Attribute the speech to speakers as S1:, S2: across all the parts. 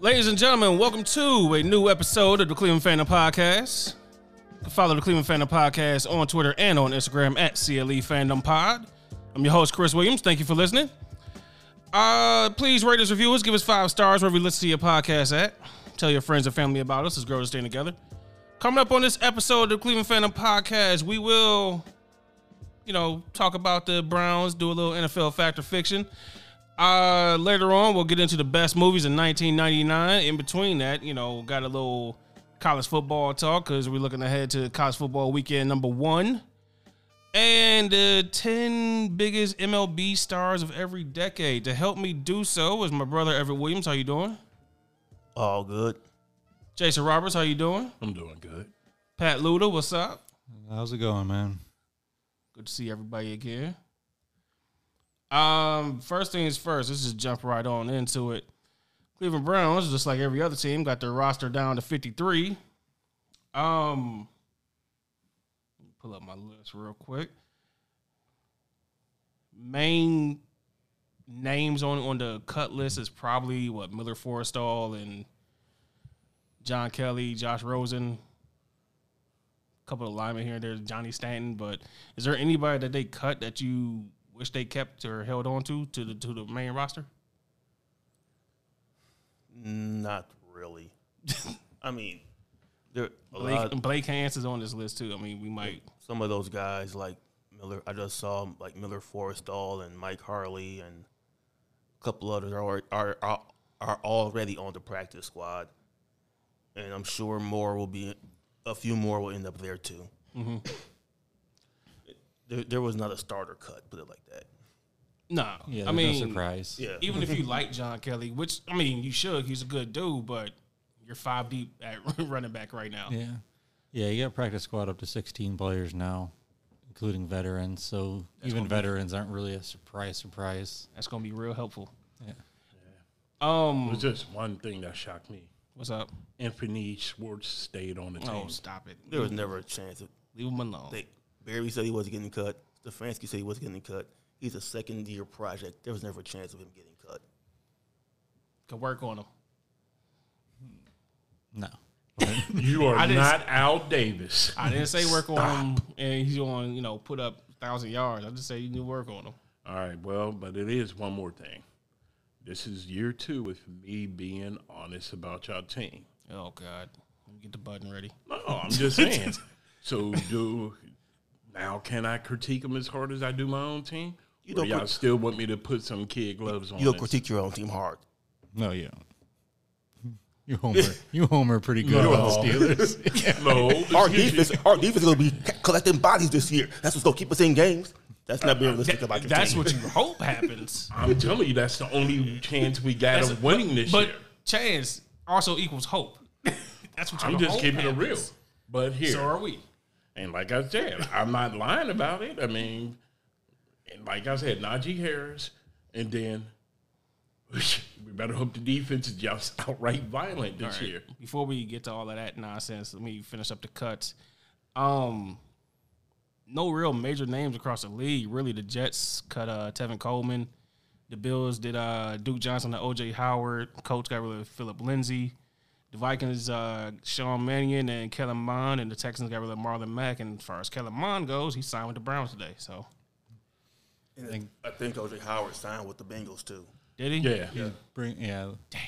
S1: Ladies and gentlemen, welcome to a new episode of the Cleveland Phantom Podcast. You can follow the Cleveland Phantom Podcast on Twitter and on Instagram at CLE Fandom Pod. I'm your host, Chris Williams. Thank you for listening. Uh, please rate us, review us, give us five stars wherever you listen to your podcast at. Tell your friends and family about us. Let's grow this thing together. Coming up on this episode of the Cleveland Phantom Podcast, we will, you know, talk about the Browns, do a little NFL factor fiction. Uh, later on, we'll get into the best movies in 1999. In between that, you know, got a little college football talk because we're looking ahead to college football weekend number one. And the 10 biggest MLB stars of every decade. To help me do so is my brother Everett Williams. How you doing?
S2: All good.
S1: Jason Roberts, how you doing?
S3: I'm doing good.
S1: Pat Luda, what's up?
S4: How's it going, man?
S1: Good to see everybody again. Um, first things first, let's just jump right on into it. Cleveland Browns, just like every other team, got their roster down to 53. Um, let me pull up my list real quick. Main names on on the cut list is probably what Miller Forrestall and John Kelly, Josh Rosen, couple of linemen here and there, Johnny Stanton. But is there anybody that they cut that you wish they kept or held on to to the to the main roster?
S2: Not really. I mean, there a
S1: Blake,
S2: lot,
S1: Blake Hans is on this list too. I mean, we might.
S2: some of those guys like Miller. I just saw like Miller Forrestall and Mike Harley and a couple others are are are, are already on the practice squad, and I'm sure more will be. A few more will end up there too.
S3: Mm-hmm.
S2: There, there was not a starter cut, put it like that.
S1: No, I mean,
S4: surprise.
S2: Yeah,
S1: even if you like John Kelly, which I mean, you should. He's a good dude, but you're five deep at running back right now.
S4: yeah, yeah. You got practice squad up to sixteen players now, including veterans. So even veterans aren't really a surprise. Surprise.
S1: That's gonna be real helpful.
S4: Yeah.
S3: It
S1: Um,
S3: was just one thing that shocked me.
S1: what's up?
S3: Anthony Schwartz stayed on the team.
S1: Oh, stop it.
S2: there was never a chance. That,
S1: Leave him alone.
S2: They Barry said he wasn't getting cut. Stefanski said he wasn't getting cut. He's a second year project. There was never a chance of him getting cut.
S1: Could work on him.
S4: No.
S3: You are
S1: I didn't-
S3: not Al Davis.
S1: I didn't say work on him, and he's on. You know, put up thousand yards. I just say you need to work on him.
S3: All right, well, but it is one more thing. This is year two with me being honest about your team.
S1: Oh God, let me get the button ready.
S3: No, I'm just saying. so do now can I critique them as hard as I do my own team? You
S2: don't
S3: or y'all
S2: crit-
S3: still want me to put some kid gloves on?
S2: You don't
S3: this?
S2: critique your own team hard.
S4: No, you don't. You homer. you homer pretty good on the
S3: No.
S4: Steelers.
S3: Oh. No,
S2: Our
S3: excuse me.
S2: defense, our defense is going to be collecting bodies this year. That's what's going to keep us in games. That's not being realistic about your
S1: That's
S2: team.
S1: what you hope happens.
S3: I'm telling you, that's the only chance we got
S1: That's-
S3: of winning this
S1: But
S3: year.
S1: chance also equals hope. That's what
S3: I'm
S1: you
S3: just
S1: hope
S3: keeping it real.
S1: happens.
S3: But here,
S1: So are we.
S3: and like I said, I'm not lying about it. I mean, and like I said, Najee Harris, and then we better hope the defense is just outright violent this year.
S1: Before we get to all of that nonsense, let me finish up the cuts. Um, no real major names across the league. Really, the Jets cut uh, Tevin Coleman. The Bills did uh, Duke Johnson to OJ Howard. Coach got rid of Philip Lindsay. The Vikings, uh, Sean Mannion and Kellen Mond, and the Texans got rid of Marlon Mack. And as far as Kellen Mond goes, he signed with the Browns today. So
S2: And I think OJ Howard signed with the Bengals too.
S1: did he?
S3: Yeah.
S4: Bring yeah,
S1: Damn.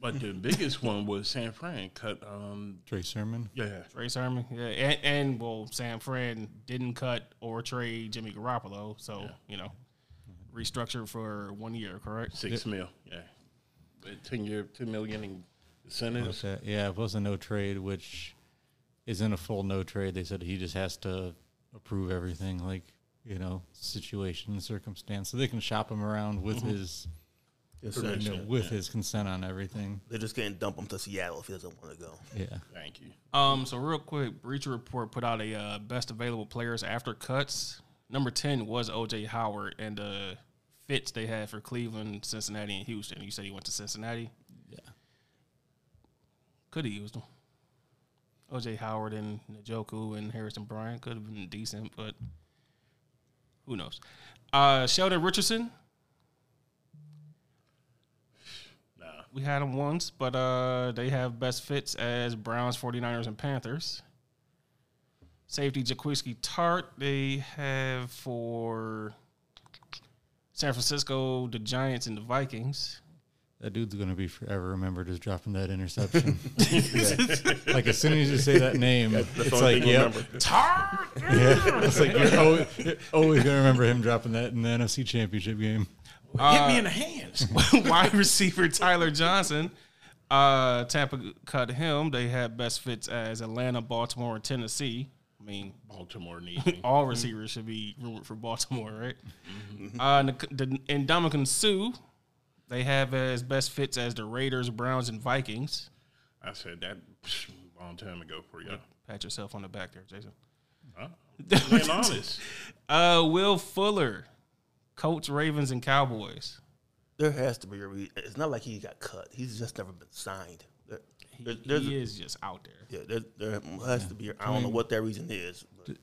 S3: But the biggest one was San Fran cut. Um,
S4: Trey Sermon.
S3: yeah.
S1: Trey Sermon, yeah, and, and well, Sam Fran didn't cut or trade Jimmy Garoppolo, so you know, restructured for one year, correct?
S3: Six mil. Yeah. But Ten year, ten million in incentives.
S4: Uh, yeah, it was a no trade, which isn't a full no trade. They said he just has to approve everything, like you know, situation, circumstance. So they can shop him around with
S2: Mm-hmm.
S4: his you know, with his consent on everything.
S2: They just can't dump him to Seattle if he doesn't want to go.
S4: Yeah.
S3: Thank you.
S1: Um, so real quick, Breacher Report put out a uh, best available players after cuts. Number ten was OJ Howard and the fits they had for Cleveland, Cincinnati, and Houston. You said he went to Cincinnati.
S4: Yeah.
S1: Could have used them. OJ Howard and Njoku and Harrison Bryant could have been decent, but who knows? Uh, Sheldon Richardson.
S3: Nah.
S1: We had them once, but uh, they have best fits as Browns, 49ers, and Panthers. Safety Jaquiski Tart, they have for San Francisco, the Giants, and the Vikings.
S4: That dude's gonna be forever remembered as dropping that interception. Like as soon as you say that name, it's
S2: only
S4: like
S2: thing
S4: yeah, yeah. It's like you're always, you're always gonna remember him dropping that in the NFC Championship game.
S3: Hit me in the hands.
S1: Wide receiver Tyler Johnson. Uh, Tampa cut him. They had best fits as Atlanta, Baltimore, and Tennessee. I mean,
S3: Baltimore needs me.
S1: all receivers should be rumored for Baltimore, right? Uh, and the, the Indomitian Sue, they have as best fits as the Raiders, Browns, and Vikings.
S3: I said that psh, a long time ago for you.
S1: Pat yourself on the back there, Jason.
S3: Huh? Being honest.
S1: Uh, Will Fuller, Colts, Ravens, and Cowboys.
S2: There has to be a reason. It's not like he got cut. He's just never been signed. There,
S1: He,
S2: there- there's a-
S1: he is just out there.
S2: yeah, there, there has to be. I don't know what that reason is. but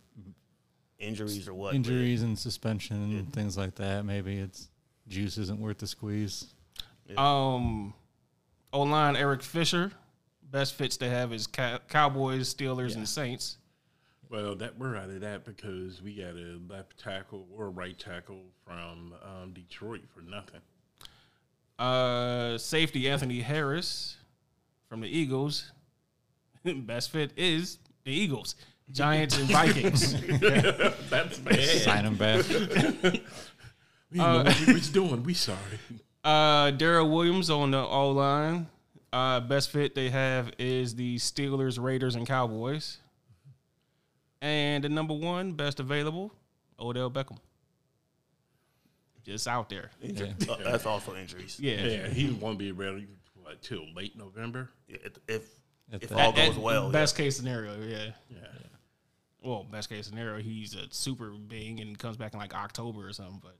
S2: injuries or what? but
S4: Injuries and suspension and things like that. Maybe it's juice isn't worth the squeeze.
S1: Um, O line Eric Fisher. Best fits they have is Cow- Cowboys, Steelers, and Saints.
S3: Well, that we're out of that because we got a left tackle or a right tackle from um, Detroit for nothing.
S1: Uh, safety Anthony Harris from the Eagles. Best fit is the Eagles, Giants, and Vikings.
S3: That's bad.
S4: Sign him back.
S3: we know what we was doing. We sorry.
S1: Uh, Darrell Williams on the O line. Uh, best fit they have is the Steelers, Raiders, and Cowboys. And the number one best available, Odell Beckham. Just out there.
S2: injury- uh, that's also injuries.
S1: Yeah.
S3: Yeah, he won't be ready what, till late November.
S2: Yeah, If if,
S4: At
S2: if
S4: that-
S2: all
S1: At
S2: goes well, yeah.
S1: Best case scenario, yeah.
S3: Yeah.
S1: Well, best case scenario, he's a super being and comes back in like October or something. But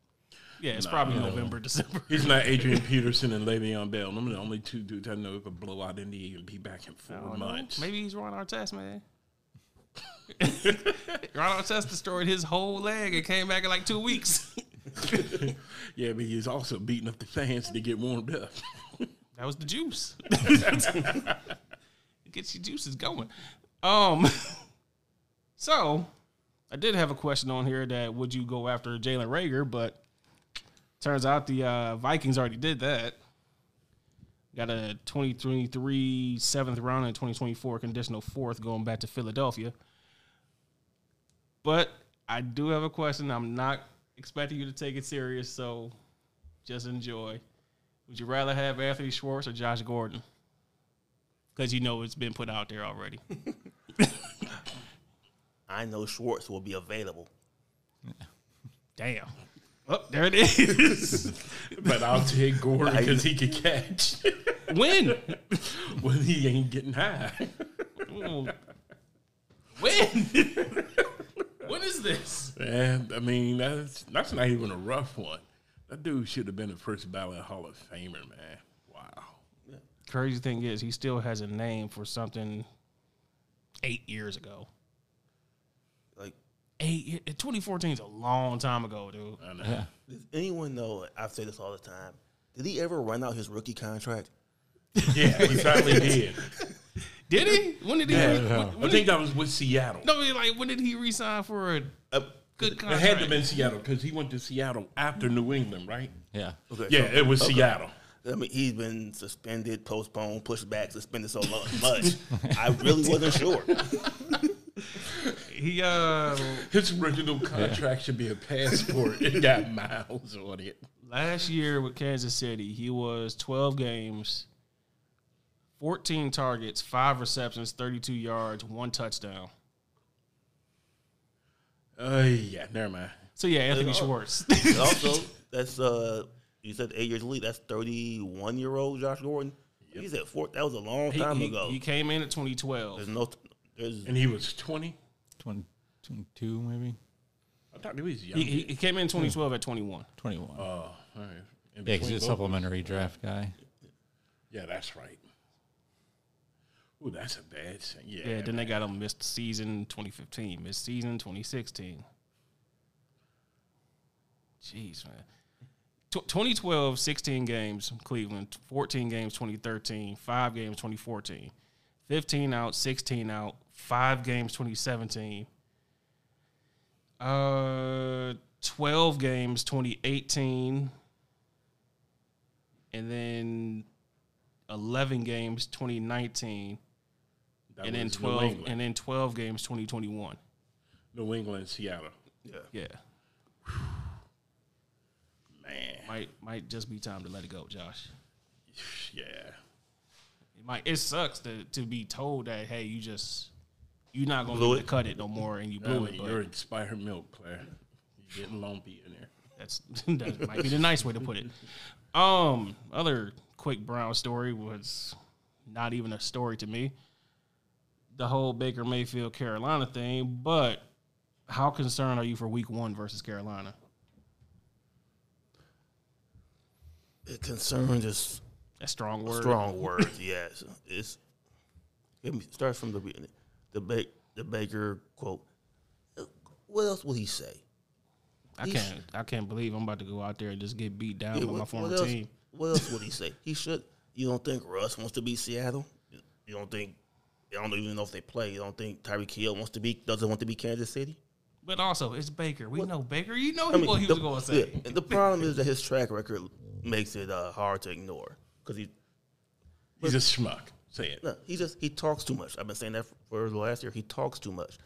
S1: yeah, it's probably November, December.
S3: He's not Adrian Peterson and Le'Veon Bell. Them are the only two dudes I know who could blow out Indy and be back in
S1: I
S3: four
S1: don't know.
S3: months.
S1: Maybe he's Ron Artest, man. Ron Artest destroyed his whole leg and came back in like two weeks.
S3: Yeah, but he's also beating up the fans to get warmed up.
S1: That was the juice. Gets your juices going. Um, so I did have a question on here that would you go after Jalen Rager, but turns out the uh, Vikings already did that. Got a 2023 seventh round and 2024 conditional fourth going back to Philadelphia. But I do have a question. I'm not expecting you to take it serious, so just enjoy. Would you rather have Anthony Schwartz or Josh Gordon? Because you know it's been put out there already.
S2: I know Schwartz will be available.
S1: Damn. Oh, there it is.
S3: But I'll take Gordon because he can catch
S1: when?
S3: when he ain't getting high.
S1: When? What is this?
S3: Man, I mean, that's that's not even a rough one. That dude should have been a first ballot Hall of Famer, man. Wow.
S1: Crazy thing is, he still has a name for something eight years ago.
S2: Like,
S1: Eight. ye- 2014 is a long time ago, dude.
S3: I know.
S2: does anyone know? I've said this all the time. Did he ever run out his rookie contract?
S3: Yeah, he finally did.
S1: Did he? When did he? re-
S4: Yeah.
S1: when-
S3: I
S1: when did-
S3: think that was with Seattle.
S1: no, like when did he resign for a
S2: Uh,
S1: good
S3: it
S1: contract?
S3: had to have been Seattle because he went to Seattle after New England, right?
S4: Yeah.
S2: okay,
S3: Yeah, it was Seattle.
S2: I mean, he's been suspended, postponed, pushed back, suspended so lo- much. I really wasn't sure.
S1: He uh,
S3: His original contract should be a passport. it got miles on it.
S1: Last year with Kansas City, he was 12 games, 14 targets, 5 receptions, 32 yards, 1 touchdown.
S3: Oh yeah, never mind.
S1: So yeah, Anthony Schwartz.
S2: And also, that's uh, you said eight years lead. That's thirty-one year old Josh Gordon. He's at four. That was a long
S1: he,
S2: time
S1: he-
S2: ago.
S1: he came in at 2012.
S2: there's no. There's
S3: And he was twenty.
S4: 20, 22 maybe?
S3: I thought he was young.
S1: He, he, he came in 2012 at 21.
S4: 21.
S3: oh, all right. In
S4: yeah, because he's
S3: between
S4: a
S3: both.
S4: supplementary draft guy.
S3: Yeah, that's right. Ooh, that's a bad thing. Yeah.
S1: Yeah, then they got him missed season 2015, missed season 2016. Jeez, man. tw- 2012, 16 games, Cleveland, 14 games, 2013, 5 games, 2014, 15 out, 16 out, 5 games, 2017, uh, 12 games, 2018, and then 11 games, 2019,
S3: That
S1: and then
S3: was
S1: 12
S3: New England,
S1: and then 12 games, 2021.
S3: New England, Seattle.
S2: Yeah.
S1: Yeah.
S3: Man,
S1: Might might just be time to let it go, Josh.
S3: yeah.
S1: It might it sucks to to be told that hey, you just you're not gonna be
S2: Blew
S1: able to
S2: it.
S1: cut it no more, and you blew
S3: Golly,
S1: it.
S3: you're
S1: But
S3: expired milk, Claire. You're getting lumpy in there.
S1: that's that might be the nice way to put it. Um, other quick Brown story was not even a story to me. The whole Baker Mayfield Carolina thing, but how concerned are you for Week One versus Carolina?
S2: It concerns is
S1: That's strong
S2: a
S1: word.
S2: strong word. yes, it's it starts from the beginning. The ba- the Baker quote. What else will he say?
S1: I can't. I can't believe I'm about to go out there and just get beat down by
S2: Yeah,
S1: my
S2: what, what
S1: former
S2: else?
S1: team.
S2: What else would he say? He should. You don't think Russ wants to be Seattle? You- You don't think? I don't even know if they play. You don't think Tyreek Hill wants to be? Doesn't want to be Kansas City?
S1: But also, it's Baker. We know Baker. You know
S2: I mean,
S1: what he
S2: the,
S1: was going to say.
S2: yeah, and the problem is that his track record makes it uh, hard to ignore because he
S3: He's a schmuck. Say it.
S2: no, he just he talks too much. I've been saying that for the last year. He talks too much.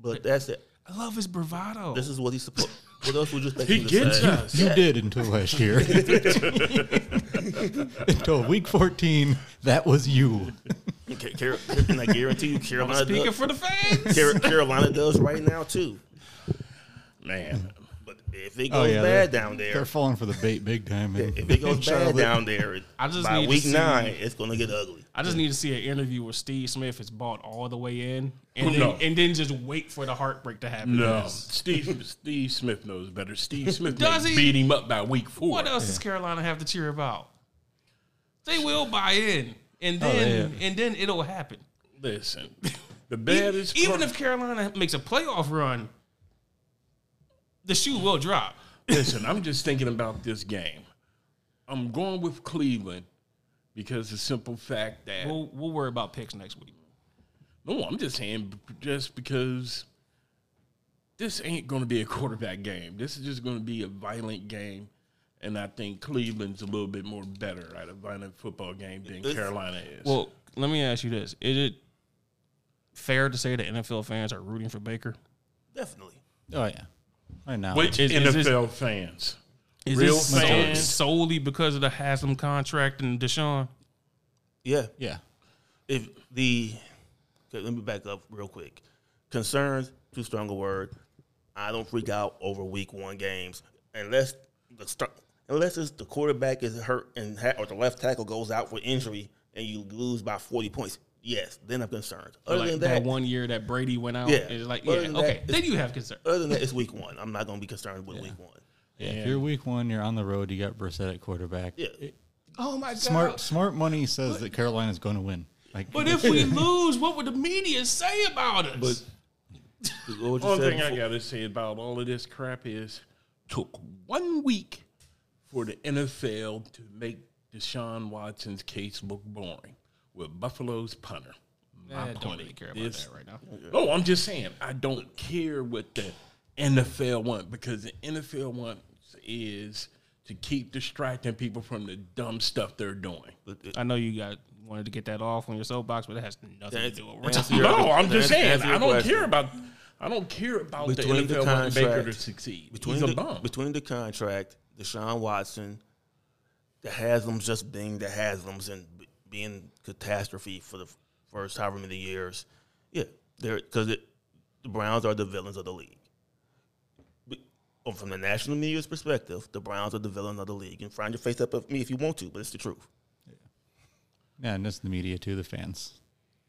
S2: But that's it.
S1: I love his bravado.
S2: This is what he's supposed. what else would you expect
S3: He
S2: him to
S3: gets
S2: say?
S3: us.
S4: You did until last year. until week 14, that was you.
S2: Ca- Car- and I guarantee you, Carolina
S1: Speaking
S2: does,
S1: for the fans.
S2: Car- Carolina does right now too.
S3: Man,
S2: But if it goes bad down
S4: Oh, They're
S2: there,
S4: falling for the bait big time. and-
S2: if it goes bad
S4: Charlotte-
S2: down there, it,
S1: I just
S2: by
S1: need to
S2: week
S1: see-
S2: nine, it's gonna get ugly.
S1: I just need to see an interview where Steve Smith is bought all the way in, and
S3: Oh,
S1: then,
S3: no.
S1: and then just wait for the heartbreak to happen.
S3: no. Um, Steve Steve Smith knows better. Steve Smith
S1: Does
S3: may
S1: he?
S3: beat him up by week four.
S1: What else does Carolina have to cheer about? They will buy in, and
S4: Oh,
S1: then
S4: yeah.
S1: and then it'll happen. E-
S3: Listen, the baddest.
S1: Even
S3: part-
S1: if Carolina makes a playoff run, the shoe will drop.
S3: Listen, I'm just thinking about this game. I'm going with Cleveland because the simple fact that
S1: We'll, we'll worry about picks next week.
S3: no, I'm just saying b- just because this ain't going to be a quarterback game. This is just going to be a violent game, and I think Cleveland's a little bit more better at a violent football game than Carolina is.
S1: Well, let me ask you this: Is it fair to say that NFL fans are rooting for Baker?
S2: Definitely.
S4: Oh, yeah. Right now.
S3: which
S1: is- is
S3: NFL
S1: this-
S3: fans?
S1: Is
S3: Real
S1: this so-
S3: fans.
S1: solely because of the Haslam contract and Deshaun?
S2: Yeah.
S4: Yeah.
S2: If the okay, let me back up real quick. Concerns, too strong a word. I don't freak out over week one games unless the start unless it's the quarterback is hurt and ha- or the left tackle goes out for injury and you lose by forty points. Yes, then I'm concerned. Other
S1: Like
S2: than
S1: that,
S2: that,
S1: one year that Brady went out,
S2: Yeah.
S1: it's like,
S2: Other
S1: yeah,
S2: than
S1: okay,
S2: that,
S1: then you have concern.
S2: other than that, it's week one. I'm not gonna be concerned with week one.
S4: Yeah, If you're week one, you're on the road, you got Brissett at quarterback.
S2: Yeah.
S4: It-
S1: Oh my
S4: smart smart money says that Carolina's going to win. Like,
S1: But if we lose, what would the media say about us?
S2: What would you
S3: One
S2: say
S3: thing I
S2: before-
S3: gotta say about all of this crap is, took one week for the NFL to make Deshaun Watson's case look boring with Buffalo's punter.
S1: I don't
S3: point
S1: really care about
S3: is-
S1: that right now.
S3: Oh, I'm just saying, I don't care what the NFL want because the NFL wants is to keep distracting people from the dumb stuff they're doing.
S1: I know you got wanted to get that off on your soapbox, but it has nothing to
S2: That's-
S1: do with what we're
S2: that's
S1: talking.
S2: your-
S3: No, I'm
S2: that's-
S3: just saying,
S2: that's your
S3: I don't
S2: question.
S3: care about. I don't care about
S2: Between
S3: the
S2: the
S3: NFL wanting Baker to
S2: contract-
S3: succeed.
S2: between
S3: He's a
S2: the
S3: bum.
S2: between the contract, Deshaun Watson, the Haslam's just being the Haslam's and b- being catastrophe for the f- first however many years. Yeah, they're because the Browns are the villains of the league. But, oh, from the national media's perspective, the Browns are the villains of the league. You can find your face up at me if you want to, but it's the truth.
S4: yeah, and that's the media too, the fans.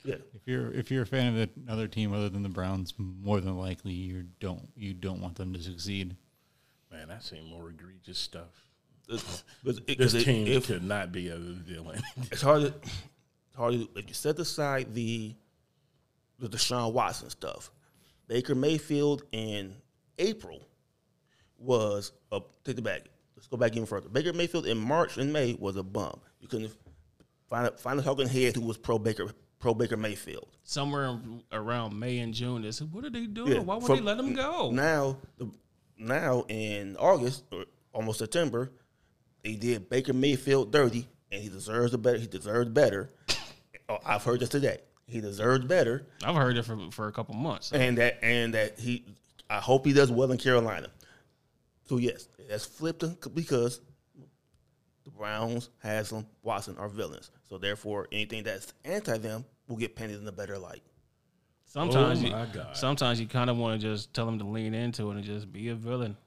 S2: Yeah,
S4: If you're if you're a fan of another team other than the Browns, more than likely you don't you don't want them to succeed.
S3: Man, I seen more egregious stuff.
S2: It's- but it- 'cause
S3: This
S2: it-
S3: team
S2: if-
S3: could not be a villain.
S2: it's hard to it's hard to if you set aside the the Deshaun Watson stuff. Baker Mayfield in April was a take the back. let's go back even further. Baker Mayfield in March and May was a bum. You couldn't find a, find a talking head who was pro Baker pro Baker Mayfield.
S1: Somewhere around May and June, is what are they doing?
S2: Yeah,
S1: Why would
S2: from-
S1: they let him go?
S2: Now, the, now in August, or almost September, they did Baker Mayfield dirty, and he deserves a better. He deserved better. Oh, I've heard this today. He deserved better,
S1: I've heard it for, for a couple months.
S2: and that and that he. I hope he does well in Carolina. So yes, that's flipped because the Browns, Haslam, Watson are villains. So therefore, anything that's anti them will get painted in a better light.
S1: Sometimes,
S3: Oh
S1: you,
S3: my God.
S1: sometimes you kind of want to just tell them to lean into it and just be a villain.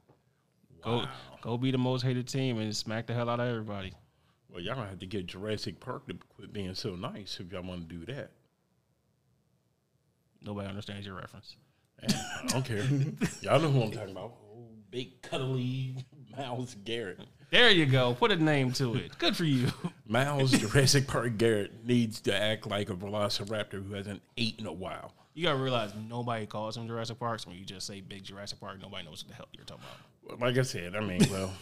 S1: Go, go be the most hated team and smack the hell out of everybody.
S3: Well, y'all gonna have to get Jurassic Park to quit being so nice if y'all want to do that.
S1: Nobody understands your reference.
S3: I don't care. y'all know who I'm talking about. Oh, big cuddly Miles Garrett.
S1: There you go. Put a name to it. Good for you.
S3: Miles Jurassic Park Garrett needs to act like a Velociraptor who hasn't eaten a while.
S1: You gotta realize nobody calls him Jurassic Park. So when you just say Big Jurassic Park, nobody knows what the hell you're talking about.
S3: Well, like I said, I mean, well,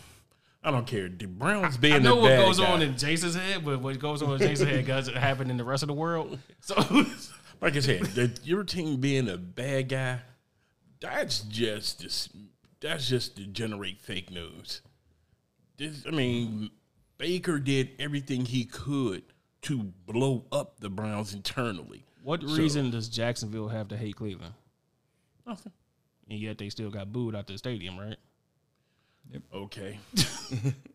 S3: I don't care. The Browns being
S1: I know
S3: the
S1: what
S3: bad
S1: goes
S3: guy.
S1: on in Jason's head, but what goes on in Jason's head doesn't happen in the rest of the world. So
S3: like I said, the, your team being a bad guy, that's just this, that's just to generate fake news. This, I mean, Baker did everything he could to blow up the Browns internally.
S1: what
S3: So-
S1: reason does Jacksonville have to hate Cleveland?
S3: Nothing.
S1: And yet they still got booed out the stadium, right?
S3: Okay.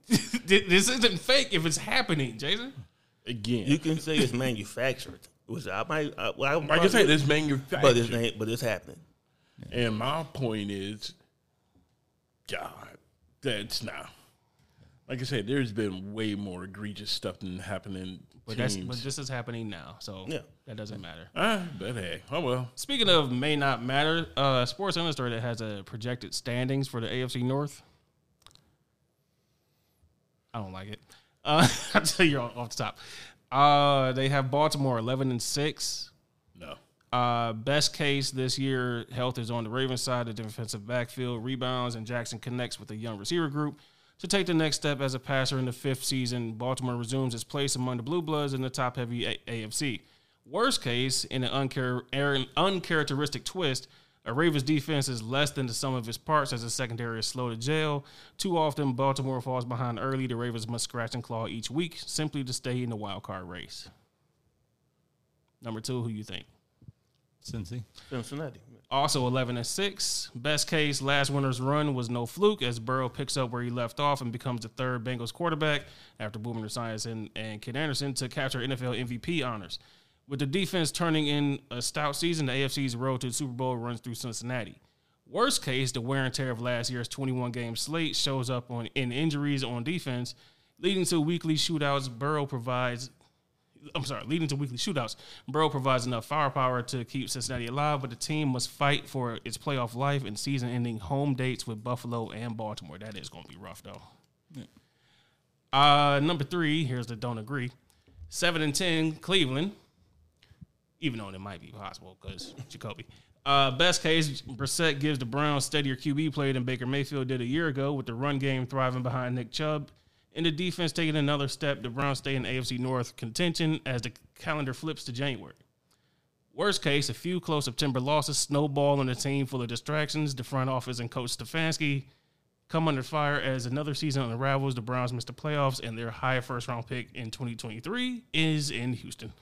S1: Th- This isn't fake if it's happening, Jason.
S3: Again,
S2: You can say it's manufactured, which I might. I, well, I,
S3: like I said, this manufactured.
S2: but it's ain't- but it's happening.
S3: And my point is, God, that's not. Like I said, there's been way more egregious stuff than happening.
S1: But
S3: teams.
S1: that's but this is happening now, so
S2: Yeah.
S1: that doesn't matter.
S3: Ah, but hey, oh well.
S1: Speaking of may not matter, uh, Sports Illustrated has a projected standings for the AFC North. I don't like it. Uh, I'll tell you off the top. Uh, they have Baltimore eleven and six.
S3: No.
S1: Uh, best case this year, health is on the Ravens side. The defensive backfield rebounds and Jackson connects with a young receiver group to take the next step as a passer in the fifth season. Baltimore resumes its place among the Blue Bloods in the top-heavy a- AFC. Worst case, in an unchar- an uncharacteristic twist, a Ravens defense is less than the sum of its parts as the secondary is slow to jail. Too often, Baltimore falls behind early. The Ravens must scratch and claw each week simply to stay in the wild card race. Number two, who you think?
S4: Cincy.
S2: Cincinnati.
S1: also 11 and 6. Best case, last winter's run was no fluke as Burrow picks up where he left off and becomes the third Bengals quarterback after Boomer Science and, and Kid Anderson to capture NFL MVP honors. With the defense turning in a stout season, the AFC's road to the Super Bowl runs through Cincinnati. Worst case, the wear and tear of last year's 21 game slate shows up on in injuries on defense, leading to weekly shootouts. Burrow provides I'm sorry, leading to weekly shootouts. Burrow provides enough firepower to keep Cincinnati alive, but the team must fight for its playoff life and season ending home dates with Buffalo and Baltimore. That is going to be rough, though. Uh, number three, here's the don't agree. Seven and ten, Cleveland. Even though it might be possible because Jacoby. Uh, best case, Brissett gives the Browns steadier QB play than Baker Mayfield did a year ago, with the run game thriving behind Nick Chubb. And the defense taking another step, the Browns stay in AFC North contention as the calendar flips to January. Worst case, a few close September losses snowball on a team full of distractions. The front office and Coach Stefanski come under fire as another season unravels. The Browns miss the playoffs, and their high first round pick in 2023 is in Houston.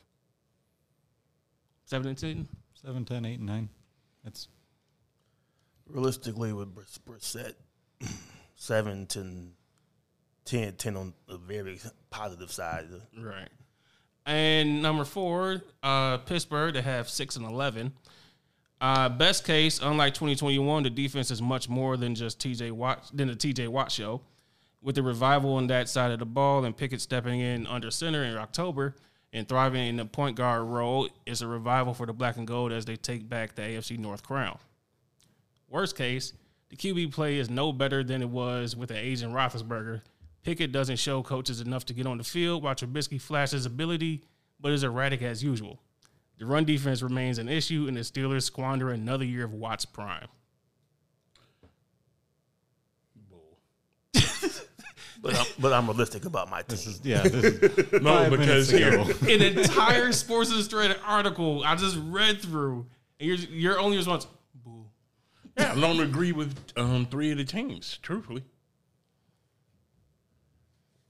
S1: Seven and ten.
S4: 7, 10, 8, and 9. That's
S2: Realistically, with Bris- Brissett, seven to 10, 10 on the very positive side.
S1: Right. And number four, uh, Pittsburgh, they have six and eleven. Uh, best case, unlike 2021, the defense is much more than just TJ Watt than the TJ Watt show. With the revival on that side of the ball and Pickett stepping in under center in October and thriving in the point guard role, it's a revival for the black and gold as they take back the AFC North crown. Worst case, the QB play is no better than it was with an aging Roethlisberger. Pickett doesn't show coaches enough to get on the field, while Trubisky flashes ability, but is erratic as usual. The run defense remains an issue, and the Steelers squander another year of Watt's prime.
S2: But I'm, but I'm realistic about my
S4: This
S2: team.
S4: is yeah. This is
S3: No, because here,
S1: An entire Sports Illustrated article I just read through, and your your only response, boo.
S3: yeah, I don't agree with um, three of the teams. Truthfully,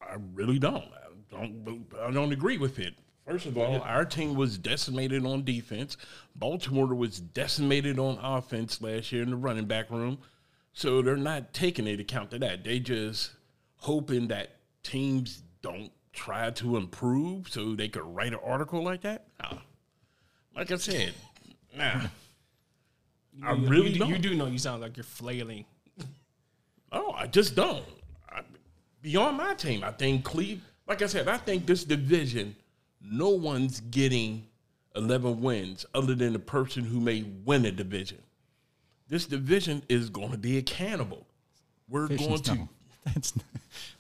S3: I really don't. I don't. I don't agree with it. First of all, our team was decimated on defense. Baltimore was decimated on offense last year in the running back room. So they're not taking into account of that. They just hoping that teams don't try to improve so they could write an article like that. Nah. Like I said, nah. I
S1: You-
S3: really
S1: you, do-
S3: don't.
S1: You do know you sound like you're flailing.
S3: Oh, I just don't. I, beyond my team, I think Cleve. Like I said, I think this division, no one's getting eleven wins other than the person who may win a division. This division is going to be a cannibal. We're
S4: Fish and
S3: going to.
S4: stone. That's not,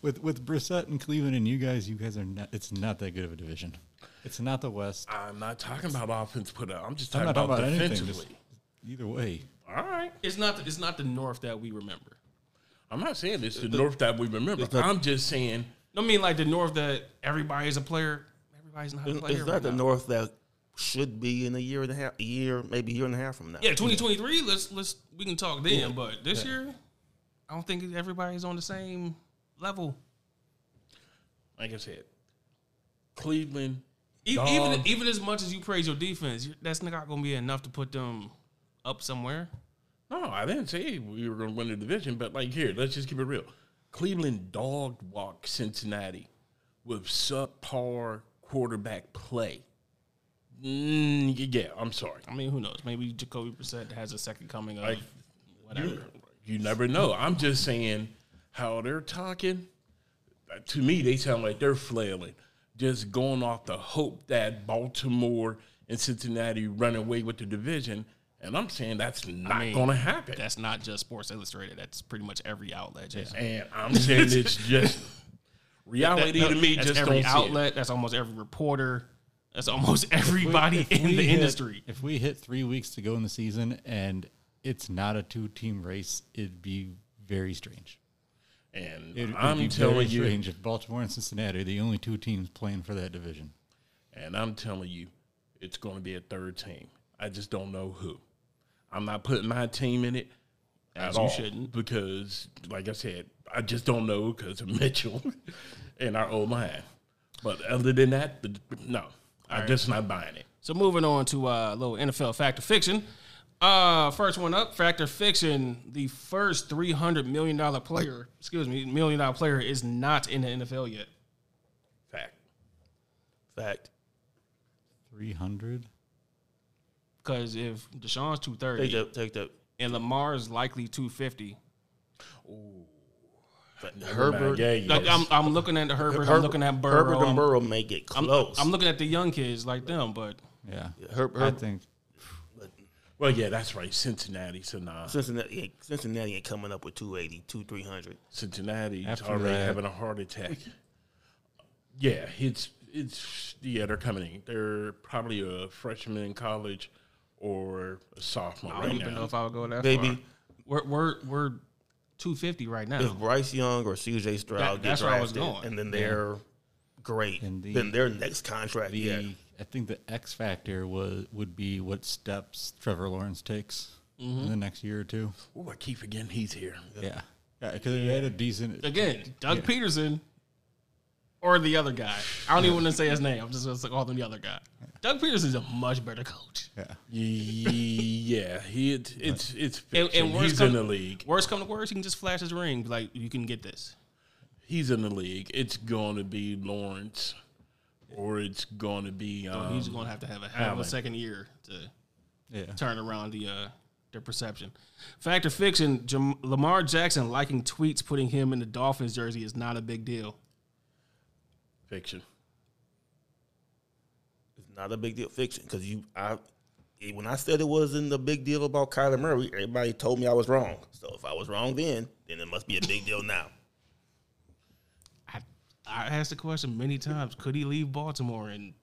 S4: with with Brissett and Cleveland and you guys. You guys are not. It's not that good of a division. It's not the West.
S3: I'm not talking about offense put up. I'm just
S4: I'm
S3: talking
S4: not
S3: about,
S4: talking about anything.
S3: defensively.
S4: Just either way,
S3: All right.
S1: It's not the, it's not the North that we remember.
S3: I'm not saying this the, North that we remember. I'm just saying
S1: I mean like the North that everybody's a player. Everybody's not a
S2: It's
S1: player.
S2: it's
S1: right
S2: not the
S1: now.
S2: North that should be in a year and a half, a year, maybe year and a half from now.
S1: Yeah, 2023. Let's let's we can talk then, but this year, I don't think everybody's on the same level.
S3: like I said, Cleveland.
S1: E-
S3: Dog.
S1: Even even as much as you praise your defense, you- that's not going to be enough to put them up somewhere.
S3: No, I didn't say we were going to win the division, but like here, let's just keep it real. Cleveland dog walked Cincinnati with subpar quarterback play. Mm, yeah, I'm sorry.
S1: I mean, who knows? Maybe Jacoby Brissett has a second coming of
S3: Like,
S1: whatever.
S3: You, you never know. I'm just saying how they're talking. uh, To me, they sound like they're flailing, just going off the hope that Baltimore and Cincinnati run away with the division. And I'm saying that's not
S1: mean,
S3: going to happen.
S1: That's not just Sports Illustrated. That's pretty much every outlet. Jason.
S3: And I'm saying it's just reality
S1: That-
S3: to me.
S1: that's
S3: Just
S1: every
S3: don't outlet.
S1: outlet. That's almost every reporter. That's almost everybody
S4: If
S1: in
S4: we
S1: the
S4: hit-
S1: industry.
S4: If we hit three weeks to go in the season and it's not a two-team race, it'd be very strange.
S3: And
S4: It, it'd
S3: I'm
S4: be very
S3: telling you,
S4: strange if Baltimore and Cincinnati are the only two teams playing for that division.
S3: and I'm telling you, it's going to be a third team. I just don't know who. I'm not putting my team in it at
S1: As you
S3: all
S1: shouldn't.
S3: because, like I said, I just don't know because of Mitchell and our old man. But other than that, the- no, I'm just not buying it.
S1: So moving on to uh, a little NFL factor fiction. Uh, first one up, factor fiction. The first three hundred million dollar player, excuse me, million dollar player is not in the NFL yet.
S3: Fact.
S2: Fact.
S4: Three hundred.
S1: Because if Deshaun's two
S2: Take
S1: thirty
S2: that. Take that.
S1: and Lamar's likely two fifty,
S2: Fact. Herbert.
S3: Yeah, yeah.
S1: like I'm, I'm looking at Herbert, I'm
S2: Herb-
S1: looking at Burrow,
S2: Herbert
S1: I'm-
S2: and Burrow may get close.
S1: I'm looking at the young kids like them, but
S4: Yeah,
S2: Herb-
S4: I
S2: Herb-
S4: think
S3: well, yeah, that's right. Cincinnati, so nah.
S2: Cincinnati, ain't- Cincinnati ain't coming up with 280, 2, 300.
S3: Cincinnati's
S4: After
S3: already
S4: that-
S3: having a heart attack. yeah, it's it's yeah, they're coming in. They're probably a freshman in college or a sophomore
S1: I don't
S3: right
S1: even know
S3: now.
S1: if I would go that
S2: Baby.
S1: far. We're we're we're two fifty right now.
S2: If Bryce Young or CJ Stroud
S1: That-
S2: gets
S1: that's where I was
S2: drafted,
S1: going.
S2: and then they're great,
S4: And the-
S2: then their next contract,
S4: the
S2: yeah,
S4: I think the X factor was would be what steps Trevor Lawrence takes in the next year or two.
S3: Oh, I keep forgetting he's here.
S4: Yeah, because they had a decent.
S1: Again, Doug Peterson or the other guy. I don't even want to say his name. I'm just going to call him the other guy. Doug Peterson's a much better coach.
S4: Yeah.
S3: yeah, he it's it's, it's
S1: And, and
S3: fiction.
S1: worst
S3: he's
S1: come,
S3: in the league.
S1: Worst come to worst, he can just flash his ring. be Like you can get this.
S3: He's in the league. It's gonna be Lawrence, or it's gonna be um,
S1: Oh, He's going to have to have a have a
S3: Allen.
S1: second year to
S4: Yeah.
S1: turn around the uh, their perception. Fact or fiction: Jam- Lamar Jackson liking tweets putting him in the Dolphins jersey is not a big deal.
S3: fiction.
S2: it's not a big deal. Fiction, because you, I, eh, when I said it wasn't a big deal about Kyler Murray, everybody told me I was wrong. So if I was wrong then, then it must be a big deal now.
S1: I I asked the question many times. Could he leave Baltimore? And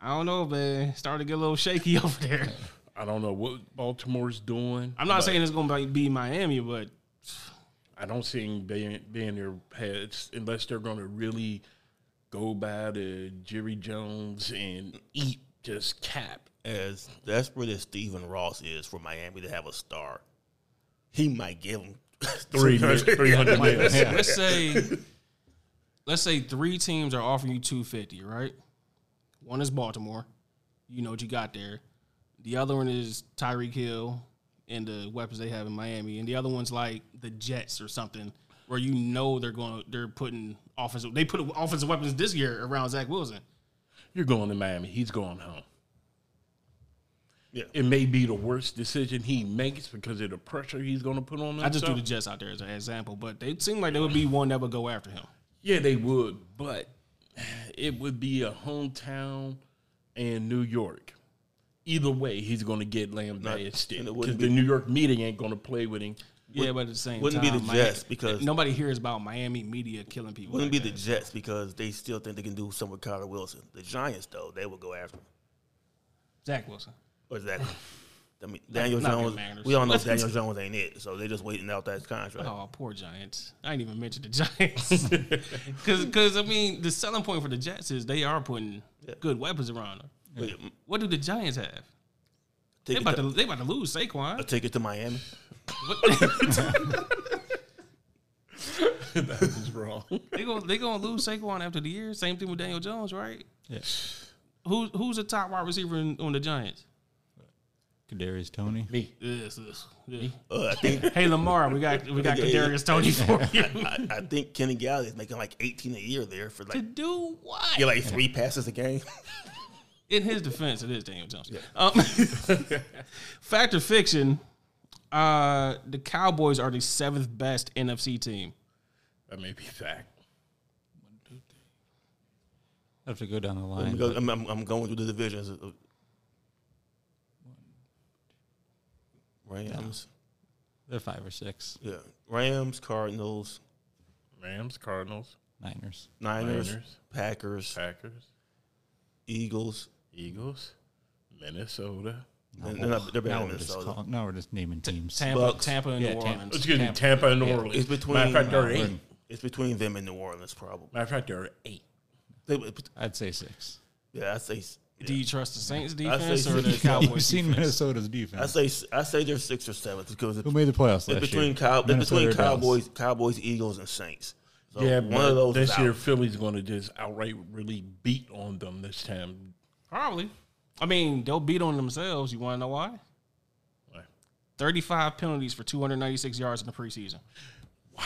S1: I don't know, man. Starting to get a little shaky over there.
S3: I don't know what Baltimore's doing.
S1: I'm not
S3: but
S1: saying it's going to be Miami, but
S3: I I don't see him being being their heads unless they're going to really go by the Jerry Jones and eat just cap.
S2: As desperate as Steven Ross is for Miami to have a star, he might give him
S3: Three three hundred minutes.
S1: Let's say, let's say three teams are offering you two fifty, right? One is Baltimore, you know what you got there. The other one is Tyreek Hill and the weapons they have in Miami, and the other one's like the Jets or something, where you know they're going, to they're putting offensive, they put offensive weapons this year around Zach Wilson.
S3: You're going to Miami. He's going home.
S2: Yeah.
S3: It may be the worst decision he makes because of the pressure he's going to put on himself.
S1: I just threw the Jets out there as an example, but they seem like they would be one that would go after him.
S3: Yeah, they would, but it would be a hometown and New York. Either way, he's going to get
S2: Not-
S3: lambasted
S2: and it
S3: because
S2: wouldn't
S3: the
S2: be-
S3: New York meeting ain't going to play with him.
S1: Yeah, but at the same
S2: wouldn't be
S1: time,
S2: the
S1: Miami-
S2: Jets because-
S1: nobody hears about Miami media killing people.
S2: Wouldn't be
S1: like
S2: the
S1: that.
S2: Jets because they still think they can do something with Kyler Wilson. The Giants, though, they will go after him.
S1: Zach Wilson.
S2: Or is that? I mean, Daniel
S1: Not that it
S2: Jones.
S1: matters.
S2: We all know Daniel Jones ain't it, so they're just waiting out that contract.
S1: Oh, poor Giants. I didn't even mention the Giants. Because, I mean, the selling point for the Jets is they are putting good weapons around them.
S2: But
S1: What do the Giants have? They
S2: take, it
S1: about to,
S2: to,
S1: they about to lose Saquon.
S2: take it to Miami.
S3: that is wrong.
S1: they going they gonna lose Saquon after the year. Same thing with Daniel Jones, right?
S4: Yeah.
S1: Who, who's the top wide receiver in, on the Giants?
S4: Kadarius Tony.
S3: Me.
S1: Yes, yes, yeah.
S2: Uh, I think
S1: Hey Lamar, we got we got Kadarius Tony for you.
S2: I, I think Kenny Galladay is making like 18 a year there for
S1: to
S2: like
S1: do what?
S2: get like three passes a game.
S1: in his defense, it is Daniel Jones. Um, fact or fiction, uh, the Cowboys are the seventh best NFC team.
S3: That may be fact.
S4: I have to go down the
S2: I'm,
S4: line.
S2: go, I'm, I'm, I'm going through the divisions. Uh, Rams,
S4: They're five or six.
S2: yeah, Rams, Cardinals,
S3: Rams, Cardinals,
S4: Niners.
S2: Niners,
S3: Niners.
S2: Packers,
S3: Packers,
S2: Eagles.
S3: Eagles, Minnesota.
S2: They're, they're not, they're better
S4: Now
S2: than
S4: we're, just
S2: Minnesota.
S4: call, now we're just naming teams.
S1: Tampa,
S2: Bucks.
S1: Tampa, and
S4: Yeah,
S1: New
S4: Tampa.
S1: Orleans.
S3: Excuse me, Tampa and New Orleans.
S2: It's between- uh,
S3: Matter of fact, there are
S2: Wow.
S3: eight.
S2: It's between them and New Orleans, probably.
S3: Matter of fact, there are eight.
S2: They,
S4: I'd say six.
S2: yeah, I say. s- yeah.
S1: Do you trust the Saints
S2: I say
S1: defense or the
S2: six.
S4: You've
S1: Cowboys?
S4: seen
S1: defense?
S4: Minnesota's
S2: I
S4: defense.
S2: say s- I say they're six or seven because it's,
S4: Who made the playoffs
S2: it's
S4: last
S2: between
S4: year?
S2: cow, it's
S4: Minnesota
S2: between
S4: or Dallas?
S2: Cowboys, Cowboys, Eagles, and Saints. So
S3: yeah,
S2: Oh, one of those. is
S3: this
S2: out.
S3: year Philly's going to just outright really beat on them this time.
S1: Probably. I mean, they'll beat on themselves. You want to know why?
S3: Why?
S1: Thirty-five penalties for 296 yards in the preseason. Wow.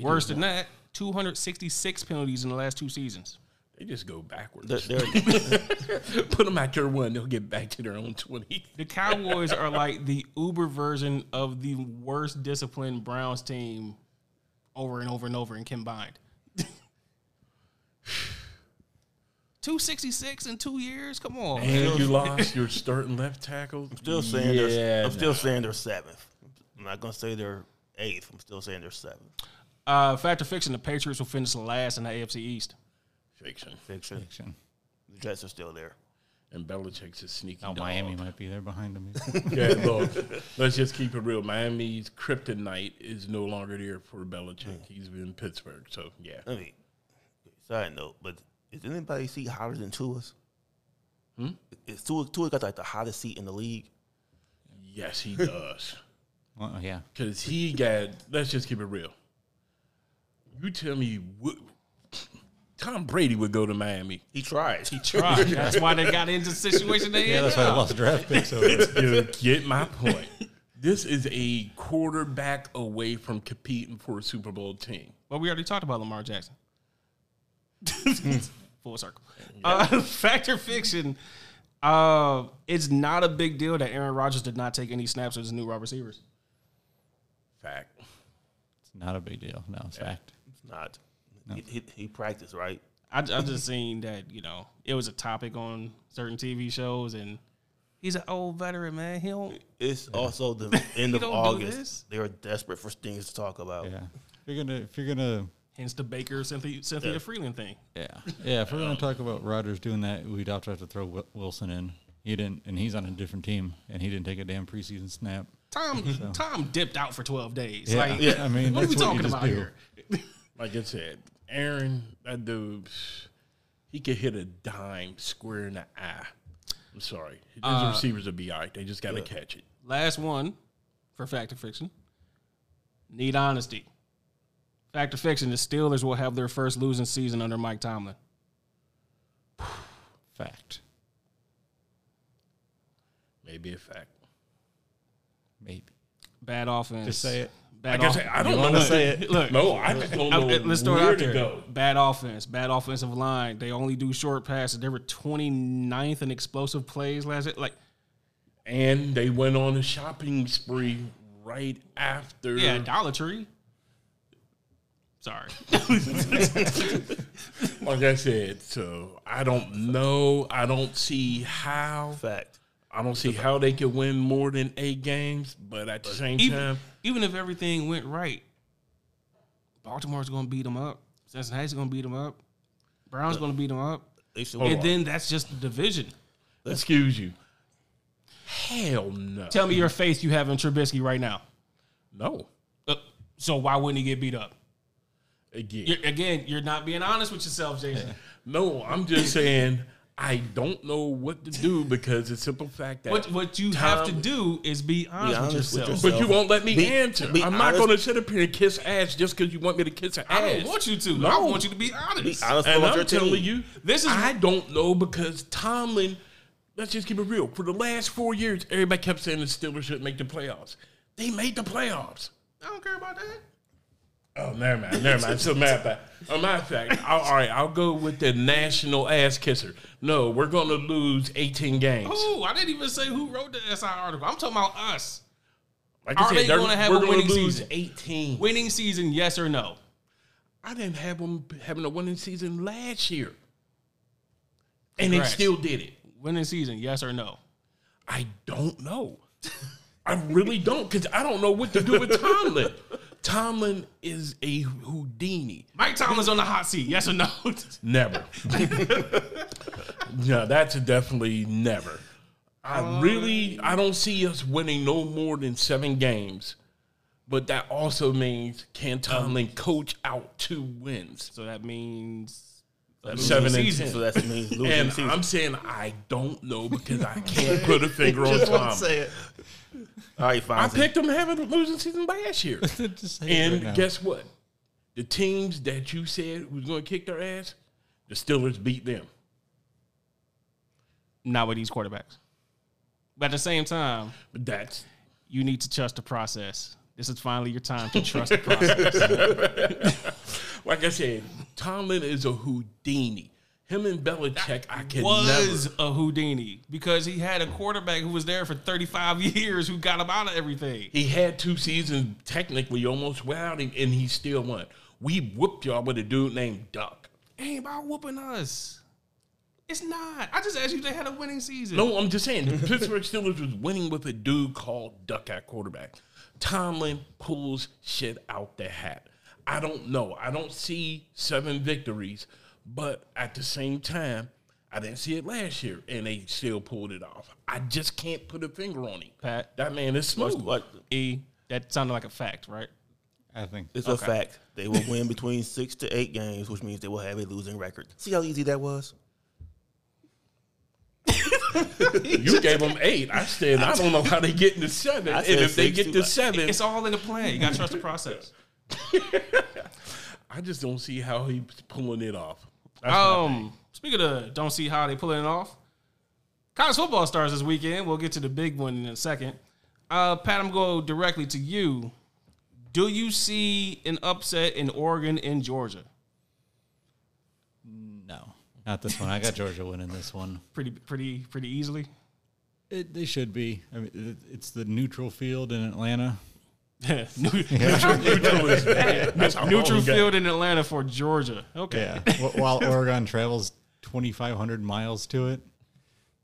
S1: Worse than that, 266 penalties in the last two seasons.
S3: They just go backwards.
S2: They're- they're-
S3: Put them at your one, they'll get back to their own 20.
S1: The Cowboys are like the Uber version of the worst disciplined Browns team over and over and over and combined. 266 in two years? Come on. man.
S3: And you lost your starting left tackle. I'm
S2: still saying they're. I'm
S3: no.
S2: still saying they're seventh. I'm not gonna say they're eighth. I'm still saying they're seventh.
S1: Uh, fact or fiction, the Patriots will finish last in the AFC East.
S3: fiction.
S2: Fiction.
S4: Fiction.
S2: The Jets are still there.
S3: And Belichick's a sneaky
S4: Now
S3: dog.
S4: Oh, Miami might be there behind them.
S3: Yeah, look, let's just keep it real. Miami's kryptonite is no longer there for Belichick. He's in Pittsburgh, so yeah.
S2: I mean, side note, but is anybody seat hotter than Tua's? Hmm? Is Tua Tua got like the hottest seat in the league?
S3: Yes, he does.
S4: well, yeah.
S3: Because he got, let's just keep it real. You tell me, what, Tom Brady would go to Miami.
S2: He tried. He
S1: Right. That's why they got into the situation they
S4: Yeah,
S1: in.
S4: that's why I lost draft picks over. it.
S3: You get my point. This is a quarterback away from competing for a Super Bowl team.
S1: Well, we already talked about Lamar Jackson. Full circle. Uh, fact or fiction, uh, it's not a big deal that Aaron Rodgers did not take any snaps with his new wide receivers.
S3: Fact.
S4: It's not a big deal. No, it's fact.
S2: not. He, he, he practiced right.
S1: I, I just seen that, you know, it was a topic on certain TV shows, and he's an old veteran, man. He don't.
S2: It's also the end of
S1: don't do this.
S2: August. They are desperate for things to talk about.
S4: Yeah. If you're gonna, if you're gonna,
S1: Hence the Baker Cynthia, Cynthia Freeland thing.
S4: yeah, yeah. If we're gonna talk about Rodgers doing that, we'd have to have to throw Wil- Wilson in. He didn't, and he's on a different team, and he didn't take a damn preseason snap.
S1: Tom Tom dipped out for twelve days.
S4: Yeah,
S1: Like,
S4: yeah. I mean,
S1: what are we
S4: that's what
S1: talking
S4: you just
S1: about
S4: do.
S1: here?
S3: Like I said, Aaron, that dude, he could hit a dime square in the eye. I'm sorry. His
S1: Uh,
S3: receivers will be all right. They just got to catch it.
S1: Last one for fact or fiction. Need honesty. Fact or fiction: The Steelers will have their first losing season under Mike Tomlin.
S4: Fact.
S3: Maybe a fact.
S4: Maybe.
S1: Bad offense.
S4: Just say it.
S1: Bad
S3: Like I
S1: off-
S3: said, I don't
S4: You
S3: know.
S4: want to say it?
S1: Look,
S3: No, I just don't know
S1: I- let's throw it
S3: where
S1: out
S3: to
S1: there.
S3: go.
S1: Bad offense, bad offensive line. They only do short passes. They were 29th in explosive plays last year. Like,
S3: And they went on a shopping spree right after.
S1: yeah, Dollar Tree. Sorry.
S3: like I said, so I don't know. I don't see how.
S2: Fact.
S3: I don't see how they could win more than eight games. But at the same
S1: even,
S3: time,
S1: even if everything went right, Baltimore's going to beat them up. Cincinnati's going to beat them up. Brown's going to beat them up.
S2: They should
S1: And
S2: win.
S1: then that's just the division.
S3: excuse you. Hell no.
S1: Tell me your faith you have in Trubisky right now.
S3: no.
S1: Uh, so why wouldn't he get beat up?
S3: Again.
S1: You're, again, you're not being honest with yourself, Jason.
S3: No, I'm just saying I don't know what to do because it's simple fact that.
S1: What what you have to do is be honest,
S2: honest with
S1: with yourself.
S2: yourself.
S3: but you won't let me
S2: Be-
S3: answer.
S2: be
S3: I'm not
S2: honest.
S3: going to sit up here and kiss ass just because you want me to kiss her ass.
S1: I don't want you to. I
S3: No.
S1: want you to be
S2: Be
S1: honest.
S2: honest
S3: And
S2: about
S3: I'm
S2: your team.
S3: telling you,
S1: This
S3: this
S1: is-
S3: is I don't know because Tomlin. Let's just keep it real. For the last four years, everybody kept saying the Steelers should make the playoffs. They made the playoffs.
S1: I don't care about that.
S3: Oh, never mind, never mind. So matter of fact, a matter of fact, I'll, all right, I'll go with the national ass kisser. No, we're going to lose 18 games.
S1: Oh, I didn't even say who wrote the SI article. I'm talking about us.
S3: Like I
S1: Are
S3: said,
S1: they
S3: they're-
S1: gonna have
S3: we're
S1: a
S3: gonna
S1: winning
S3: lose
S1: season?
S3: 18.
S1: Winning season, yes or no?
S3: I didn't have them having a winning season last year, and they
S1: Congrats.
S3: still did it.
S1: Winning season, yes or no?
S3: I don't know. I really don't because I don't know what to do with Tomlin. Tomlin is a Houdini.
S1: Mike Tomlin's on the hot seat, yes or no?
S3: Never. no, that's a definitely never. I really I don't see us winning no more than seven games. But that also means can Tomlin
S2: Um,
S3: coach out two wins?
S1: so that means
S2: Losing
S3: seven and
S2: season,
S3: ten.
S2: So that's means losing
S3: And
S2: season.
S3: I'm saying I don't know because I can't put a finger on
S2: Just wanna
S3: Tomlin.
S2: say it. All right, fine.
S3: I picked him having a losing season last year.
S4: Just say it right
S3: And
S4: now.
S3: guess what? The teams that you said was going to kick their ass, the Steelers beat them.
S1: not with these quarterbacks. But at the same time,
S3: But that's
S1: you need to trust the process. This is finally your time to trust the process.
S3: like I said. Tomlin is a Houdini. Him and Belichick, I can
S1: was
S3: never.
S1: a Houdini because he had a quarterback who was there for 35 years who got him out of everything.
S3: He had two seasons technically almost without him, and he still won. We whooped y'all with a dude named Duck.
S1: ain't about whooping us. It's not. I just asked you if they had a winning season.
S3: No, I'm just saying the Pittsburgh Steelers was winning with a dude called Duck at quarterback. Tomlin pulls shit out the hat. I don't know. I don't see seven victories, but at the same time, I didn't see it last year, and they still pulled it off. I just can't put a finger on him.
S1: Pat.
S3: that man is smooth.
S2: What?
S1: E, that sounded like a fact, right?
S4: I think.
S2: It's a fact. They will win between six to eight games, which means they will have a losing record. See how easy that was?
S3: You gave them eight. I said I don't know how they get into seven,
S2: I
S3: and
S2: said
S3: if they
S2: six
S3: get
S2: too.
S3: to seven,
S1: It's all in the plan. You got to trust the process.
S3: I just don't see how he's pulling it off. That's my
S1: Um, speaking of don't see how they pulling it off, college football stars this weekend. We'll get to the big one in a second. Uh, Pat, I'm going directly to you. Do you see an upset in Oregon and Georgia?
S4: No, not this one. I got Georgia winning this one.
S1: Pretty, pretty, pretty easily.
S4: It, they should be. I mean, it, it's the neutral field in Atlanta.
S3: neutral is bad. That's how
S1: Neutral
S3: wrong that-
S1: field in Atlanta for Georgia. Okay.
S4: Yeah. Wh- While Oregon travels 2,500 miles to it.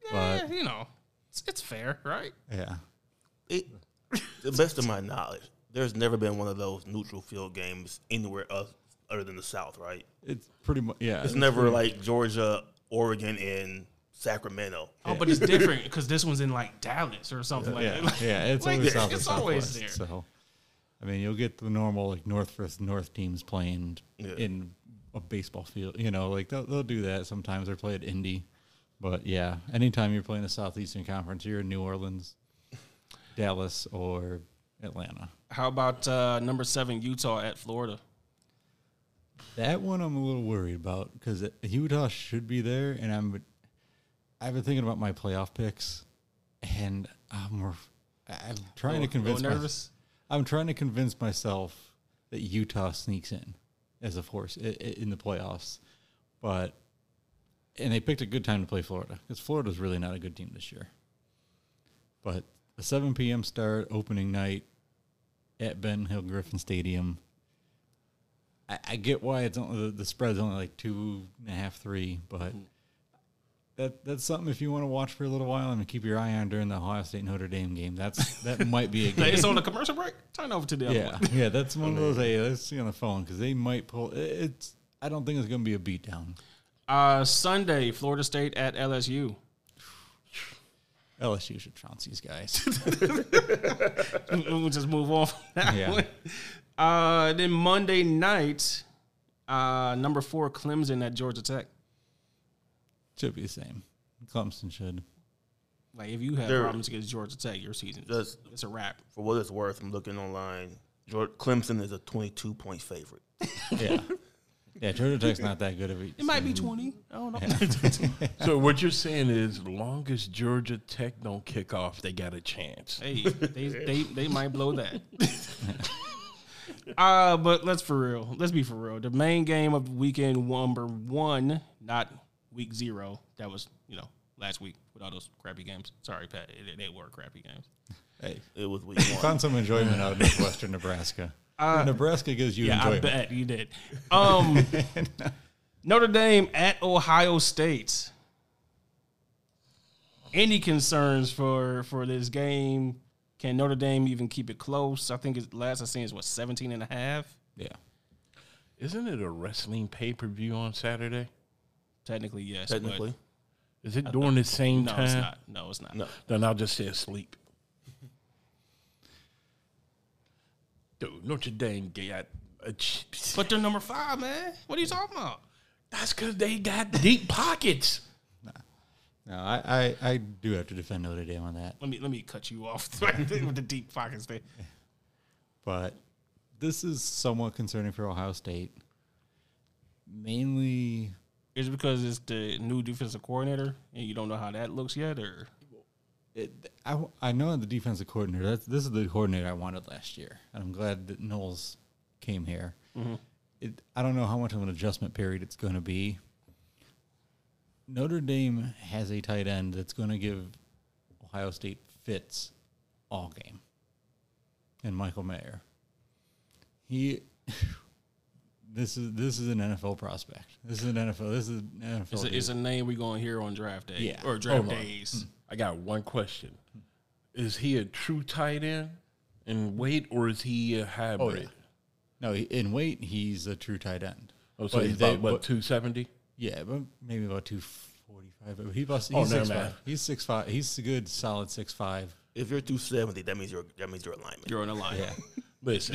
S1: Eh,
S4: But
S1: you know, it's, it's fair, right?
S4: yeah.
S2: It, the best of my knowledge, there's never been one of those neutral field games anywhere else other than the South, right?
S3: Mm-hmm.
S4: It's pretty much, yeah.
S2: It's never like Georgia, Oregon, and Sacramento.
S1: Oh, but it's different because this one's in like Dallas or something like
S4: Yeah,
S1: that.
S4: yeah, it's
S1: Like,
S4: always
S1: it's
S4: south or
S1: always
S4: southwest,
S1: there.
S4: So, I mean, you'll get the normal like north versus north teams playing in a baseball field. You know, like they'll they'll do that sometimes. They play at Indy, but yeah, anytime you're playing the Southeastern Conference, you're in New Orleans, Dallas, or Atlanta.
S1: How about uh, number seven Utah at Florida?
S4: That one I'm a little worried about because Utah should be there, and I'm. I've been thinking about my playoff picks, and I'm. ref- I'm trying to
S1: Little- little
S4: convince. my-
S1: nervous?
S4: I'm trying to convince myself that Utah sneaks in as a force i- i- in the playoffs, but and they picked a good time to play Florida because Florida's really not a good team this year. But a 7 p.m. start opening night at Ben Hill Griffin Stadium. I, I get why it's only, the, the spread's only like two and a half, three, but
S1: Mm-hmm.
S4: that that's something if you want to watch for a little while and keep your eye on during the Ohio State Notre Dame game. That's that might be a
S1: Hey,
S4: game.
S1: it's on the commercial break. Turn over to the other
S4: yeah,
S1: one.
S4: yeah, that's one of those. Hey, let's see on the phone because they might pull. it- It's I don't think it's going to be a beatdown.
S1: Uh, Sunday, Florida State at LSU.
S4: LSU should trounce these guys.
S1: we'll just move on from that
S4: Yeah.
S1: one. Uh, then Monday night, uh, number four Clemson at Georgia Tech.
S4: should be the same. Clemson should.
S1: Like if you have
S2: They're-
S1: problems against Georgia Tech, your season
S2: Does-
S1: it's a wrap.
S2: For what it's worth, I'm looking online. George, Clemson is a 22 point favorite.
S4: Yeah, yeah. Georgia Tech's not that good of a.
S1: It might
S4: Mm-hmm.
S1: be twenty. I don't know.
S3: So what you're saying is, long as Georgia Tech don't kick off, they got a chance.
S1: hey, they, they they might blow that. uh, but let's for real. Let's be for real. The main game of weekend number one, not week zero. That was you know last week with all those crappy games. Sorry, Pat. They- they were crappy games.
S4: Hey,
S2: It was week one.
S4: found some enjoyment out of Northwestern Nebraska. Nebraska gives you
S1: Uh, Yeah, I
S4: enjoyment.
S1: bet you did. Um, Notre Dame at Ohio State. Any concerns for for this game? Can Notre Dame even keep it close? I think it's last I seen is what 17 and a half
S4: Yeah.
S3: Isn't it a wrestling pay per view on Saturday?
S1: Technically, yes. but-
S2: Technically,
S3: Is it during the same
S1: no,
S3: time?
S1: it's not. No, it's not.
S2: no.
S3: Then I'll just say asleep. Dude, Notre Dame got a ch-
S1: But they're number five, man. What are you talking about?
S3: That's because they got deep pockets.
S4: No, I, I, I do have to defend Notre Dame on that.
S1: Let me let me cut you off right there with the deep pockets there.
S4: but this is somewhat concerning for Ohio State. Mainly,
S1: Is it because it's the new defensive coordinator and you don't know how that looks yet, or
S4: it, I, I know the defensive coordinator. That's, this is the coordinator I wanted last year, and I'm glad that Knowles came here.
S3: Mm-hmm.
S4: It, I don't know how much of an adjustment period it's going to be. Notre Dame has a tight end that's going to give Ohio State fits all game, and Michael Mayer. He, this is this is an NFL prospect. This is an NFL. This is an NFL.
S2: Oh,
S1: It's a,
S4: dude.
S1: it's a name we're going to hear on draft day
S4: Yeah.
S1: or draft
S3: Hold on.
S1: days.
S3: I got one question. Is he a true tight end in weight or is he a
S4: Oh,
S3: hybrid?
S4: yeah. No, he- in weight, he's a true tight end.
S3: Oh, so
S4: But
S3: he's
S4: they-
S3: about, what,
S4: but-
S3: 270?
S4: yeah, but maybe about two forty-five. But he bust,
S3: Oh,
S4: he's
S3: never
S4: six
S3: mind.
S4: five. He's six five. He's a good, solid six five.
S2: if you're 270, that means you're that means you're a lineman.
S1: You're on the line.
S3: Listen,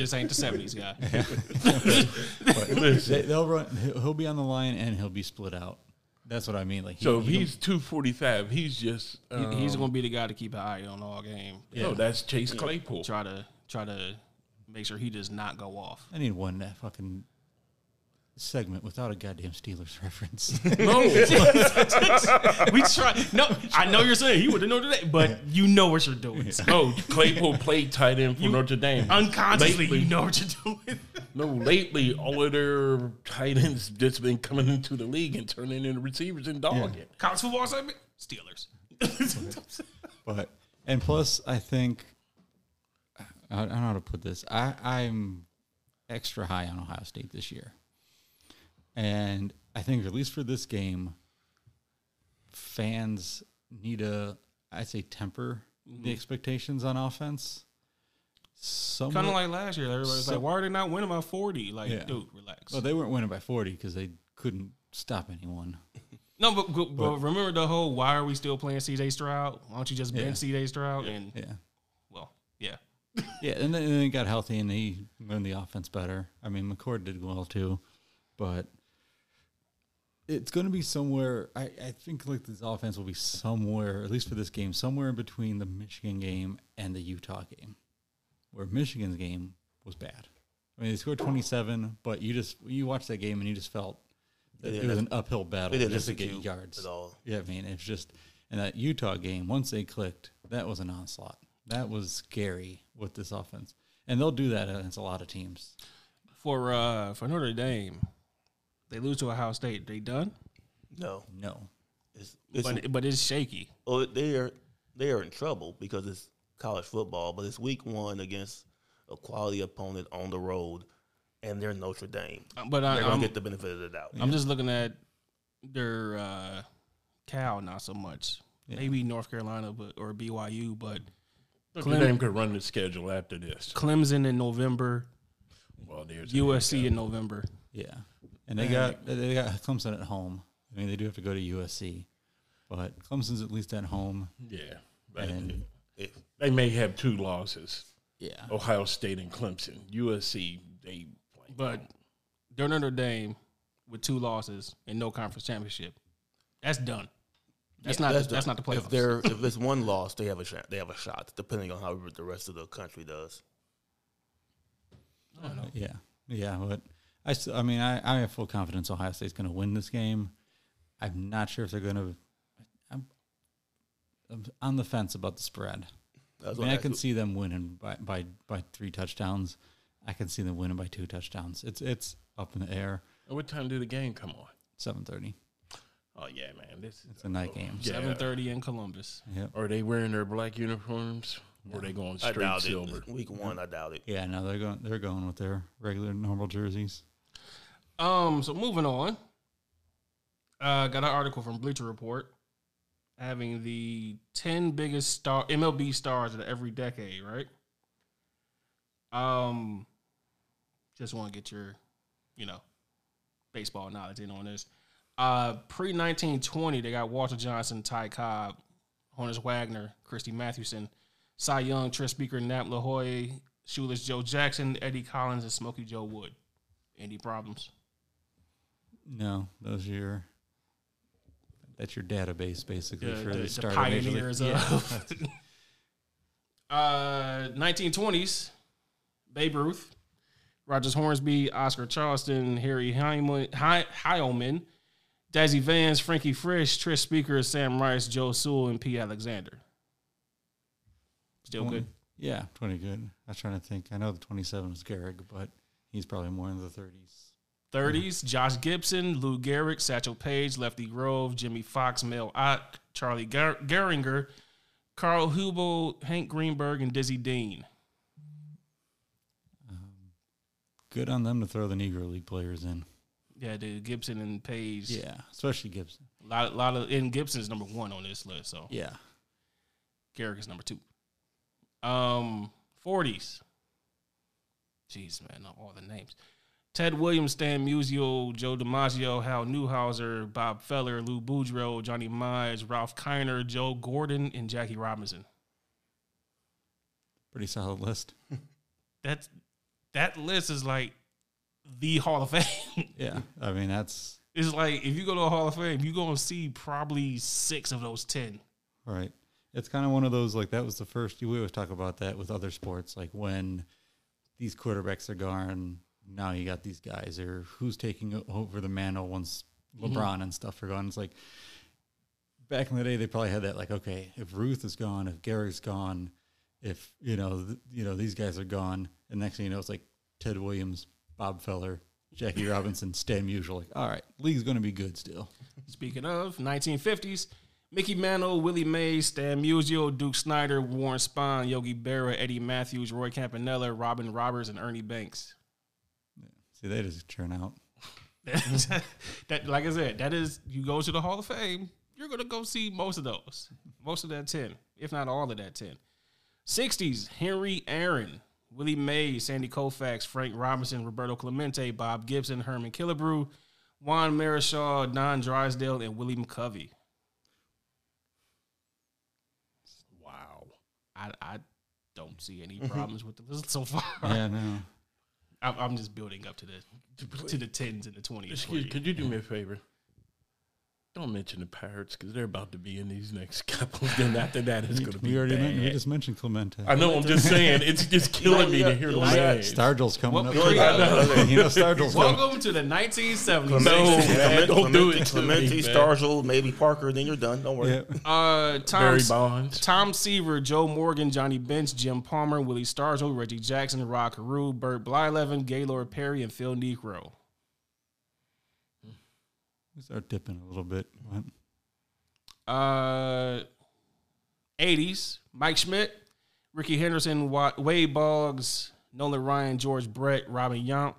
S1: This ain't the seventies guy.
S3: listen.
S4: They, they'll run. He'll he'll be on the line and he'll be split out. That's what I mean. Like he,
S3: So if
S4: he-
S3: he's 245, he's just.
S1: He-
S3: Um,
S1: He's going to be the guy to keep an eye on all game.
S3: No, that's Chase Claypool.
S1: Try to try to make sure he does not go off.
S4: I need one that fucking segment without a goddamn Steelers reference.
S3: No,
S1: we try. No, I know you're saying he would have known today, but you know what you're doing.
S3: no, Claypool played tight end for Notre Dame.
S1: Unconsciously,
S3: Lately.
S1: you know what you're doing.
S3: No, lately all of their tight ends just been coming into the league and turning into receivers and dogging.
S1: College football segment, Steelers.
S4: But and plus, I think I I don't know how to put this. I I'm extra high on Ohio State this year, and I think at least for this game, fans need to I'd say temper the expectations on offense. Somewhat,
S1: kind of like last year, everybody's
S4: So-
S1: like, "Why are they not winning by 40? Like,
S4: Yeah.
S1: dude, relax.
S4: well, they weren't winning by forty because they couldn't stop anyone.
S1: No, but, but, but remember the whole why are we still playing CJ Stroud? Why don't you just bench CJ Stroud? And
S4: Yeah.
S1: well, yeah,
S4: Yeah, and then, and then he got healthy and he learned the offense better. I mean, McCord did well too, but it's going to be somewhere. I, I think like this offense will be somewhere, at least for this game, somewhere in between the Michigan game and the Utah game, where Michigan's game was bad. I mean, they scored twenty seven, but you just you watched that game and you just felt that
S2: They
S4: it
S2: didn't
S4: was an uphill battle
S2: didn't
S4: just to get
S2: execute
S4: yards.
S2: at all.
S4: Yeah, I mean, it's just in that Utah game, once they clicked, that was an onslaught. That was scary with this offense. And they'll do that against a lot of teams.
S1: for uh for Notre Dame, they lose to Ohio State. They done,
S2: No,
S4: No.
S2: it's, it's
S1: but but it's shaky.
S2: oh, they are they are in trouble because it's college football, but it's week one against a quality opponent on the road, and they're Notre Dame.
S1: Uh, But I,
S2: They're gonna
S1: I'm,
S2: get the benefit of the doubt.
S1: I'm just looking at their uh, Cal, not so much. Maybe North Carolina, but or BYU, but
S3: Notre Dame could run the schedule after this.
S1: Clemson in November,
S3: Well, there's
S1: USC in November.
S4: Yeah. And they got they got Clemson at home. I mean, they do have to go to USC. But Clemson's at least at home.
S3: yeah. But
S4: And-
S2: If-
S3: they may have two losses:
S4: Yeah.
S3: Ohio State and Clemson. USC they play.
S1: But they're Notre Dame with two losses and no conference championship. That's done. That's not that's,
S2: the-
S1: not the
S2: If
S1: playoffs.
S2: they're if it's one loss, they have a shot. They have a shot, depending on how the rest of the country does.
S4: Yeah, yeah, but I still, I mean, I, I have full confidence Ohio State's going to win this game. I'm not sure if they're going to. I'm, I'm on the fence about the spread. I,
S2: That's
S4: mean,
S2: what
S4: I
S2: I-
S4: can see them winning by, by by three touchdowns. I can see them winning by two touchdowns. It's it's up in the air.
S3: At what time do the game come on?
S4: Seven thirty.
S3: Oh yeah, man, this is
S4: It's a night game.
S3: yeah.
S1: Seven thirty in Columbus.
S4: Yep.
S3: Are they wearing their black uniforms? Or are they going
S2: I
S3: straight
S2: doubt
S3: silver?
S2: it. Week one, I doubt it.
S4: Yeah. No, they're going. They're going with their regular normal jerseys.
S1: Um, so moving on. Uh got an article from Bleacher Report having the ten biggest star MLB stars of every decade, right? Um just want to get your, you know, baseball knowledge in on this. Uh pre nineteen twenty, they got Walter Johnson, Ty Cobb, Honus Wagner, Christy Mathewson, Cy Young, Tris Speaker, Nap LaHoye, Shoeless Joe Jackson, Eddie Collins, and Smokey Joe Wood. Any problems?
S4: No, those are your. That's your database basically
S1: the,
S4: for
S1: the-
S4: the,
S1: the
S4: start of Major League-
S1: pioneers
S4: Yeah.
S1: of uh, 1920s Babe Ruth, Rogers Hornsby, Oscar Charleston, Harry Heilman, Hi- Heilman Dazzy Vance, Frankie Frisch, Trish Speaker, Sam Rice, Joe Sewell, and P. Alexander. Still good.
S4: Twenty- Yeah, 20 good. I was trying to think. I know the 27 was Garrick, but he's probably more in the 30s.
S1: 30s, Josh Gibson, Lou Gehrig, Satchel Paige, Lefty Grove, Jimmy Fox, Mel Ott, Charlie Ger- Geringer, Carl Hubel, Hank Greenberg, and Dizzy Dean.
S4: Good on them to throw the Negro League players in.
S1: Yeah, dude, Gibson and Paige.
S4: Yeah, especially Gibson.
S1: a lot, lot of. And Gibson's number one on this list, so
S4: Yeah.
S1: Garrick is number two. Um, forties. Jeez, man, not all the names. Ted Williams, Stan Musial, Joe DiMaggio, Hal Newhouser, Bob Feller, Lou Boudreau, Johnny Mize, Ralph Kiner, Joe Gordon, and Jackie Robinson.
S4: Pretty solid list.
S1: That's that list is like the Hall of Fame.
S4: Yeah. I mean, that's
S1: it's like if you go to a Hall of Fame, you're gonna see probably six of those ten.
S4: Right. It's kind of one of those like that was the first. We always talk about that with other sports, like when these quarterbacks are gone. Now you got these guys, or who's taking o- over the mantle once LeBron and stuff are gone. It's like back in the day, they probably had that. Like, okay, if Ruth is gone, if Gary's gone, if you know, th- you know, these guys are gone, and next thing you know, it's like Ted Williams, Bob Feller, Jackie Robinson, Stan Musial. Like, all right, league's going to be good still.
S1: Speaking of 1950s, Mickey Mantle, Willie Mays, Stan Musial, Duke Snyder, Warren Spahn, Yogi Berra, Eddie Matthews, Roy Campanella, Robin Roberts, and Ernie Banks.
S4: See, they just churn out.
S1: that, like I said, that is you go to the Hall of Fame, you're gonna go see most of those, most of that ten, if not all of that ten. 60s, Henry Aaron, Willie Mays, Sandy Koufax, Frank Robinson, Roberto Clemente, Bob Gibson, Herman Killebrew, Juan Marichal, Don Drysdale, and Willie McCovey.
S3: Wow.
S1: I, I don't see
S3: Mm-hmm.
S1: any problems with the list so far.
S4: Yeah, no.
S1: I'm, I'm just building up to the to the tens and the twenties.
S3: Excuse, could you do me a favor? Don't mention the Pirates because they're about to be in these next couple. Then after that, it's going to be
S4: We already
S3: bad.
S4: mentioned, we just mentioned Clemente.
S3: I know. I'm just saying. It's just killing me to hear the
S2: Like,
S3: names.
S4: Stargell's coming
S1: Well,
S4: up.
S1: I know.
S4: you know, Stargell's coming.
S1: Welcome to the 1970s.
S3: No,
S2: Clemente-
S3: man, don't do
S2: Clemente-
S3: it to
S2: Clemente,
S3: me, man.
S2: Stargell, maybe Parker. Then you're done. Don't worry.
S4: Yeah.
S1: Uh, Tom,
S3: Barry Bonds.
S1: Tom Seaver, Joe Morgan, Johnny Bench, Jim Palmer, Willie Stargell, Reggie Jackson, Rod Carew, Burt Blyleven, Gaylord Perry, and Phil Negro.
S4: We start dipping a little bit. but-
S1: Uh, 80s, Mike Schmidt, Ricky Henderson, Wa- Wade Boggs, Nolan Ryan, George Brett, Robin Yount,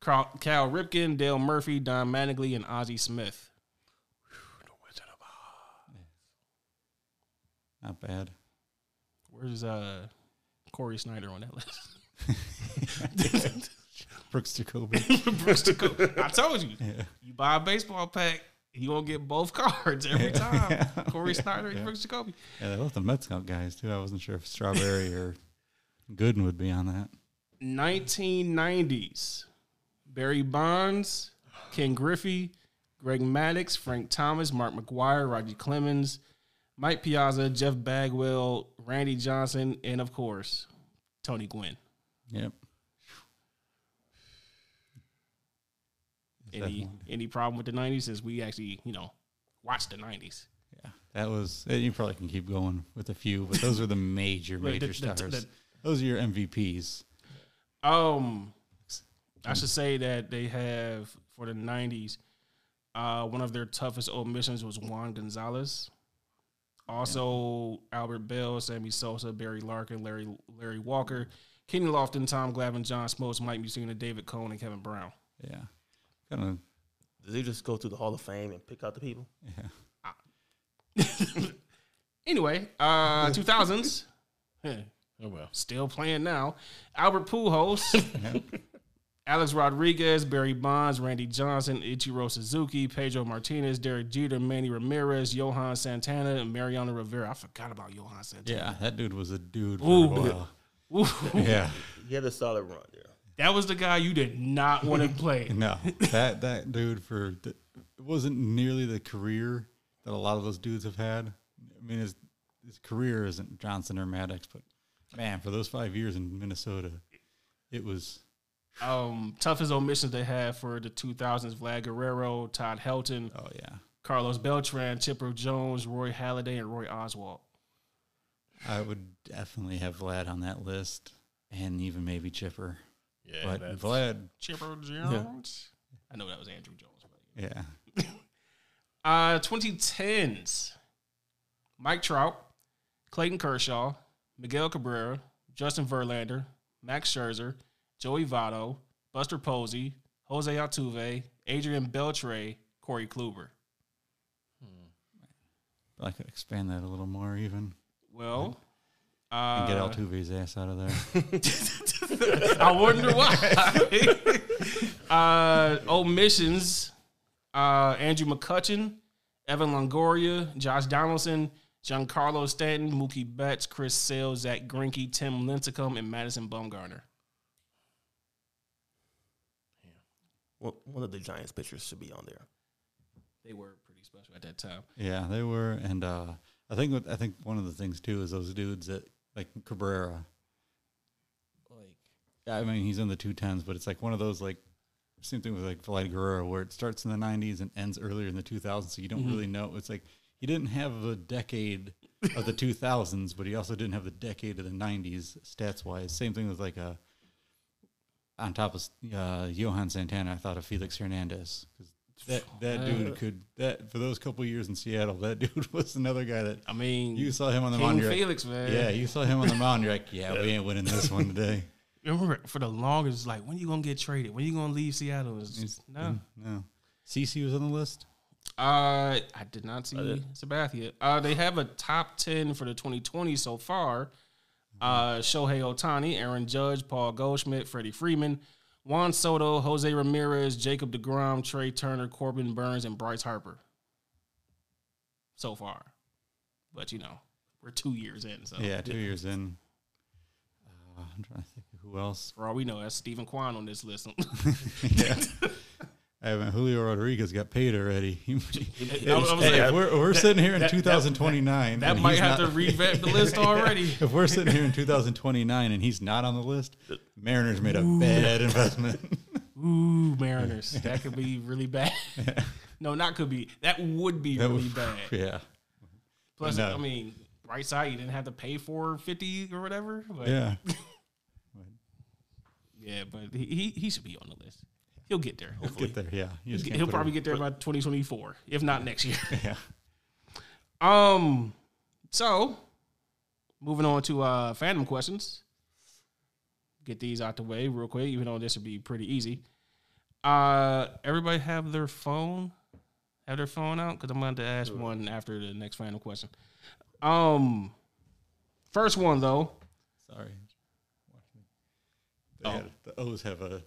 S1: Carl- Cal Ripken, Dale Murphy, Don Mattingly, and Ozzie Smith.
S4: Not bad.
S1: Where's uh, Corey Snyder on that list?
S4: Brooks Jacoby.
S1: Brooks Jacoby. I told you.
S4: Yeah.
S1: You buy a baseball pack, you gonna get both cards every time. Corey Snyder and Brooks Jacoby.
S4: Yeah, they left the Mets Scout guys too. I wasn't sure if Strawberry or Gooden would be on that.
S1: 1990s. Barry Bonds, Ken Griffey, Greg Maddox, Frank Thomas, Mark McGuire, Roger Clemens, Mike Piazza, Jeff Bagwell, Randy Johnson, and of course, Tony Gwynn.
S4: Yep.
S1: Any
S4: Definitely.
S1: any problem with the 90s since we actually, you know, watched the 90s.
S4: Yeah, that was. eh, You probably can keep going with a few, but those are the major,
S1: Wait,
S4: major
S1: the- the-
S4: stars.
S1: the-
S4: those are your MVPs.
S1: Um, I should say that they have for the '90s. Uh, one of their toughest omissions was Juan Gonzalez. Also, Albert Bell, Sammy Sosa, Barry Larkin, Larry Larry Walker, Kenny Lofton, Tom Glavine, John Smoltz, Mike Mussina, David Cohn, and Kevin Brown.
S4: Yeah, kind of.
S2: Did they just go through the Hall of Fame and pick out the people?
S4: Yeah,
S1: Anyway, uh, 2000s. Heh,
S3: Oh well.
S1: Still playing now. Albert Pujols, Alex Rodriguez, Barry Bonds, Randy Johnson, Ichiro Suzuki, Pedro Martinez, Derek Jeter, Manny Ramirez, Johan Santana, and Mariano Rivera. I forgot about Johan Santana.
S4: yeah, that dude was a dude for
S1: Ooh.
S4: a while.
S1: Ooh,
S4: Yeah,
S2: He had a solid run there.
S1: that was the guy you did not want to play.
S4: no, that that dude for th- it wasn't nearly the career that a lot of those dudes have had. I mean, his his career isn't Johnson or Maddox, but man, for those five years in Minnesota, it was
S1: Um, toughest omissions they had for the 2000s Vlad Guerrero, Todd Helton,
S4: oh yeah.
S1: Carlos Beltran, Chipper Jones, Roy Halladay, and Roy Oswald.
S4: I would definitely have Vlad on that list, and even maybe Chipper.
S3: Yeah.
S4: But
S3: that's-
S4: Vlad,
S1: Chipper Jones? I know that was Andrew Jones. But
S4: yeah,
S1: Uh, 2010s. Mike Trout, Clayton Kershaw, Miguel Cabrera, Justin Verlander, Max Scherzer, Joey Votto, Buster Posey, Jose Altuve, Adrian Beltre, Corey Kluber.
S4: I could expand that a little more, even
S1: Well,
S4: and
S1: uh,
S4: get Altuve's ass out of there.
S1: I wonder why. uh, omissions: uh, Andrew McCutcheon, Evan Longoria, Josh Donaldson, Giancarlo Stanton, Mookie Betts, Chris Sale, Zach Greinke, Tim Lincecum, and Madison Bumgarner.
S2: One one of the Giants pitchers should be on there.
S1: They were pretty special at that time.
S4: yeah, they were, and uh, I think what, I think one of the things too is those dudes that like Cabrera. Like, I mean, he's in the two tens, but it's like one of those like same thing with like Vlad Guerrero, where it starts in the '90s and ends earlier in the 2000s, so you don't really know. It's like he didn't have a decade of the 2000s, but he also didn't have the decade of the '90s stats wise. Same thing with like a on top of uh, Johan Santana, I thought of Felix Hernandez because that
S1: Uh,
S4: that dude could that for those couple years in Seattle, that dude was another guy that
S1: I mean,
S4: you saw him on the
S1: King
S4: mound. you're like,
S1: Felix, man.
S4: yeah, you saw him on the mound. You're like, yeah, we ain't winning this one today.
S1: Remember for the longest, like when you gonna get traded? When you gonna leave Seattle? It's just- no,
S4: mm, No, CC was on the list.
S1: Uh, I did not see Sabathia. Uh, they have a top ten for the 2020 so far. Uh, Shohei Otani, Aaron Judge, Paul Goldschmidt, Freddie Freeman, Juan Soto, Jose Ramirez, Jacob DeGrom, Trey Turner, Corbin Burns, and Bryce Harper. So far. But you know, we're two years in, so
S4: yeah, two years in. Uh, I'm trying to think of who else.
S1: for all we know, that's Stephen Kwan on this list.
S4: yeah. I mean, Julio Rodriguez got paid already. He-
S1: I was- I was
S4: Hey,
S1: like,
S4: if we're, we're sitting here in 2029.
S1: that
S4: and
S1: might
S4: he's
S1: have
S4: not-
S1: to revamp the list already.
S4: If we're sitting here in 2029 and he's not on the list, Mariners made a bad investment.
S1: Ooh, Mariners. That could be really bad. no, not could be. That would be
S4: That
S1: really
S4: was-
S1: bad.
S4: Yeah.
S1: Plus,
S4: no.
S1: I mean, right side, you didn't have to pay for 50 or whatever. But yeah.
S4: Yeah.
S1: but he, he, he should be on the list. He'll get there. Hopefully.
S4: Get there. Yeah. You just can't
S1: He'll
S4: put
S1: probably get there by 2024, if not next year.
S4: it- Yeah.
S1: Um, so moving on to uh fandom questions. Get these out the way real quick, even though this would be pretty easy. Uh, everybody have their phone, have their phone out because I'm going to ask one after the next final question. Um, first one though,
S4: Sorry.
S1: Oh.
S4: They had- the O's have a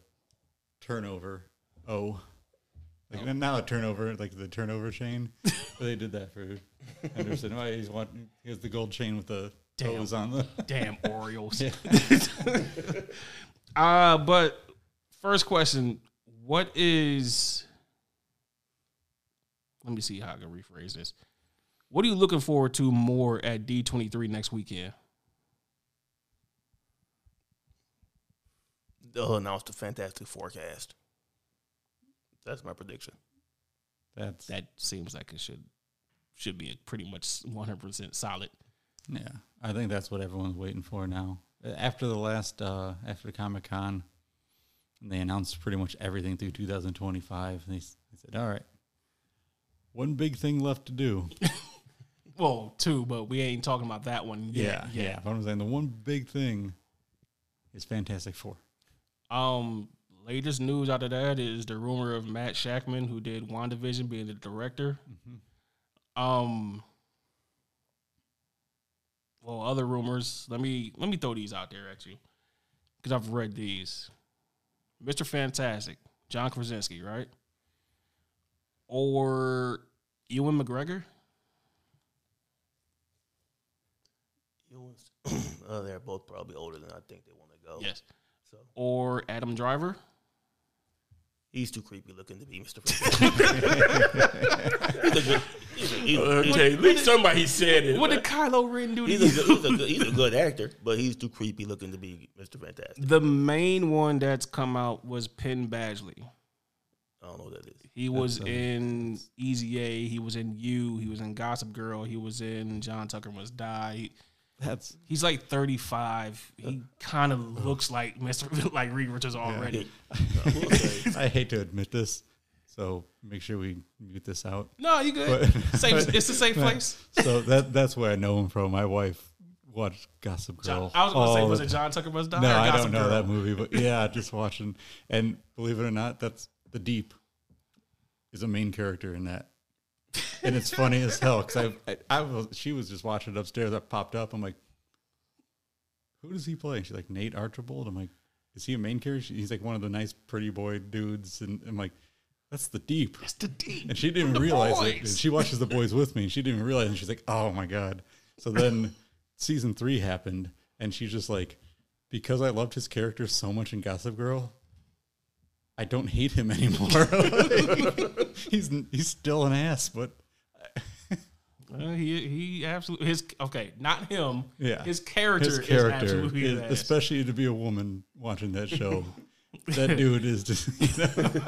S4: turnover. O. Like
S1: Oh.
S4: not now a turnover, like the turnover chain. But they did that for Henderson. Why he's wanting he has the gold chain with the
S1: Damn.
S4: O's on the
S1: damn Orioles.
S4: Yeah.
S1: Uh, but first question, what is let me see how I can rephrase this. What are you looking forward to more at D twenty three next weekend?
S2: They'll announce the fantastic forecast. That's my prediction.
S4: That's
S1: That seems like it should should be a pretty much one hundred percent solid.
S4: Yeah, I think that's what everyone's waiting for now. Uh, After the last, uh, after Comic Con, they announced pretty much everything through 2025, and they, s- they said, "All right, one big thing left to do."
S1: Well, two, but we ain't talking about that one yet.
S4: But I'm saying the one big thing is Fantastic Four.
S1: Um, latest news out of that is the rumor of Matt Shackman, who did WandaVision, being the director.
S2: Mm-hmm.
S1: Um, well, other rumors. Let me let me throw these out there at you because I've read these. Mister Fantastic, John Krasinski, right? Or Ewan McGregor?
S2: You uh, they're both probably older than I think they want to go.
S1: Yes.
S2: Oh, So
S1: Or Adam Driver?
S2: he's too creepy looking to be Mr. Fantastic. he's a good, he's a, he's a-
S3: Okay, at least somebody said it.
S1: What did Kylo Ren do to
S2: he's
S1: you?
S2: a good, he's a good, he's a good actor, but he's too creepy looking to be Mr. Fantastic.
S1: The main one that's come out was Penn Badgley.
S2: I don't know what that is.
S1: He was in Easy A. He was in You. He was in Gossip Girl. He was in John Tucker Must Die. He-
S4: That's
S1: he's like thirty five. He kind
S4: Oh.
S1: of looks like Mister like Reed Richards already.
S4: I hate to admit this, so make sure we mute this out.
S1: No, you good. safe, Uh, it's a safe place.
S4: So that that's where I know him from. My wife watched Gossip Girl.
S1: John, I was gonna say,
S4: all
S1: was
S4: the
S1: it John Tucker Must Die?
S4: No,
S1: or
S4: I
S1: Gossip
S4: don't know
S1: Girl?
S4: that movie, but yeah, just watching. And believe it or not, that's the Deep is a main character in that, and it's funny as hell because I, I, I was she was just watching it upstairs. I popped up. I'm like, who does he play? And she's like Nate Archibald. I'm like, is he a main character? He's like one of the nice pretty boy dudes, and I'm like, that's the Deep.
S1: It's the deep.
S4: And she didn't
S1: The
S4: realize it.
S1: boys.
S4: And she watches the boys with me. And she didn't even realize. And she's like, "Oh my god!" So then season three happened, and she's just like, "Because I loved his character so much in Gossip Girl, I don't hate him anymore. Like, he's he's still an ass, but
S1: Uh, he he absolutely his okay, not him.
S4: Yeah.
S1: his character,
S4: his
S1: is
S4: character,
S1: absolutely
S4: is-
S1: an ass.
S4: especially to be a woman watching that show, that dude is just." You know,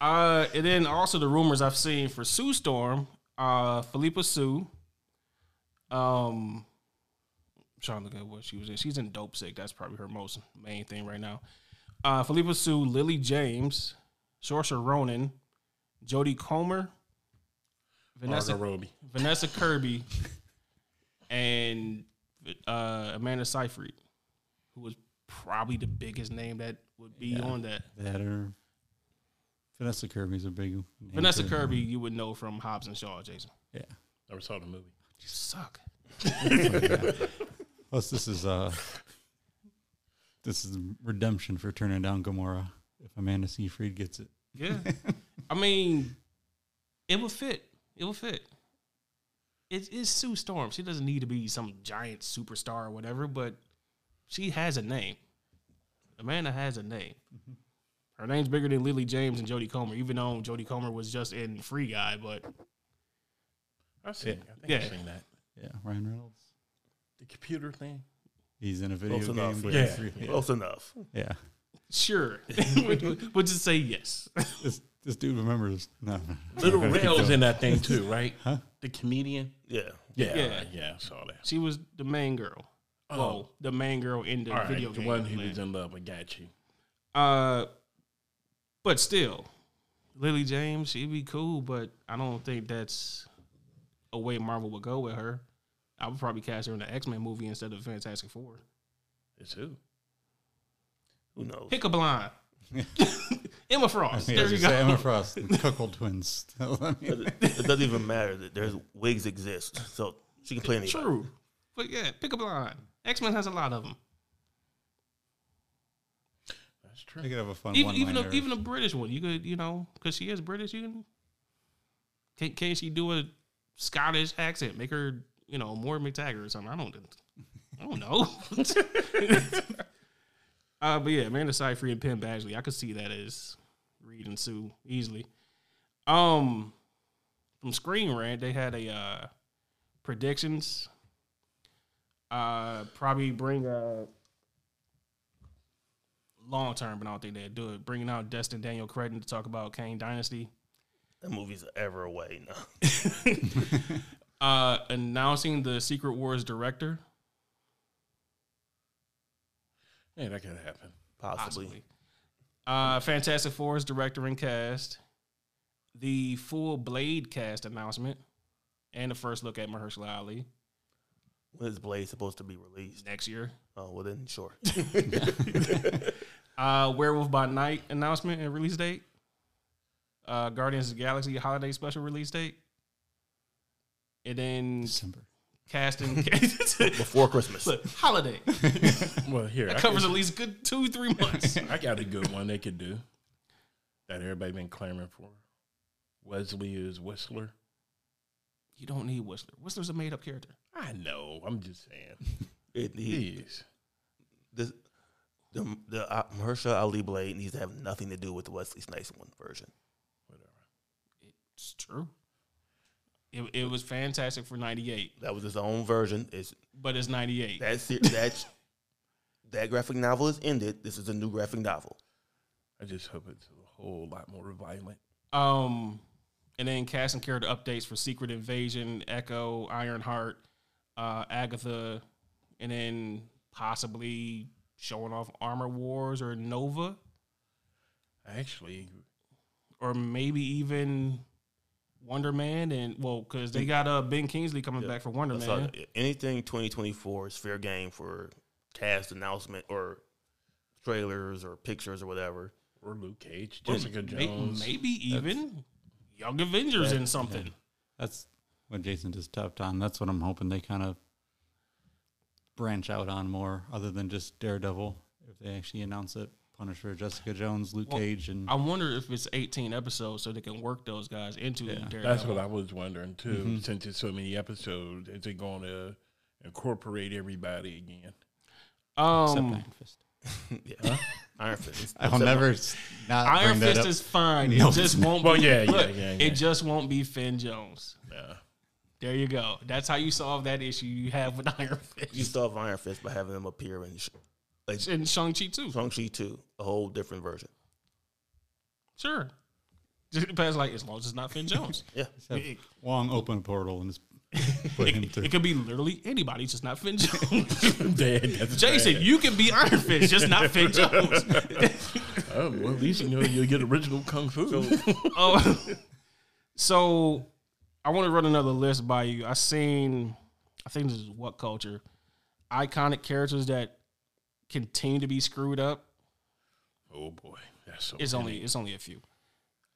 S1: Uh, and then also the rumors I've seen for Sue Storm, uh, Philippa Sue. Um, I'm trying to look at what she was in. She's in Dope Sick. That's probably her most main thing right now. Uh, Philippa Sue, Lily James, Saoirse Ronan, Jodie Comer,
S3: Margot
S1: Vanessa
S3: Robbie.
S1: Vanessa Kirby, and uh, Amanda Seyfried, who was probably the biggest name that would be on that.
S4: that or Vanessa Kirby's a big name
S1: Vanessa
S4: too.
S1: Kirby, you would know from Hobbs and Shaw, Jason.
S4: Yeah.
S3: Never saw the movie.
S1: You suck.
S4: Plus, this is uh, this is redemption for turning down Gamora. Amanda Seyfried gets it.
S1: Yeah. I mean, it would fit. It would fit. It is Sue Storm. She doesn't need to be some giant superstar or whatever, but she has a name. Amanda has a name.
S3: Mm-hmm.
S1: Her name's bigger than Lily James and Jodie Comer, even though Jodie Comer was just in Free Guy, but
S3: I've seen. I think
S1: Yeah.
S3: I've seen that.
S4: Yeah, Ryan Reynolds.
S3: The computer thing.
S4: He's in a video
S2: Close
S4: game.
S2: enough.
S4: but
S2: yeah.
S4: it's re- yeah.
S2: Close enough.
S4: yeah.
S1: sure. we'll just say yes.
S4: This this dude remembers. No,
S3: Little
S4: Okay, keep
S3: Rail's
S4: going.
S3: in that thing too, right? huh? The comedian.
S2: Yeah.
S3: Yeah,
S1: Yeah.
S3: yeah, I saw that.
S1: She was the main girl. Oh, well, the main girl in the
S3: All right,
S1: video
S3: the
S1: game.
S3: one who
S1: land.
S3: was in love. I got you.
S1: Uh, but still, Lily James, she'd be cool, but I don't think that's a way Marvel would go with her. I would probably cast her in the X Men movie instead of Fantastic Four.
S3: It's who?
S2: Who knows?
S1: Pick a blind. Emma Frost.
S4: Yeah,
S1: there
S4: as
S1: you
S4: you say, Emma
S1: go.
S4: Frost, the Cuckold twins. I mean,
S2: it it doesn't even matter that there's wigs exist, so she can play anybody.
S1: True, but yeah, pick a blind. X Men has a lot of them.
S3: That's
S4: they
S3: true.
S4: could have a fun
S1: Even
S4: one.
S1: even a, even a British one. You could you know because she is British. You can can can she do a Scottish accent? Make her you know more McTaggart or something. I don't I don't know. uh, but yeah, Amanda Seyfried and Penn Badgley. I could see that as Reed and Sue easily. Um, from Screen Rant, they had a uh, predictions. Uh, probably bring uh long term, but I don't think they'd do it. Bringing out Destin Daniel Cretton to talk about Kane Dynasty.
S2: That movie's ever away now.
S1: Uh, announcing the Secret Wars director,
S3: Yeah, that could happen.
S2: Possibly.
S1: possibly. Uh, Fantastic Four's director and cast, the full Blade cast announcement, and the first look at Mahershala Ali
S2: When is Blade supposed to be released?
S1: next year.
S2: Oh, well then, sure.
S1: Uh, Werewolf by Night announcement and release date. Uh, Guardians of the Galaxy holiday special release date. And then
S4: December.
S1: casting
S2: Before Christmas.
S1: Look, holiday.
S3: Well, here
S1: That
S3: I
S1: covers
S3: could-
S1: at least a good two, three months.
S3: I got a good one they could do that everybody been clamoring for. Wesley is Whistler.
S1: you don't need Whistler. Whistler's a made up character.
S3: I know. I'm just saying.
S2: It, he,
S3: Jeez.
S2: this, the the uh, Mahershala Ali Blade needs to have nothing to do with Wesley Snipes one version.
S3: Whatever.
S1: It's true. It, it was fantastic for 98,
S2: That was his own version. It's
S1: but it's 98.
S2: that se- that that graphic novel is ended. This is a new graphic novel.
S3: I just hope it's a whole lot more violent.
S1: Um, and then cast and character updates for Secret Invasion, Echo, Ironheart, uh, Agatha, and then possibly showing off Armor Wars or Nova,
S3: Actually,
S1: or maybe even Wonder Man. And well, because they got uh, Ben Kingsley coming back for
S4: Oh,
S1: Wonder
S2: So
S1: Man.
S2: anything 2024 is fair game for cast announcement or trailers or pictures or whatever.
S3: or Luke Cage, Jessica
S1: May-
S3: Jones.
S1: Maybe even Young Avengers in something.
S4: That's what Jason just tapped on. That's what I'm hoping they kind of branch out on more, other than just Daredevil. If they actually announce it, Punisher, Jessica Jones, Luke
S1: Well,
S4: Cage, and
S1: I wonder if it's 18 episodes so they can work those guys into
S4: Yeah.
S1: Daredevil.
S3: That's what I was wondering too.
S1: Mm-hmm.
S3: Since it's so many episodes, is it going to incorporate everybody again?
S4: except
S1: um,
S4: Iron Fist.
S2: yeah. Iron Fist.
S4: I will Mm. never s- not
S1: Iron
S4: bring that
S1: Fist
S4: up.
S1: is fine.
S4: No.
S1: It just won't.
S3: Well,
S1: be,
S3: yeah, yeah,
S1: look,
S3: yeah, yeah.
S1: It just won't be Finn Jones.
S3: Yeah.
S1: There you go. That's how you solve that issue you have with Iron
S2: You
S1: Fist
S2: solve Iron Fist by having him appear in Sh- like
S1: and Shang Chi too.
S2: Shang-Chi 2, a whole different version.
S1: Sure. Just depends. Like as long as it's not Finn Jones,
S2: Yeah.
S4: Except Wong open a portal and just put him
S1: it,
S4: through.
S1: it could be literally anybody, just not Finn Jones.
S3: Dad, that's
S1: Jason, you can be Iron Fist, just not Finn Jones.
S3: bad. Oh, well, at least you know you'll get original kung fu.
S1: Oh, so I want to run another list by you. I seen, I think this is what culture, iconic characters that continue to be screwed up.
S3: oh boy, that's so.
S1: It's only it's only a few.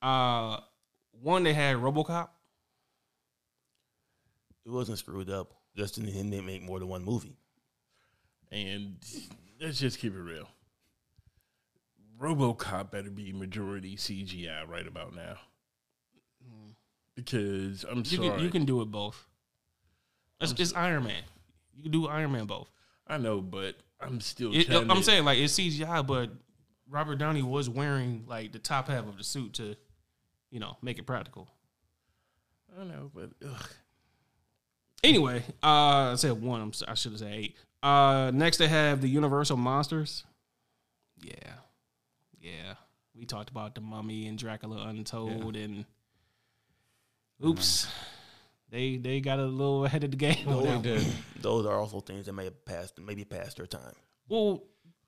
S1: Uh, one they had RoboCop.
S2: It wasn't screwed up. Just didn't, he didn't make more than one movie.
S3: And let's just keep it real. RoboCop better be majority CGI right about now. Because I'm
S1: Mm. You
S3: sorry,
S1: can you can do it both. It's, it's Iron Man. You can do Iron Man both.
S3: I know, but I'm still.
S1: It-
S3: trying
S1: I'm
S3: to-
S1: saying like it's CGI, but Robert Downey was wearing like the top half of the suit to, you know, make it practical.
S3: I know, but ugh.
S1: Anyway, uh, I said one. I'm, s- I should have said eight. Uh, next they have the Universal monsters. Yeah, yeah. We talked about the Mummy and Dracula Untold, and oops, they they got a little ahead of the game. on that
S4: Oh, They did.
S2: Those are also things that may have passed, maybe past their time.
S1: Well,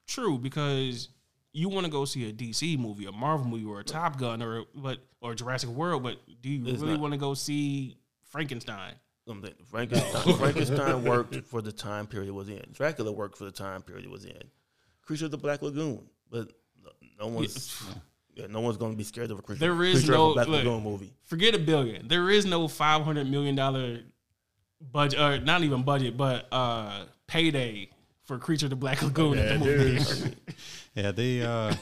S1: true because you want to go see a DC movie, a Marvel movie, or a Top Gun, or but or Jurassic World. But do you
S2: It's
S1: really
S2: not-
S1: want to go see Frankenstein?
S2: Something um, Frankenstein, Frankenstein worked for the time period it was in. Dracula worked for the time period it was in. Creature of the Black Lagoon, but no- no one's yeah, no one's going to be scared of a creature.
S1: There is
S2: Creature
S1: no-
S2: of a Black
S1: look.
S2: Lagoon movie.
S1: Forget a billion. There is no five hundred million dollar budget, or not even budget, but uh payday for Creature of the Black Lagoon at the movie.
S3: there's-
S4: Yeah, they. Uh,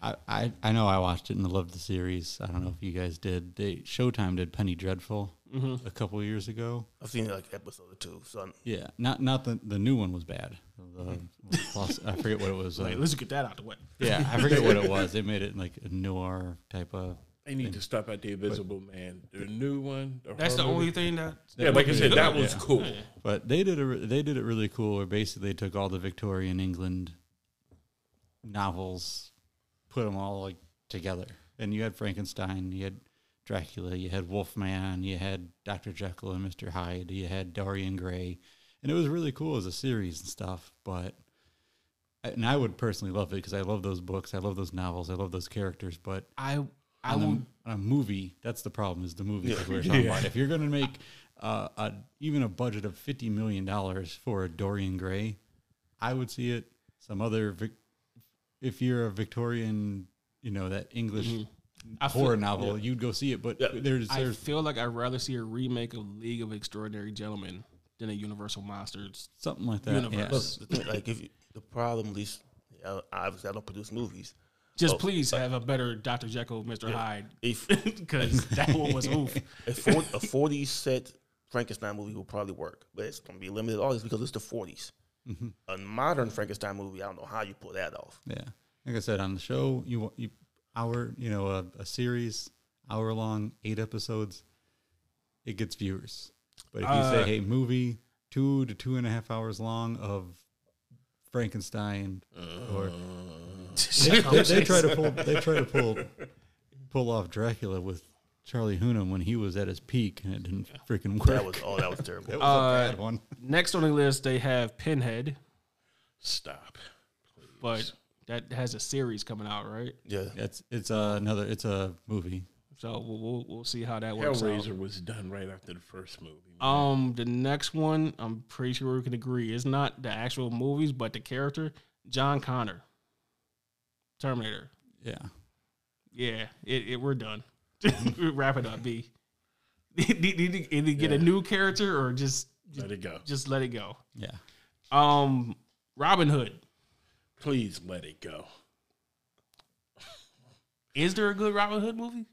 S4: I, I I know I watched it and I loved the series. I don't know if you guys did. They Showtime did Penny Dreadful
S1: Mm-hmm.
S4: a couple years ago.
S2: I've seen like episode or two. So I'm,
S4: Yeah, not not the the new one was bad. The,
S1: Mm-hmm.
S4: plus, I forget what it was.
S1: Like,
S4: Uh,
S1: let's get that out the way.
S4: yeah, I forget what it was. They made it like a noir type of.
S3: they need to stop at the Invisible Man, the new one. the
S1: That's the
S3: horror
S1: only
S3: movie.
S1: thing that.
S3: Yeah, like I said, that
S4: Yeah.
S3: was cool.
S4: But they did a re- they did it really cool. Where basically they took all the Victorian England novels, put them all like together, and you had Frankenstein, you had Dracula, you had Wolfman, you had Doctor Jekyll and Mister Hyde, you had Dorian Gray, and it was really cool as a series and stuff. But and I would personally love it because I love those books, I love those novels, I love those characters. But
S1: I I
S4: on a,
S1: will
S4: on a movie, that's the problem. Is the movie that we're talking about? If you're going to make uh, a, even a budget of fifty million dollars for a Dorian Gray, I would see it. Some other, Vic, if you're a Victorian, you know that English
S1: Mm-hmm. I feel-
S4: horror novel, you'd go see it. But there's,
S1: I
S4: there's
S1: feel like I'd rather see a remake of League of Extraordinary Gentlemen than a Universal Monsters
S4: something like that. yeah.
S1: universe.
S2: the thing, like if you, the problem, at least yeah, obviously I don't produce movies.
S3: Oh,
S1: Just please have a better Dr. Jekyll, Mr. Hyde,
S2: If
S1: because that one was oof.
S2: a 40, a 40 set Frankenstein movie will probably work, but it's going to be limited audience because it's the 40s.
S1: Mm-hmm.
S2: A modern Frankenstein movie, I don't know how you pull that off.
S4: Yeah, like I said on the show, you wa- you hour you know a, a series hour long eight episodes, it gets viewers. But if you
S2: Uh,
S4: say hey movie two to two and a half hours long of Frankenstein or they, they- they
S2: Oh.
S4: try to pull they try to pull pull off Dracula with Charlie Hunnam when he was at his peak and it didn't freaking work.
S2: That was uh, oh, that was terrible.
S4: a bad one.
S1: Next on the list, they have Pinhead,
S3: Stop.
S1: but that has a series coming out, right?
S2: yeah,
S4: It's it's uh, another it's a movie.
S1: So we'll, we'll, we'll see how that works out.
S3: Hellraiser was done right after the first movie.
S1: Um, the next one, I'm pretty sure we can agree, is not the actual movies, but the character John Connor, Terminator.
S4: Yeah.
S1: Yeah, it, it we're done. Wrap it up, B. Need to either get a new character or just
S3: Let it go.
S1: just let it go.
S4: Yeah.
S1: Um, Robin Hood.
S3: Please let it go.
S1: Is there a good Robin Hood movie?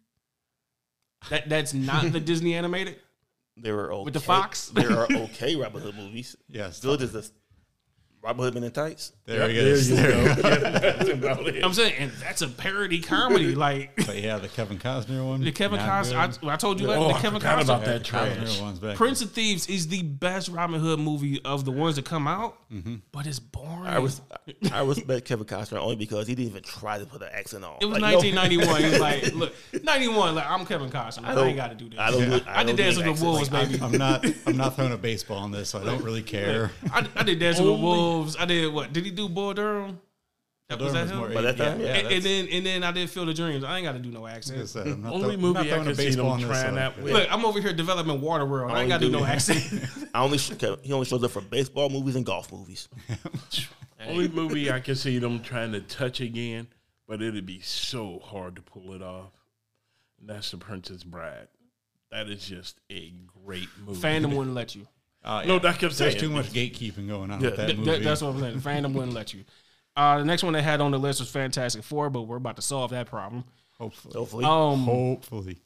S1: That that's not the Disney animated.
S2: there are okay,
S1: With the fox?
S2: there are okay Robin Hood movies.
S4: Yes.
S2: Still, there's this Robin Hood Men in Tights.
S4: There it
S3: Yep,
S4: is.
S3: There you go. Yeah, that's about it.
S1: I'm saying, and that's a parody comedy, like
S4: But yeah, the Kevin Costner one.
S1: the Kevin
S4: not good.
S1: Costner. I, I told you that
S3: oh,
S1: the
S3: I
S1: Kevin
S3: forgot
S1: Costner.
S3: about that
S4: Costner
S3: trash.
S4: one's back.
S1: Prince of Thieves is the best Robin Hood movie of the ones that come out, but it's boring.
S2: I was I respect Kevin Costner only because he didn't even try to put an accent on.
S1: it was
S2: Like, no-
S1: 1991. He's like, look, 91. Like I'm Kevin Costner. I,
S2: don't-
S1: ain't got to do this.
S2: I don't. do-
S1: I did
S2: don't do
S1: Dance with the
S2: accents.
S1: Wolves,
S2: Like,
S1: baby.
S4: I'm not. I'm not throwing a baseball on this, so I don't really care.
S1: I, I did Dancing with
S3: Only-
S1: Wolves. I did what? Did he do Bull Durham? That was that
S4: Durham's
S1: him.
S4: more-
S2: By that
S4: yeah,
S2: time,
S4: yeah,
S2: yeah,
S1: and, and
S4: that's-
S1: then and then I did Field of Dreams. I ain't got to do no
S4: like I
S1: accents.
S4: said, I'm not
S3: Only
S4: throw-
S3: movie
S4: not
S3: I
S4: throwing
S3: can
S4: a
S3: see
S4: baseball
S3: them
S4: on this,
S3: trying
S4: so-
S3: that with.
S1: Look, I'm over here developing Waterworld. I ain't got to do no accent.
S2: I only sh- he only shows up for baseball movies and golf movies.
S3: Only movie I can see them trying to touch again, but it'd be so hard to pull it off. And that's The Princess Bride. That is just a great movie.
S1: Fandom wouldn't let you.
S4: Uh,
S3: No,
S4: yeah.
S3: that's what I'm
S4: There's
S3: saying.
S4: too much gatekeeping going on with that
S1: Th-
S4: movie.
S1: th- that's what I'm saying. Fandom wouldn't let you. Uh, the next one they had on the list was Fantastic Four, but we're about to solve that problem.
S4: Hopefully.
S2: Hopefully,
S1: Um,
S4: Hopefully.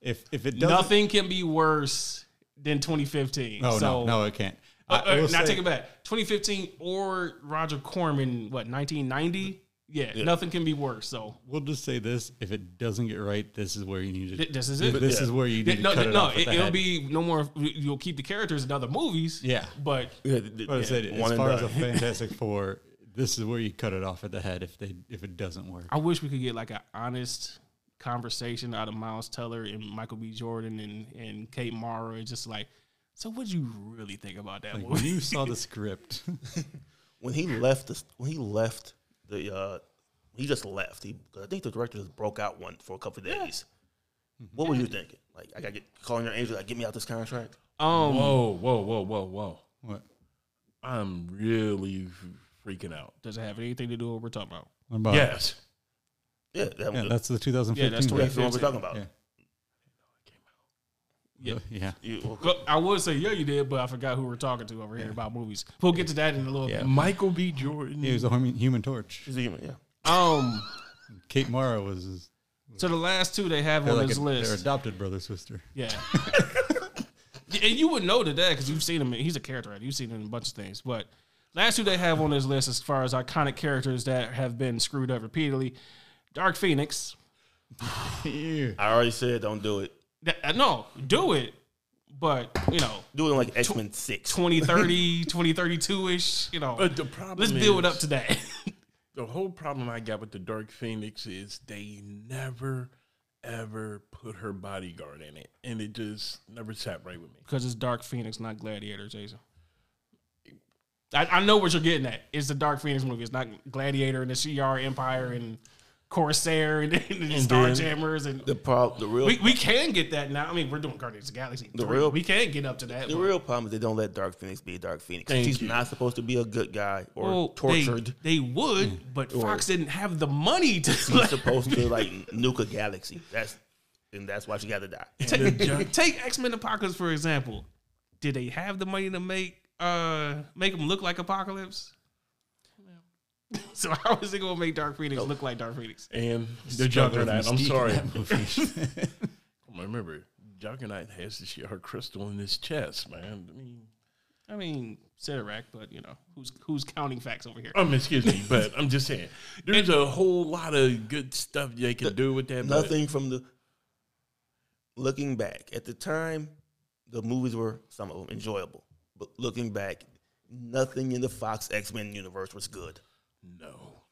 S4: If if it doesn't
S1: nothing can be worse than 2015.
S4: No,
S1: so,
S4: no, no, it can't.
S1: Uh,
S4: I
S1: uh,
S4: will
S1: not
S4: say-
S1: take it back. 2015 or Roger Corman, what 1990? Yeah, nothing can be worse. So
S4: We'll just say this: if it doesn't get right, this is where you need to.
S1: Th- this is it.
S4: This
S1: Yeah.
S4: is where you need
S1: no,
S4: to cut it
S1: no,
S4: off at
S1: it,
S4: the
S1: will
S4: head.
S1: be no more. You'll keep the characters in other movies.
S4: Yeah.
S1: but
S2: Yeah, th- th-
S4: But I
S2: yeah,
S4: said,
S2: one
S4: as
S2: and
S4: far as a
S2: done.
S4: Fantastic Four, this is where you cut it off at the head if they if it doesn't work.
S1: I wish we could get like an honest conversation out of Miles Teller and Michael B. Jordan and and Kate Mara. It's just like, so what would you really think about that
S4: Like when
S1: movie?
S4: you saw the script,
S2: when he left the when he left the uh, he just left. He I think the director just broke out one for a couple of days.
S1: Mm-hmm.
S2: What were you thinking? Like I got get calling your angel like get me out this contract.
S1: Um,
S3: Whoa, whoa, whoa, whoa, whoa.
S4: what?
S3: I'm really freaking out.
S1: does it have anything to do with what we're talking about?
S4: What about?
S3: Yes.
S2: Yeah, that
S4: yeah,
S2: was
S4: that's the 2015.
S1: Yeah, that's 2015.
S4: one.
S2: that's the one we're talking about.
S4: Yeah.
S1: Yeah.
S4: Yeah.
S2: You- well,
S1: Well, I would say yeah, you did, but I forgot who we're talking to over here about movies. We'll get to that in a little bit.
S3: Michael B. Jordan.
S4: He was a human, human torch.
S2: she's a human, yeah.
S1: Um,
S4: Kate Mara was
S1: so the last two they have
S4: they're
S1: on
S4: like
S1: this
S4: a, their
S1: list,
S4: adopted brother sister.
S1: yeah. Yeah, and you would know to that because you've seen him. He's a character actor. You've seen him in a bunch of things. But last two they have on this list, as far as iconic characters that have been screwed up repeatedly, Dark Phoenix.
S2: I already said don't do it.
S1: That- uh, no, do it, but you know,
S2: Do it in like X Men Six.
S1: 2030, 2032 ish. You know,
S3: But the problem
S1: let's build
S3: is-
S1: up to that.
S3: the whole problem I got with the Dark Phoenix is they never, ever put her bodyguard in it, and it just never sat right with me.
S1: because it's Dark Phoenix, not Gladiator, Jason. I, I know what you're getting at. It's the Dark Phoenix movie. It's not Gladiator and the Shi'ar Empire and Corsair and, and, the Star Jammers and
S2: The problem, the real,
S1: we, we can get that now. I mean, we're doing Guardians of the Galaxy.
S2: The
S1: three.
S2: real-
S1: we can get up to that.
S2: the
S1: but-
S2: real problem is they don't let Dark Phoenix be Dark Phoenix.
S3: Thank
S2: She's
S3: you.
S2: not supposed to be a good guy or
S1: Well, they-
S2: tortured.
S1: They, would, but Fox didn't have the money to
S2: She's supposed to like nuke a galaxy. That's and that's why she got to die.
S1: take, take X Men Apocalypse for example. Did they have the money to make uh make them look like Apocalypse? So how is it gonna make Dark Phoenix look like Dark Phoenix?
S3: And the Juggernaut. I'm sorry.
S4: sorry.
S3: Remember, Juggernaut has the Shi'ar crystal in his chest, man. I mean,
S1: I mean, Cedarac, but you know, who's who's counting facts over here?
S3: um, excuse me, but I'm just saying, there's a whole lot of good stuff they can do with that. but-
S2: Nothing from the looking back at the time, the movies were some of them enjoyable, but looking back, nothing in the Fox X Men universe was good.
S3: No.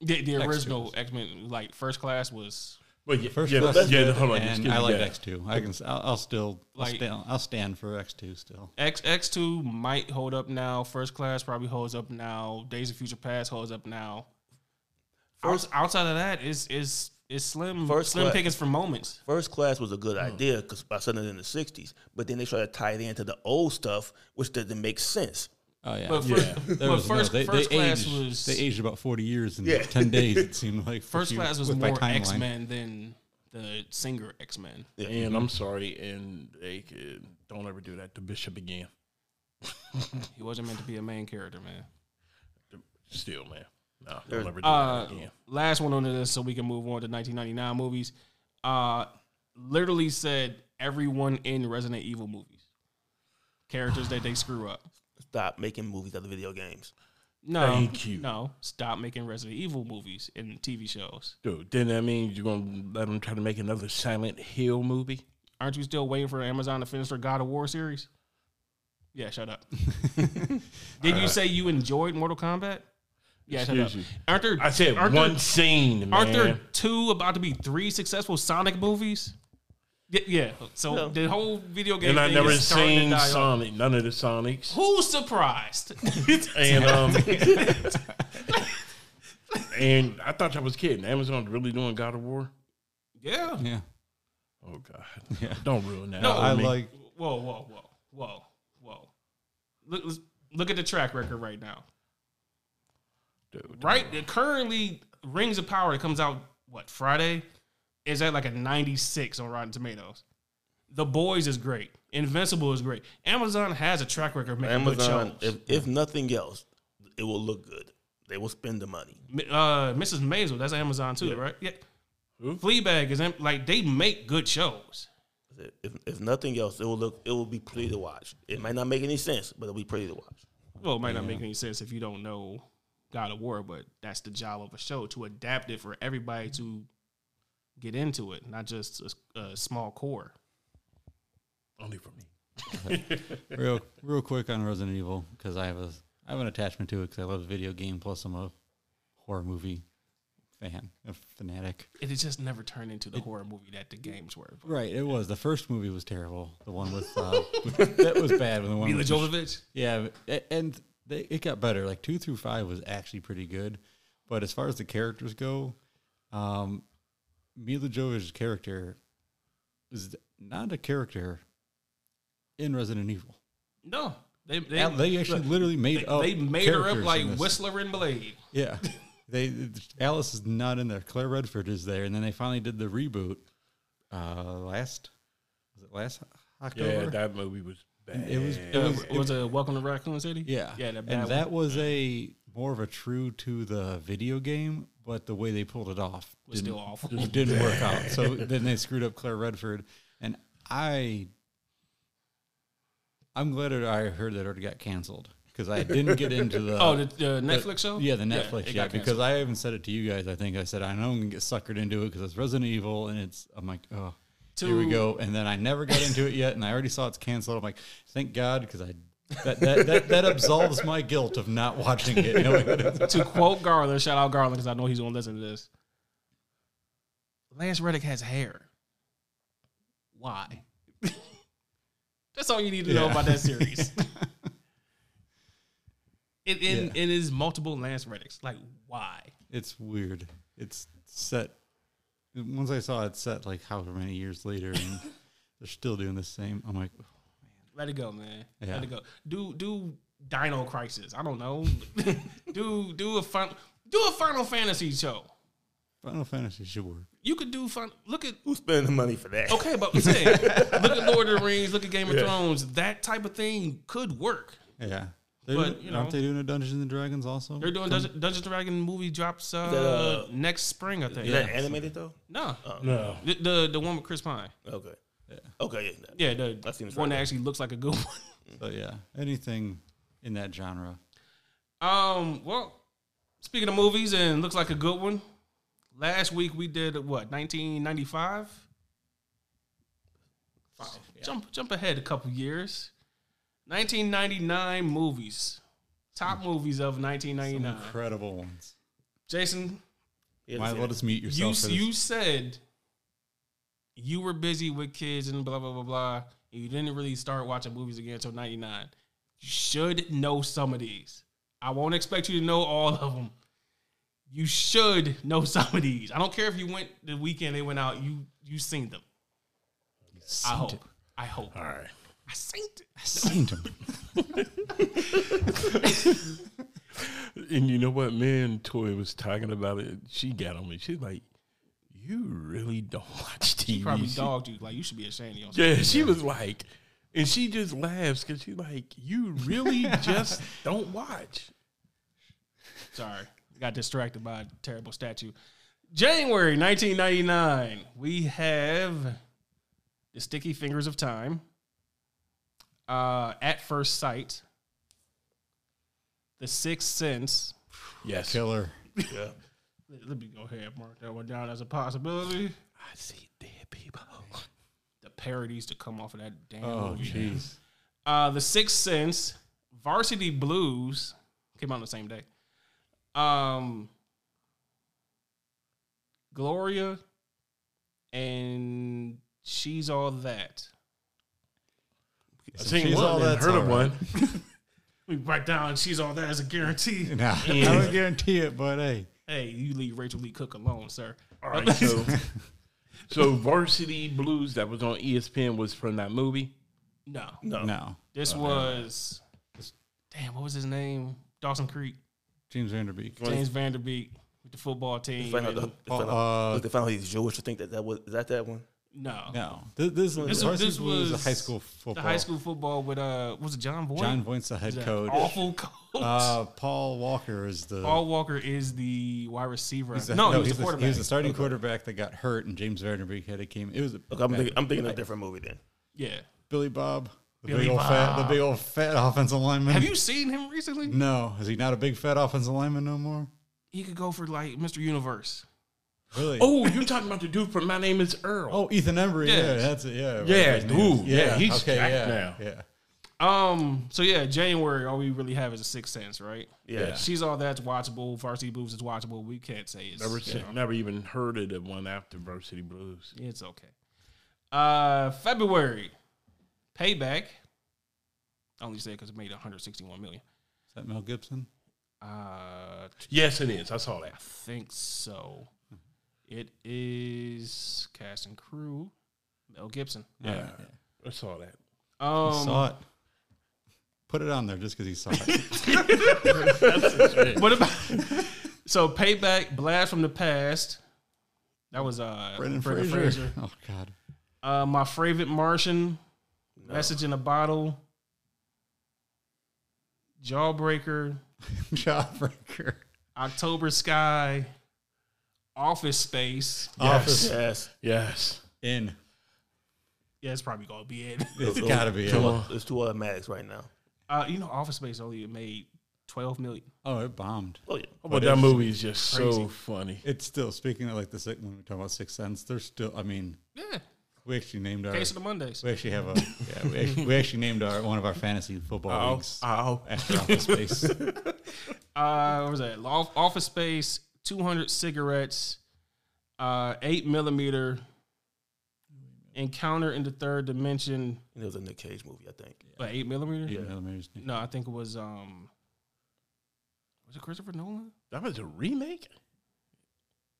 S1: The, the original X Men, like First Class, was
S3: But yeah,
S4: First
S3: yeah,
S4: class
S3: yeah,
S4: is
S3: yeah,
S4: good,
S3: hold on.
S4: and
S3: excuse
S4: I
S3: me,
S4: like
S3: yeah.
S4: X two. I can. s- I'll, I'll still. I'll,
S1: Like-
S4: stand, I'll stand for X two still.
S1: X X two might hold up now. First Class probably holds up now. Days of Future Past holds up now. First,
S2: First-
S1: outside of that, is is is slim
S2: First
S1: slim
S2: Class-
S1: pickings for moments.
S2: First Class was a good
S4: Hmm.
S2: idea because I said it in the '60s, but then they tried to tie it into the old stuff, which doesn't make sense.
S4: Oh yeah.
S1: But
S4: yeah.
S1: first- but first- first class
S4: aged,
S1: was-
S4: they aged about forty years in
S2: Yeah.
S4: ten days. It seemed like for
S1: First
S4: you-
S1: Class was
S4: with my
S1: more
S4: timeline.
S1: X Men than the singer X Men.
S3: And I'm sorry, and they could, don't ever do that to Bishop again.
S1: He wasn't meant to be a main character, man.
S3: Still, man. No,
S2: There's-
S3: don't ever do
S1: Uh,
S3: that again.
S1: Last one on the list, so we can move on to 1999 movies. Uh, literally said everyone in Resident Evil movies, characters that they screw up.
S2: Stop making movies out of video games.
S1: No,
S3: Thank you.
S1: No, stop making Resident Evil movies and TV shows.
S3: Dude, then that means you're gonna let them try to make another Silent Hill movie?
S1: Aren't you still waiting for Amazon to finish their God of War series? Yeah, shut up. Did you say you enjoyed Mortal Kombat? Yeah, shut up.
S3: Uh, Excuse you.
S1: Aren't there?
S3: I said
S1: aren't
S3: one
S1: There,
S3: scene, man.
S1: aren't there two about to be three successful Sonic movies? Yeah. yeah. So
S2: No.
S1: the whole video game.
S3: and I
S1: thing
S3: never
S1: is starting to
S3: seen
S1: die off.
S3: Sonic, none of the Sonics.
S1: Who's surprised?
S3: And um, and I thought y'all was kidding. Amazon's really doing God of War?
S1: yeah.
S4: Yeah.
S3: Oh God,
S4: Yeah.
S3: don't ruin that.
S1: No,
S3: for
S4: I
S3: me.
S4: like.
S1: Whoa, whoa, whoa, whoa, whoa. Look, let's- look at the track record right now.
S3: Dude,
S1: right the- currently rings of power that comes out what friday is at like a 96 on rotten tomatoes the boys is great invincible is great amazon has a track record of making good
S2: Amazon,
S1: shows
S2: if, if nothing else, it will look good. They will spend the money.
S1: Mi- uh, Mrs. Maisel. That's Amazon too, right? Yeah. Fleabag is am- like they make good shows.
S2: If, if nothing else, it will look it will be pretty to watch. It might not make any sense, but it'll be pretty to watch.
S1: Well, it might not make any sense if you don't know God of War, but that's the job of a show to adapt it for everybody to get into it, not just a, s- a small core.
S3: Only for me.
S4: real real quick on Resident Evil because I have a I have an attachment to it because I love the video game. Plus, I'm a horror movie fan, a fanatic.
S1: It has just never turned into the horror movie that the games were.
S4: Right, it was the first movie was terrible. The one with, uh, with- that was bad. When the one
S1: Mila
S4: with-
S1: Jovovich.
S4: yeah, a- and they, it got better. Like two through five was actually pretty good, but as far as the characters go, um, Mila Jovovich's character is not a character in Resident Evil.
S1: No, they they,
S4: They, actually
S1: look,
S4: literally made
S1: they,
S4: up.
S1: they made her up
S4: characters
S1: like
S4: in this.
S1: Whistler and Blade.
S4: Yeah. They Alice is not in there. Claire Redford is there, and then they finally did the reboot. Uh, last was it last October?
S3: Yeah, that movie was bad.
S4: it was.
S1: It
S4: It
S1: was,
S4: was.
S1: it was a Welcome to Raccoon City.
S4: Yeah.
S1: yeah, that bad
S4: and
S1: one.
S4: that was a more of a true to the video game, but the way they pulled it off
S1: was
S4: didn't-
S1: still awful.
S4: it didn't work out. So then they screwed up Claire Redford, and I, I'm glad that I heard that it got canceled because I didn't get into uh, the
S1: Oh, the, the Netflix show.
S4: Yeah, the Netflix.
S1: it
S4: Yeah,
S1: got
S4: because I haven't said it to you guys. I think I said I know I'm gonna get suckered into it because it's Resident Evil, and it's I'm like, oh, here we
S1: To-
S4: go. And then I never got into it yet, and I already saw it's canceled. I'm like, thank God, because I that that, that that absolves my guilt of not watching it. knowing that it's-
S1: to quote Garland, shout out Garland because I know he's gonna listen to this. Lance Reddick has hair. Why? That's all you need to know
S4: Yeah.
S1: about that series. it, in it is multiple Lance Reddicks. Like why?
S4: it's weird. It's set. Once I saw it set, like however many years later, and they're still doing the same. I'm like,
S1: Let it go, man.
S4: Yeah.
S1: Let it go. Do do Dino Crisis. I don't know. do do a final do a Final Fantasy show.
S4: Final Fantasy should work.
S1: You could do fun. Look at
S2: Who's spending the money for that?
S1: Okay, but I'm saying, look at Lord of the Rings, look at Game of Thrones. That type of thing could work.
S4: Yeah.
S1: But,
S4: They're doing-
S1: you know-
S4: aren't they doing a Dungeons and Dragons also?
S1: They're doing Dungeon, Dungeons and Dragon movie drops uh,
S2: The-
S1: next spring, I think.
S2: Is that animated though?
S1: No,
S2: Uh.
S3: no.
S1: the, the the one with Chris Pine.
S2: Okay. Okay. Yeah.
S1: Yeah, the
S2: That seems
S1: one
S2: right.
S1: that actually looks like a good one.
S4: So yeah, anything in that genre.
S1: Um, well, speaking of movies and looks like a good one. Last week we did what 1995. Five. Jump jump ahead a couple years. 1999 movies. Top movies of 1999.
S4: Incredible ones.
S1: Jason,
S2: Yeah,
S4: Might as
S2: yeah.
S4: well just mute
S1: you
S4: yourself. for this.
S1: you said you were busy with kids and blah blah blah blah. And you didn't really start watching movies again until '99. You should know some of these. I won't expect you to know all of them. You should know some of these. I don't care if you went the weekend they went out. You you seen them. I hope. I hope.
S3: All right.
S1: I seen it.
S4: seen them.
S3: And you know what? Me and Toy was talking about it. She got on me. She's like, "You really don't watch TV."
S1: She probably
S3: She-
S1: dogged you. Like you should be ashamed of yourself.
S3: Yeah, she was like, and she just laughs because she's like, "You really just don't watch."
S1: Sorry, got distracted by a terrible statue. January 1999, we have the Sticky Fingers of Time. Uh, at first sight, the Sixth Sense.
S3: Yes,
S4: Killer.
S2: Yeah.
S1: Let let me go ahead and mark that one down as a possibility.
S3: I see dead people.
S1: The parodies to come off of that damn
S4: Oh
S1: movie.
S4: jeez.
S1: Uh, the Sixth Sense, Varsity Blues came out on the same day. Um, Gloria, and she's all that.
S3: I seen
S4: She's
S3: one
S4: all
S3: and
S4: that's
S3: heard
S4: all
S3: of one.
S1: We write down she's all that as a guarantee.
S4: Nah, I don't guarantee it, but hey,
S1: hey, you leave Rachel Lee Cook alone, sir.
S3: All right, so so Varsity Blues that was on E ESPN was from that movie.
S1: No,
S2: No.
S4: no.
S1: this was damn. What was his name? Dawson Creek.
S4: James Vanderbeek.
S1: James Vanderbeek with the football team.
S2: Find out the,
S1: and-
S2: find out-
S4: Uh,
S2: they found out he's Jewish. I think that that was is that that one.
S1: No.
S4: No, Th- this,
S1: This
S4: this,
S1: was- this
S4: was, a
S1: was
S4: high school football.
S1: The high school football with uh was it John Voight?
S4: John Voight's the head
S1: That
S4: coach.
S1: Awful coach.
S4: Uh, Paul Walker is the.
S1: Paul Walker is the wide receiver.
S4: he's the-
S1: no, he was
S4: he's
S1: the quarterback.
S4: He was the starting quarterback that got hurt, and James Vanderbeek had a came. It was a
S2: Okay, I'm
S4: bad-
S2: thinking, I'm thinking of a different movie then.
S1: yeah.
S4: Billy Bob, the
S1: Billy
S4: big old fat, the
S1: Bob.
S4: big old fat offensive lineman.
S1: Have you seen him recently?
S4: No, is he not a big fat offensive lineman no more?
S1: He could go for like Mr. Universe.
S4: Really?
S3: Oh, you're talking about the dude from My Name Is Earl.
S4: Oh, Ethan Embry. Yeah,
S1: Yes.
S4: that's it. Yeah.
S3: Yeah,
S4: whatever his name is.
S3: dude, yeah, he's back
S4: yeah,
S3: now.
S4: Yeah.
S1: Um. So yeah, January. All we really have is a Sixth Sense, right?
S2: Yeah.
S1: She's all that's watchable. Varsity Blues is watchable. We can't say it's
S3: Never, se- never even heard of the one after Varsity Blues.
S1: it's okay. Uh, February, Payback. I only say because it made 161 million.
S4: Is that Mel Gibson?
S1: Uh, t-
S3: Yes, it is. I saw that.
S1: I think so. It is cast and crew. Mel Gibson.
S3: Yeah, I saw that.
S1: Um,
S4: saw it. Put it on there just because he saw it.
S1: What about so payback blast from the past? That was uh
S4: Brendan
S1: Brendan
S4: Fraser. Oh God.
S1: Uh, my favorite Martian, message in a bottle, Jawbreaker,
S4: Jawbreaker.
S1: October Sky, Office Space.
S4: Office
S2: Yes.
S3: Yes.
S4: in.
S1: Yeah, it's probably gonna be it.
S4: It's gotta be.
S2: Two,
S4: It.
S2: o- There's two automatics right now.
S1: Uh, you know, Office Space only made twelve million.
S4: Oh, it bombed.
S2: Oh yeah.
S3: But that movie is just so funny.
S4: It's still speaking of like the sick when we talk about Sixth Sense. There's still. I mean,
S1: Yeah,
S4: we actually named our.
S1: Case of the Mondays.
S4: We actually have a. Yeah, we, actually, we actually named our one of our fantasy
S1: Oh.
S4: football leagues
S3: Ow.
S4: after Office Space.
S1: Uh, what was that? Lo- Office Space, two hundred cigarettes, uh, eight millimeter, Encounter in the Third Dimension,
S2: It was a Nick Cage movie, I think.
S1: but eight millimeter.
S4: Eight millimeters.
S1: No, I think it was um, was it Christopher Nolan?
S3: That was a remake?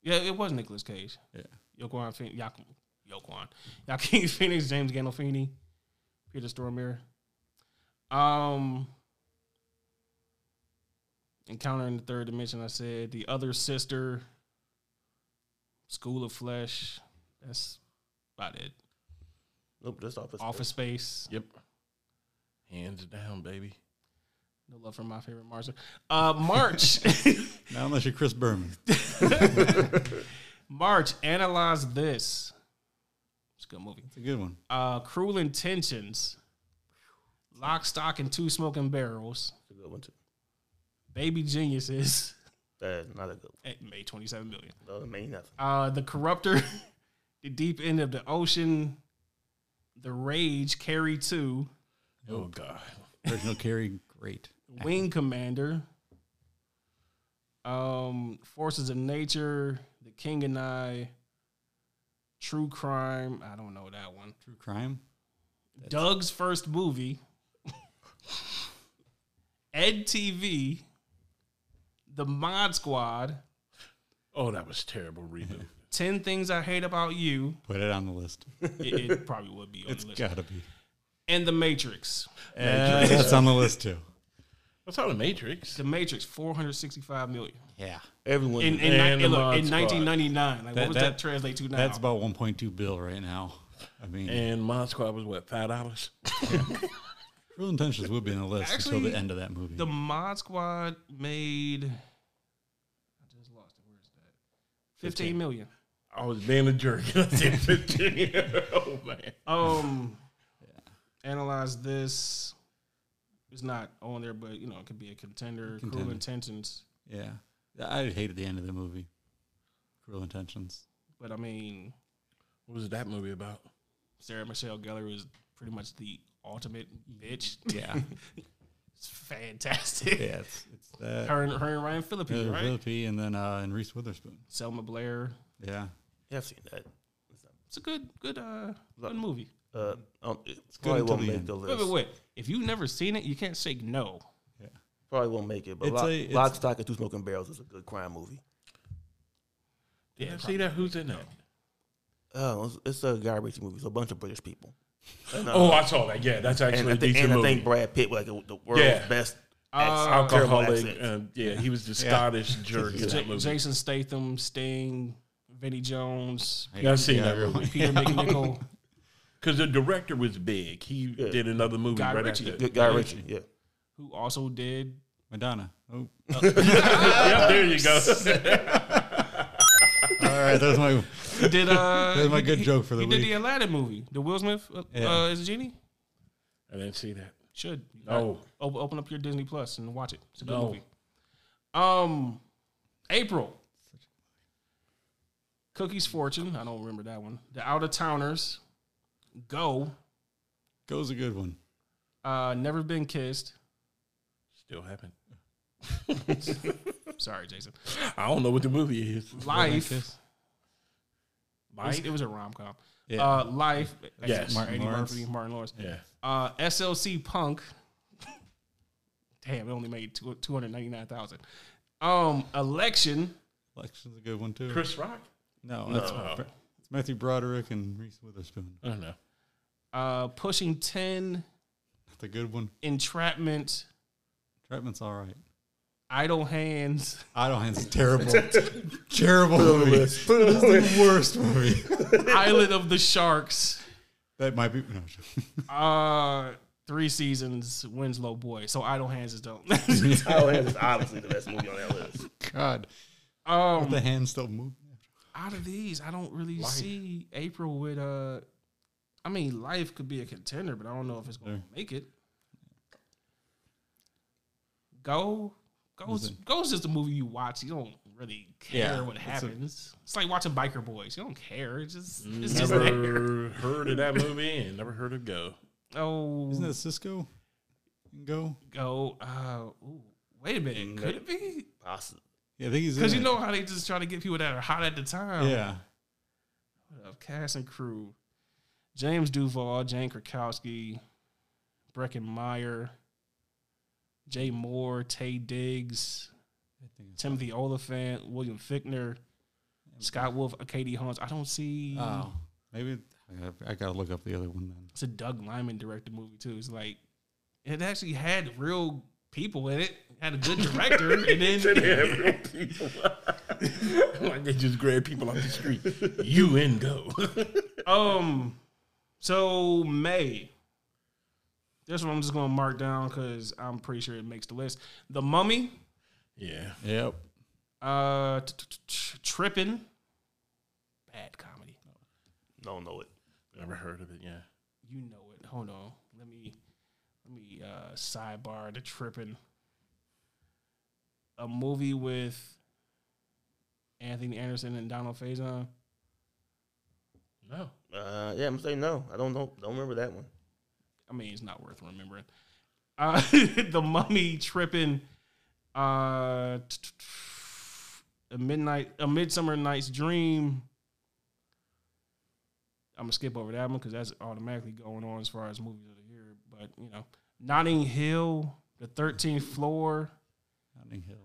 S1: Yeah, it was Nicolas Cage.
S4: Yeah.
S1: Yoquan Phoenix, Yaquan, Yoquan, Joaquin Phoenix, James Gandolfini, Peter Stormare. Um, Encounter in the Third Dimension. I said the other sister, School of Flesh. That's about it.
S2: Nope, just office.
S1: Office
S2: Space.
S1: Space.
S3: Yep. Hands down, baby.
S1: No love for my favorite Martian. Uh, March.
S4: Not unless you're Chris Berman.
S1: March, analyze this. It's a good movie.
S4: It's a good one.
S1: Uh, Cruel Intentions, Lock, Stock, and Two Smoking Barrels,
S2: That's a good one too.
S1: Baby Geniuses
S2: That's not a good
S1: at May 27 million.
S2: one. Doesn't mean nothing.
S1: Uh, the Corruptor, The Deep End of the Ocean, The Rage, Carry 2,
S3: Oh, God.
S4: Reginald Carey, great.
S1: Wing Commander, um, Forces of Nature, The King and I, True Crime. I don't know that one.
S4: True crime.
S1: Doug's first movie, Ed TV, The Mod Squad,
S3: Oh, that was terrible reboot.
S1: 10 Things I Hate About You.
S4: Put it on the list.
S1: It, it probably would be on
S4: It's
S1: the list.
S4: gotta be.
S1: And The Matrix.
S4: Uh, that's on the list too.
S3: That's all the Matrix.
S1: The Matrix, 465 million.
S4: Yeah.
S2: Everyone.
S1: In, in,
S3: And
S1: ni-
S3: The
S1: look,
S3: Mod
S1: in
S3: Squad.
S1: 1999. Like,
S4: That-
S1: what would that,
S4: that-
S1: translate to now?
S4: That's about 1.2 bill right now. I mean,
S3: And Mod Squad was what, $5?
S4: Cruel Intentions would be on the list until
S1: Actually,
S4: the end of that movie.
S1: the Mod Squad made. I just lost it. Where is that? 15 million.
S3: I was being a jerk. I said 15. oh, man.
S1: Um, analyze this. It's not on there, but you know it could be a contender. Cruel
S4: Contender.
S1: intentions,
S4: yeah. I hated the end of the movie. Cruel Intentions.
S1: but I mean,
S3: What was that movie about?
S1: Sarah Michelle Gellar is pretty much the ultimate bitch.
S4: Yeah.
S1: It's fantastic.
S4: yeah. It's, it's that.
S1: Her and her and Ryan Phillippe,
S4: Peter
S1: right?
S4: Phillippe and then uh, and Reese Witherspoon.
S1: Selma Blair.
S4: Yeah.
S2: yeah, I've seen that.
S1: It's a good, good, uh, good movie.
S2: Uh, um, it
S4: good
S2: probably
S4: until
S2: won't
S4: the
S2: make
S4: end.
S2: the list.
S1: Wait, wait, wait. If you've never seen it, you can't say no.
S2: Probably won't make it. But
S4: It's
S2: Lock,
S4: a- it's-
S2: Lock, Stock, and Two Smoking Barrels is a good crime movie.
S3: Did I see that? Who's in
S2: Uh,
S3: that?
S2: Oh, it's, it's a Guy Ritchie movie. It's a bunch of British people. And, uh,
S3: Oh, I saw that. Yeah, that's
S2: and,
S3: actually
S2: I
S3: a
S2: think,
S3: decent
S2: and I
S3: movie.
S2: think Brad Pitt was like the world's
S3: Yeah.
S2: best.
S1: Uh,
S2: terrible
S3: alcoholic.
S2: accent.
S3: Uh, yeah, he was the Scottish jerk in
S1: Ja-
S3: that movie.
S1: Jason Statham, Sting, Vinny Jones,
S3: Yeah, I seen that
S4: everyone-
S3: movie.
S1: Peter McNichol,
S3: Because the director was big. He did another movie
S1: Guy
S3: right
S1: Ritchie.
S3: after.
S2: Good guy, Richie. Yeah.
S1: who also did
S4: Madonna. Oh.
S3: yeah, there you go.
S4: All right, that was my
S1: he did uh
S4: That's my
S1: he-
S4: good
S1: he-
S4: joke for the
S1: he did
S4: week.
S1: the Aladdin movie, the Will Smith uh,
S4: Yeah.
S1: uh, is a genie.
S3: I didn't see that. Oh,
S1: Should
S3: No.
S1: Op- open up your Disney Plus and watch it. It's a good
S3: No.
S1: movie. Um, April. Cookie's Fortune. I don't remember that one. The Out of Towners. Go.
S4: goes a good one.
S1: Uh, Never Been Kissed.
S3: Still happened.
S1: Sorry, Jason.
S3: I don't know what the movie is.
S1: Life.
S4: Kiss.
S1: It was, it was a rom com.
S4: Yeah.
S1: Uh, Life. Martin
S3: Yes.
S4: Martin
S1: Eddie
S4: Lawrence.
S1: Murphy, Martin Lawrence.
S3: Yeah.
S1: Uh, SLC Punk. Damn, it only made two two hundred ninety nine thousand. Um, election.
S4: Election's a good one too.
S3: Chris Rock?
S4: no, that's
S3: No.
S4: it's Matthew Broderick and Reese Witherspoon.
S3: I don't know.
S1: Uh, pushing ten.
S4: That's a good one.
S1: Entrapment.
S4: Trapman's all right.
S1: Idle Hands.
S4: Idle Hands is terrible. terrible movie. This is the worst movie.
S1: Island of the Sharks.
S4: that might be. No.
S1: Uh, three seasons. Winslow Boy. So Idle Hands is dope.
S2: Kyle Hands Oh, is obviously the best movie on that list.
S4: God,
S1: um,
S4: the hand still moving.
S1: out of these, I don't really see April with uh. I mean, life could be a contender, but I don't know if it's going to make it. Go, goes, goes just a movie you watch. You don't really care
S4: Yeah,
S1: what
S4: it's a-
S1: happens. It's like watching Biker Boys. You don't care. It's just, it's just there.
S3: Never heard of that movie and never heard of Go.
S1: Oh,
S4: Isn't that Cisco? Go.
S1: go. Uh, ooh, wait a minute. Could it be?
S2: Possibly.
S4: Yeah, I think he's in
S1: Because you
S4: it.
S1: know how they just try to get people that are hot at the time.
S4: Yeah,
S1: Of uh, cast and crew. James Duval, Jane Krakowski, Brecken Meyer, Jay Moore, Tay Diggs,
S4: I think it's,
S1: Timothy Oliphant, William Fickner, Scott Wolf, uh, Katie Holmes. I don't see.
S4: oh, maybe I gotta, I gotta look up the other one then.
S1: It's a Doug Lyman directed movie, too. It's like, it actually had real people in it, had a good director, and then.
S3: like they just grab people off the street. You and Go.
S1: Um, so May. This one I'm just gonna mark down because I'm pretty sure it makes the list. The Mummy,
S3: yeah.
S4: Yep.
S1: uh, t- t- t- Trippin, bad comedy.
S2: Don't know it.
S3: Never heard of it. Yeah.
S1: You know it. Hold on, let me let me uh sidebar to Trippin. A movie with Anthony Anderson and Donald Faison.
S3: No.
S2: Uh, yeah, I'm saying no. I don't know. Don't remember that one.
S1: I mean, it's not worth remembering. Uh, the Mummy tripping, uh, t- t- t- a midnight, a Midsummer Night's Dream. I'm gonna skip over that one because that's automatically going on as far as movies of the year. But you know, Notting Hill, The Thirteenth Floor,
S4: Notting Hill.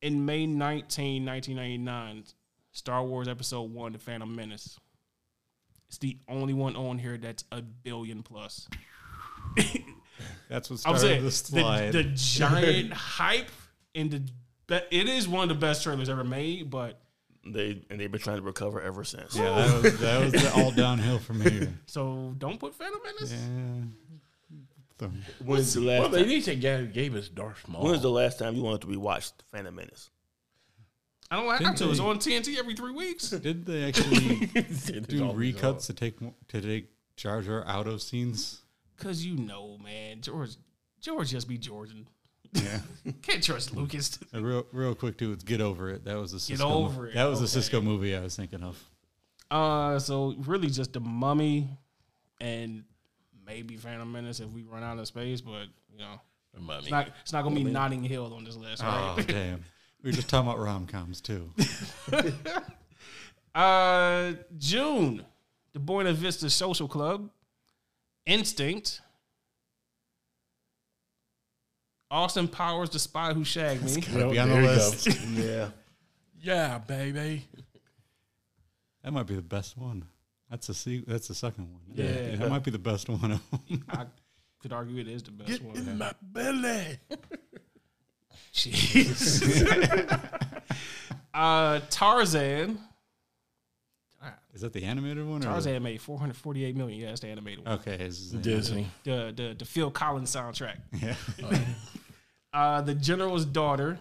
S1: in May 19, 1999, Star Wars Episode One: The Phantom Menace. It's the only one on here that's a billion plus.
S4: That's what
S1: I'm
S4: started
S1: saying
S4: the
S1: the,
S4: slide.
S1: the giant hype and the be- it is one of the best trailers ever made, but
S2: They and they've been trying to recover ever since.
S4: yeah, that was, that was the all downhill from here.
S1: so don't put Phantom Menace.
S4: Yeah. So,
S2: When's the
S3: Well,
S2: last?
S3: they
S2: Time,
S3: need to gave, gave us Darth Maul.
S2: when's the last time you wanted to rewatch Phantom Menace?
S1: I don't have
S4: Didn't
S1: to. It's
S4: they-
S1: on TNT every three weeks.
S4: did they actually
S3: It's
S4: do
S3: all
S4: recuts to take mo- to take Jar Jar out of scenes?
S1: Cause you know, man, George George just be Jordan.
S4: Yeah.
S1: Can't trust Lucas.
S4: Uh, real, real quick, too. It's Get Over It. That was a Cisco.
S1: Over It,
S4: That was
S1: okay.
S4: a Cisco movie I was thinking of.
S1: Uh so really just the mummy and maybe Phantom Menace if we run out of space, but you know.
S3: bizarre. Mummy.
S1: It's not it's not gonna be Notting Hill on this list, right?
S4: Oh damn! We were just talking about rom coms too.
S1: Uh, June, the Buena Vista Social Club, Instinct, Austin Powers, The Spy Who Shagged Me,
S4: Gotta be on the
S3: there you go.
S4: list.
S2: Yeah,
S3: yeah, baby.
S4: That might be the best one. That's a se- that's the second one.
S1: Yeah.
S4: that might be the best one.
S1: I could argue it is the best one.
S3: My belly.
S1: Jeez. uh, Tarzan,
S4: Is that the animated one? Or the-
S1: Tarzan made 448 million. Yeah, that's the animated one.
S4: Okay. Is the
S3: Disney.
S1: The, the the Phil Collins soundtrack.
S4: Yeah.
S1: Oh, Uh, the General's Daughter,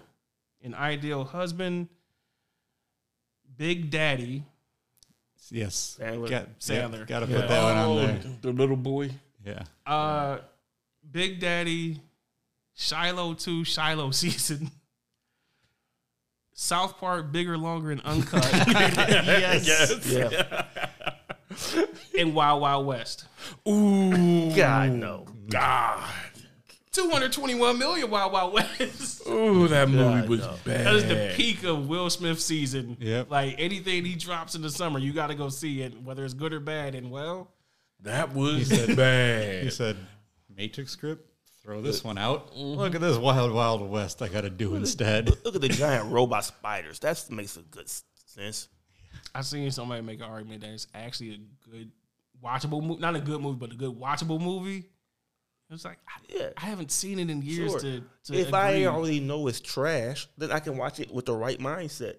S1: An Ideal Husband, Big Daddy.
S4: yes.
S1: Sandler.
S4: Got,
S1: Sandler.
S4: Got to
S1: Yeah.
S4: put that one on
S3: Oh,
S4: there.
S3: the little boy.
S4: Yeah.
S1: Uh, Big Daddy, Shiloh 2, Shiloh Season, South Park, Bigger, Longer, and Uncut. yes.
S2: Yeah.
S1: And Wild Wild West.
S3: Ooh,
S2: God no.
S3: God.
S1: 221 million Wild Wild West.
S3: Ooh, that movie
S2: God,
S3: was
S2: no.
S3: bad.
S1: That is the peak of Will Smith season.
S4: Yep.
S1: Like anything he drops in the summer, you got to go see it, whether it's good or bad. And well,
S3: That was
S4: said-
S3: bad.
S4: He said, Matrix script. Throw this one out.
S1: Mm-hmm.
S4: Look at this Wild Wild West. I got to do instead.
S2: Look at the giant robot spiders. That makes a good s- sense.
S1: I seen somebody make an argument that it's actually a good watchable movie, not a good movie, but a good watchable movie. It's like I,
S2: Yeah.
S1: I haven't seen it in years
S2: Sure.
S1: to, to
S2: If I
S1: agree.
S2: already know it's trash, then I can watch it with the right mindset.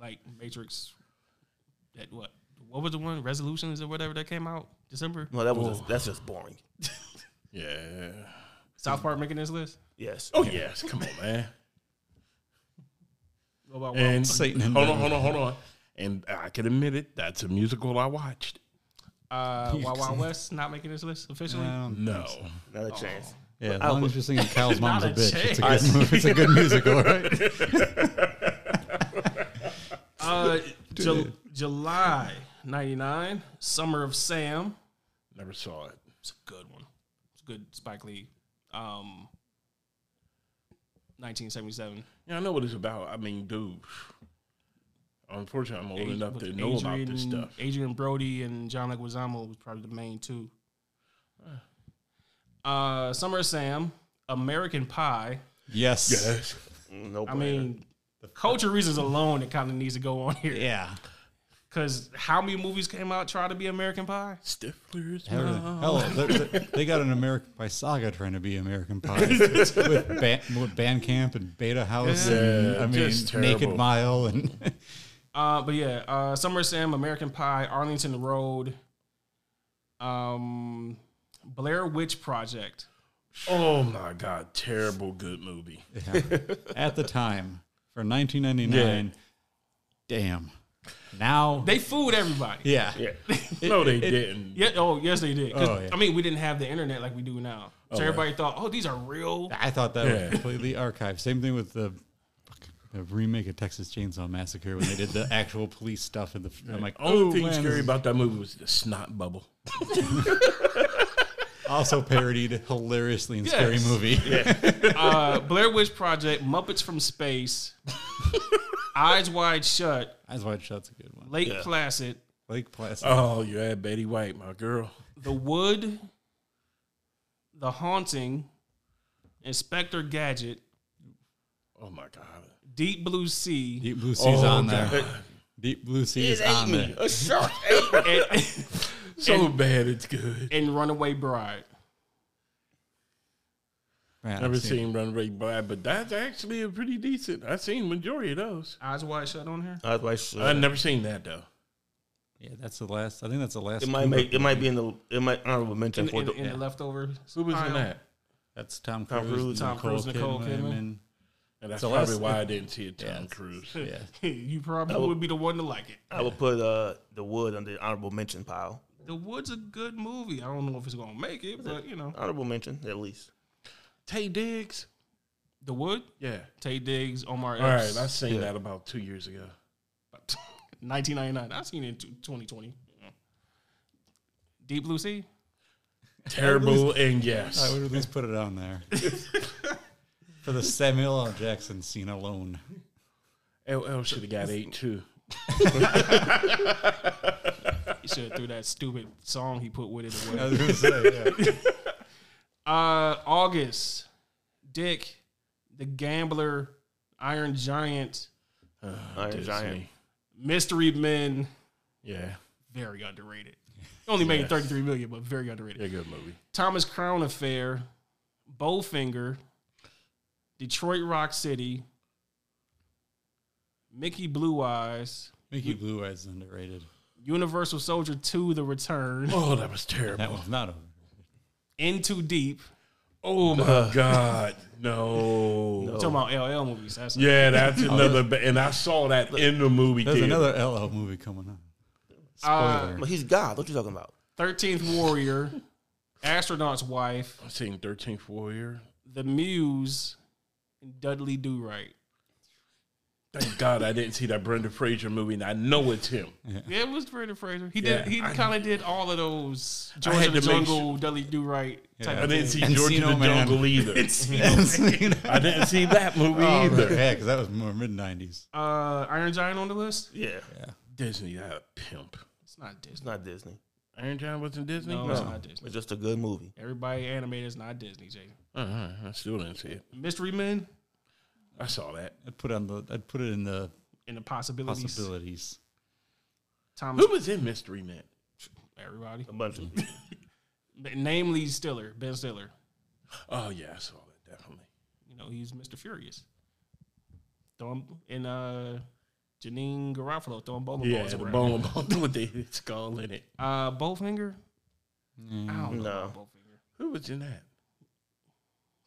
S1: like Matrix. That what? What was the one resolutions or whatever that came out December?
S2: No, that was just, that's just boring.
S3: yeah.
S1: South Park making this list.
S2: Yes.
S3: Oh, yes. Come on, man.
S1: What about Wild-
S3: And
S4: Satan and
S3: hold on,
S4: devil.
S3: hold on, hold on. And I can admit it, that's a musical I watched.
S1: uh, Wild Wild West not making this list officially?
S3: No.
S2: Not a chance.
S4: Yeah, as long as you're singing Cal's mom's a
S1: Not a
S4: bitch. It's a,
S1: chance.
S4: good movie. it's a good musical, right?
S1: Uh, Ju- July '99, Summer of Sam.
S3: Never saw it.
S1: It's a good one. It's a good Spike Lee. Um, 1977.
S3: Yeah, I know what it's about. I mean, dude. Unfortunately, I'm old
S1: A-
S3: enough
S1: with
S3: to know about this
S1: Adrian-
S3: stuff.
S1: Adrian Brody and John Leguizamo was probably the main two. Uh, Summer of Sam, American Pie.
S4: Yes.
S3: Yes.
S2: No.
S1: I
S2: brainer.
S1: mean, culture reasons alone, it kind of needs to go on here.
S4: Yeah.
S1: Because how many movies came out try to be American Pie?
S3: Stifler's
S4: Hell,
S3: Mom.
S4: they're- they're- they got an American Pie saga trying to be American Pie with, ba- with Bandcamp and Beta House. and,
S3: Yeah,
S4: I mean,
S3: just
S4: Naked
S3: terrible.
S4: Mile and
S1: Uh, but yeah, uh, Summer of Sam, American Pie, Arlington Road, um, Blair Witch Project.
S3: Oh, my God. Terrible good movie.
S4: at the time for 1999. Damn. Now,
S1: They fooled everybody.
S4: yeah,
S3: no, they didn't.
S1: Yeah. Oh, yes, they did. 'Cause,
S4: Oh, yeah.
S1: I mean, we didn't have the internet like we do now, so everybody thought, "Oh, these are real."
S4: I thought that
S3: Yeah.
S4: was completely archived. Same thing with the. fuck, the remake of Texas Chainsaw Massacre when they did the actual police stuff and the I'm like oh
S3: Only thing
S4: man, this
S3: scary
S4: is
S3: about that movie was the snot bubble.
S4: also parodied hilariously in
S1: Yes.
S4: Scary Movie.
S1: Uh, Blair Witch Project, Muppets from Space, Eyes Wide Shut,
S4: Eyes Wide Shut's a good one.
S1: Lake Placid,
S4: Lake Placid.
S3: Oh, you had Betty White, my girl.
S1: The Wood, The Haunting, Inspector Gadget,
S3: Oh, my God.
S1: Deep Blue Sea,
S4: Deep Blue Sea's
S3: Oh,
S4: on
S3: God.
S4: there. Deep Blue Sea is
S2: it
S4: on
S2: ate me.
S4: there.
S2: A shark ate me.
S1: and,
S3: So bad, it's good.
S1: and Runaway Bride.
S4: Man, I've
S3: Never seen Runaway Bride, but that's actually a pretty decent. I've seen majority of those.
S1: Eyes Wide Shut on here.
S2: That's why I should-
S3: I've never seen that though.
S4: Yeah, that's the last. I think that's the last.
S2: It might
S4: Kubrick
S2: make it
S4: movie.
S2: might be in the it might honorable mention
S1: In,
S2: for
S1: in,
S2: the
S1: in the leftover.
S3: Who was in that?
S4: That's Tom
S2: Tom
S4: Cruise.
S2: Cruise,
S1: Tom Cruise, Nicole Kidman.
S4: and-
S3: And that's
S4: So
S3: probably
S4: that's-
S3: why I didn't see it. Tom
S4: Yeah.
S3: Cruise.
S4: Yeah,
S1: you probably would be the one to like it.
S2: I would put uh the wood under the honorable mention pile.
S1: The Wood's a good movie. I don't know if it's gonna make it, but you know,
S2: Honorable mention at least.
S3: Tay Diggs.
S1: The Wood,
S3: Yeah.
S1: Tay Diggs, Omar.
S3: All
S1: Epps.
S3: right, I seen that about two years ago.
S1: 1999. I seen it in 2020. Deep Blue Sea.
S3: Terrible and
S4: I
S3: yes.
S4: would at least put it on there for the Samuel L. Jackson scene alone.
S3: LL should have got eight too.
S1: He should have threw that stupid song he put with it
S4: I
S1: away.
S4: was gonna say, yeah.
S1: Uh, August, Dick, The Gambler, Iron Giant,
S2: Iron Giant.
S3: Disney.
S1: Mystery Men.
S3: Yeah.
S1: Very underrated. Only made 33 million, but very underrated.
S3: Yeah, good movie.
S1: Thomas Crown Affair, Bowfinger, Detroit Rock City, Mickey Blue Eyes,
S4: Mickey Blue Eyes underrated.
S1: Universal Soldier 2 The Return,
S3: Oh, that was terrible.
S4: That one's not over.
S1: In Too Deep.
S3: Oh my God, no.
S1: I'm talking about LL movies. That's
S3: Oh. Yeah, that's another. ba- And I saw that in the movie
S4: Oh. There's
S3: theater.
S4: another LL movie coming up. Spoiler.
S2: But he's God. What you talking about?
S1: 13th Uh, Warrior, Astronaut's Wife,
S3: I seen Thirteenth Warrior.
S1: The Muse, and Dudley Do Right.
S3: Thank God I didn't see that Brenda Fraser movie, and I know it's him.
S1: Yeah, it was Brendan Fraser. He
S3: Yeah,
S1: did. He
S3: I-
S1: kind of did all of those
S3: I
S1: George
S3: had
S1: of the
S3: to make
S1: Jungle, Dudley Do Right type.
S4: Yeah.
S3: I
S1: Of
S3: didn't see
S4: Encino
S3: George of the
S4: Man.
S3: Jungle either. I
S4: I
S3: didn't see that movie either.
S4: Yeah, because that was more mid '90s.
S1: uh, Iron Giant on the list.
S2: Yeah,
S3: Disney had a pimp.
S1: It's not Disney.
S2: it's not Disney.
S3: Iron Giant wasn't Disney.
S1: No, it's not Disney.
S2: It's just a good movie.
S1: Everybody animated is not Disney. Jay.
S3: Uh-huh. I still didn't see it.
S1: Mystery Men
S3: I saw that.
S4: I'd put on the. I'd put it in the
S1: and the possibilities.
S4: possibilities.
S1: Thomas.
S3: Who was in Mystery Men?
S1: Everybody,
S2: A bunch of
S1: namely Stiller, Ben Stiller.
S3: Oh yeah, I saw that definitely.
S1: You know he's Mr. Furious. Throwing and uh, Janine Garofalo throwing bowling
S3: Yeah,
S1: balls
S3: the
S1: around.
S3: bone bone with the skull in it.
S1: Uh, Bowfinger. I don't know
S2: No.
S1: about Bowfinger.
S3: Who was in that?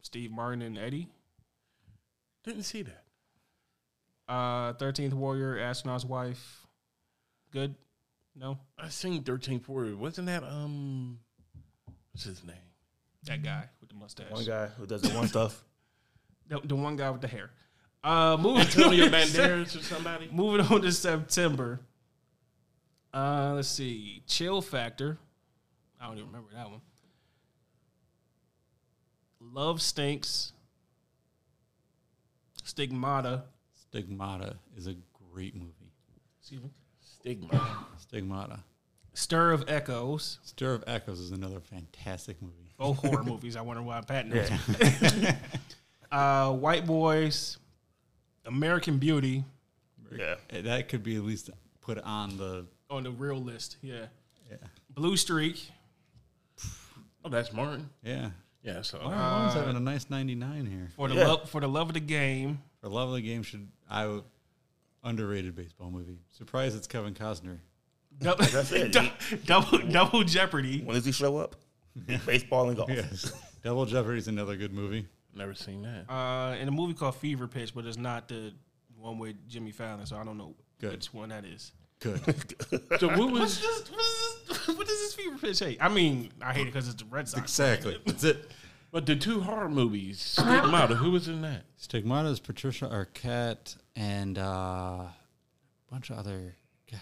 S1: Steve Martin and Eddie.
S3: Didn't see that.
S1: Uh, Thirteenth Warrior, astronaut's wife. Good. No,
S3: I seen Thirteenth Warrior. Wasn't that um, what's his name?
S1: that guy with the mustache.
S2: one guy who does the one stuff.
S1: The, the one guy with the hair. Uh, moving
S3: Antonio
S1: on to Sep-
S3: Banderas or somebody?
S1: Moving on to September. Uh, let's see. Chill Factor. I don't even remember that one. Love Stinks. Stigmata.
S4: Stigmata is a great movie.
S1: Excuse me.
S3: Stigma.
S4: Stigmata.
S1: Stir of Echoes.
S4: Stir of Echoes is another fantastic movie.
S1: both horror movies. I wonder why Patton. knows. uh, White Boys, American Beauty
S2: yeah,
S4: Eh, That could be at least put on the.
S1: on the real list. Yeah. Blue Streak.
S3: Oh, that's Martin.
S4: Yeah.
S3: Yeah, I saw
S4: Martin
S3: that.
S4: Lawrence having a nice 99 here.
S1: For the
S2: Yeah.
S1: love for the love of the game.
S4: For love of the game, should I would- underrated baseball movie? Surprised it's Kevin Costner.
S1: Double,
S2: it.
S1: double double Jeopardy.
S2: When does he show up? Baseball and golf.
S4: Yes. Double Jeopardy is another good movie.
S3: Never seen that.
S1: Uh, and a movie called Fever Pitch, but it's not the one with Jimmy Fallon, so I don't know
S4: Good.
S1: which one that is.
S4: Good.
S3: So what
S1: What's
S3: was?
S1: this, what's this, what does this Fever Pitch hate? I mean, I hate it because it's the Red Sox.
S4: exactly. That's it.
S3: But the two horror movies, Stigmata. Who was in that?
S4: Stigmata is Patricia Arquette and uh, a bunch of other. God,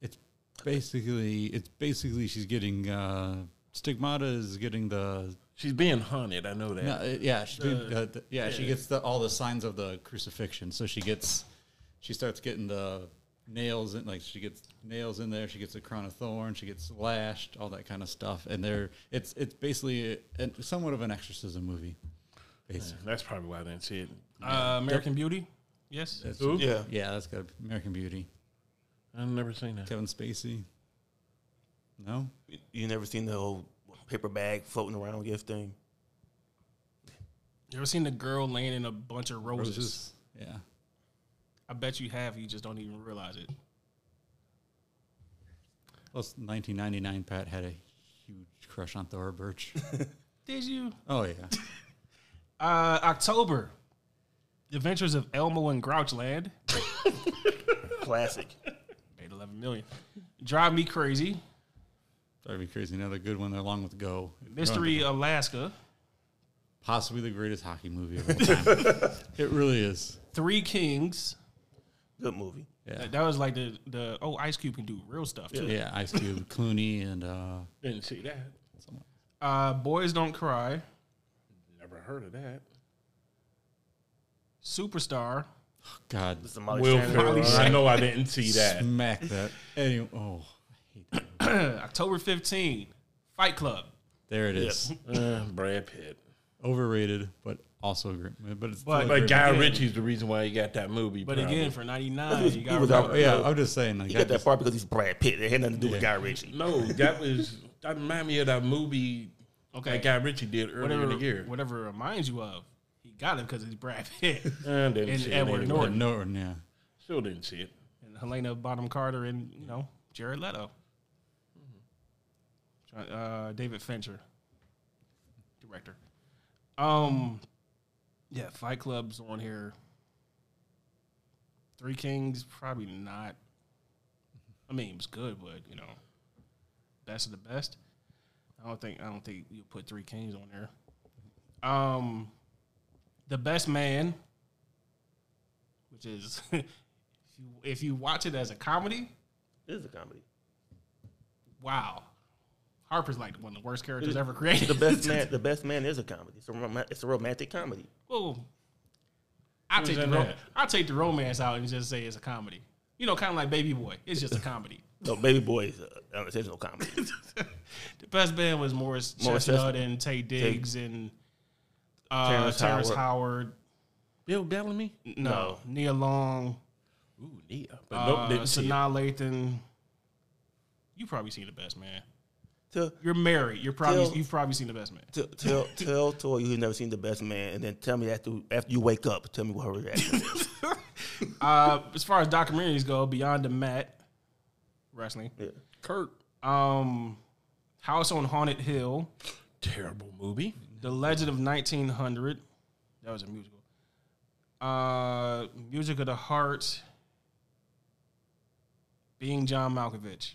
S4: it's basically it's basically she's getting uh, Stigmata is getting the
S3: She's being haunted. I know that.
S4: no, uh, yeah she, uh, the- yeah she gets the, all the signs of the crucifixion. So she gets she starts getting the nails in like she gets nails in there. She gets a crown of thorns. She gets lashed. All that kind of stuff. And they're it's it's basically a, somewhat of an exorcism movie. Basically,
S3: That's probably why I didn't see it.
S1: Uh, American Beauty. Yes.
S4: That's-
S3: Who?
S2: Yeah,
S4: yeah, that's got American Beauty.
S3: I've never seen that.
S4: Kevin Spacey. No,
S2: You- you never seen the old paper bag floating around gift thing?
S1: You ever seen the girl laying in a bunch of roses?
S4: Yeah,
S1: I bet you have. You just don't even realize it.
S4: plus 1999. Pat had a huge crush on Thora Birch.
S1: Did you?
S4: oh yeah,
S1: Uh, October. The Adventures of Elmo and Grouchland.
S2: Classic.
S1: Made 11 million. Drive Me Crazy.
S4: that'd be crazy. Another good one along with Go.
S1: Mystery Alaska.
S4: possibly the greatest hockey movie of all time. it really is.
S1: Three Kings.
S2: Good movie.
S4: Yeah,
S1: That that was like the, the oh, Ice Cube can do real stuff too.
S4: yeah. Ice Cube, Clooney, and uh,
S3: Didn't see that.
S4: someone.
S1: Uh, Boys Don't Cry.
S3: Never heard of that.
S1: Superstar.
S4: God,
S2: This is Molly
S3: Will
S2: Shannon.
S3: Ferrell. I know I didn't see that.
S4: smack that. Anyway, oh, I hate that.
S1: Uh, October 15. Fight Club.
S4: there it is.
S3: Uh, Brad Pitt.
S4: Overrated, but also great. But it's
S1: But-
S4: still a
S3: But
S4: great-
S3: Guy Ritchie's the reason why he got that movie.
S1: But
S3: probably.
S1: again, for 99, you got
S2: was
S1: to
S2: out-
S4: Oh, yeah, I'm just saying. Like,
S2: He
S4: I
S2: got that
S4: just-
S2: part because he's Brad Pitt. It had nothing to do with Guy Ritchie.
S3: no, that was that reminded me of that movie.
S1: Okay.
S3: that Guy Ritchie did earlier
S1: whatever,
S3: in the year.
S1: whatever reminds you of. He got it because he's Brad Pitt.
S3: Uh, didn't
S1: And
S3: see
S1: Edward
S3: it anyway.
S1: Norton.
S4: Norton, yeah.
S3: Still didn't see it.
S1: And Helena Bottom Carter and you know Jared Leto, uh, David Fincher, director. Um, yeah, Fight Club's on here. Three Kings probably not. I mean, it was good, but you know, best of the best. I don't think I don't think you put Three Kings on there. Um, the best man, which is if you if you watch it as a comedy,
S2: This is a comedy.
S1: wow, Harper's like one of the worst characters ever
S2: The
S1: created.
S2: best man. The best man is a comedy. It's a rom- it's a romantic comedy.
S1: Well, I
S3: Who's
S1: take the
S3: in
S1: ro-
S3: that?
S1: I take the romance out and just say it's a comedy. You know, kind of like Baby Boy. It's just a comedy.
S2: No, Baby Boy is a an intentional comedy.
S1: the best band was Morris,
S2: Morris
S1: Chestnut and Tay Diggs and uh, Terrence,
S2: Terrence Howard.
S1: Howard.
S3: Bill Bellamy?
S1: No,
S2: No.
S1: Nia Long,
S3: Ooh, yeah. But
S1: uh,
S3: nope, didn't see it.
S1: Sanaa Lathan. You probably seen the best man.
S2: Tell
S1: You're married. You're probably
S2: Till-
S1: you've probably seen the best man.
S2: tell tell tell Tori you've never seen the best man, and then tell me after after you wake up, tell me what her reaction. is.
S1: Uh, as far as documentaries go, Beyond the Mat, wrestling.
S2: Yeah.
S3: Kurt.
S1: Um, House on Haunted Hill,
S3: Terrible movie.
S1: The Legend of 1900. That was a musical. Uh, Music of the Heart. Being John Malkovich.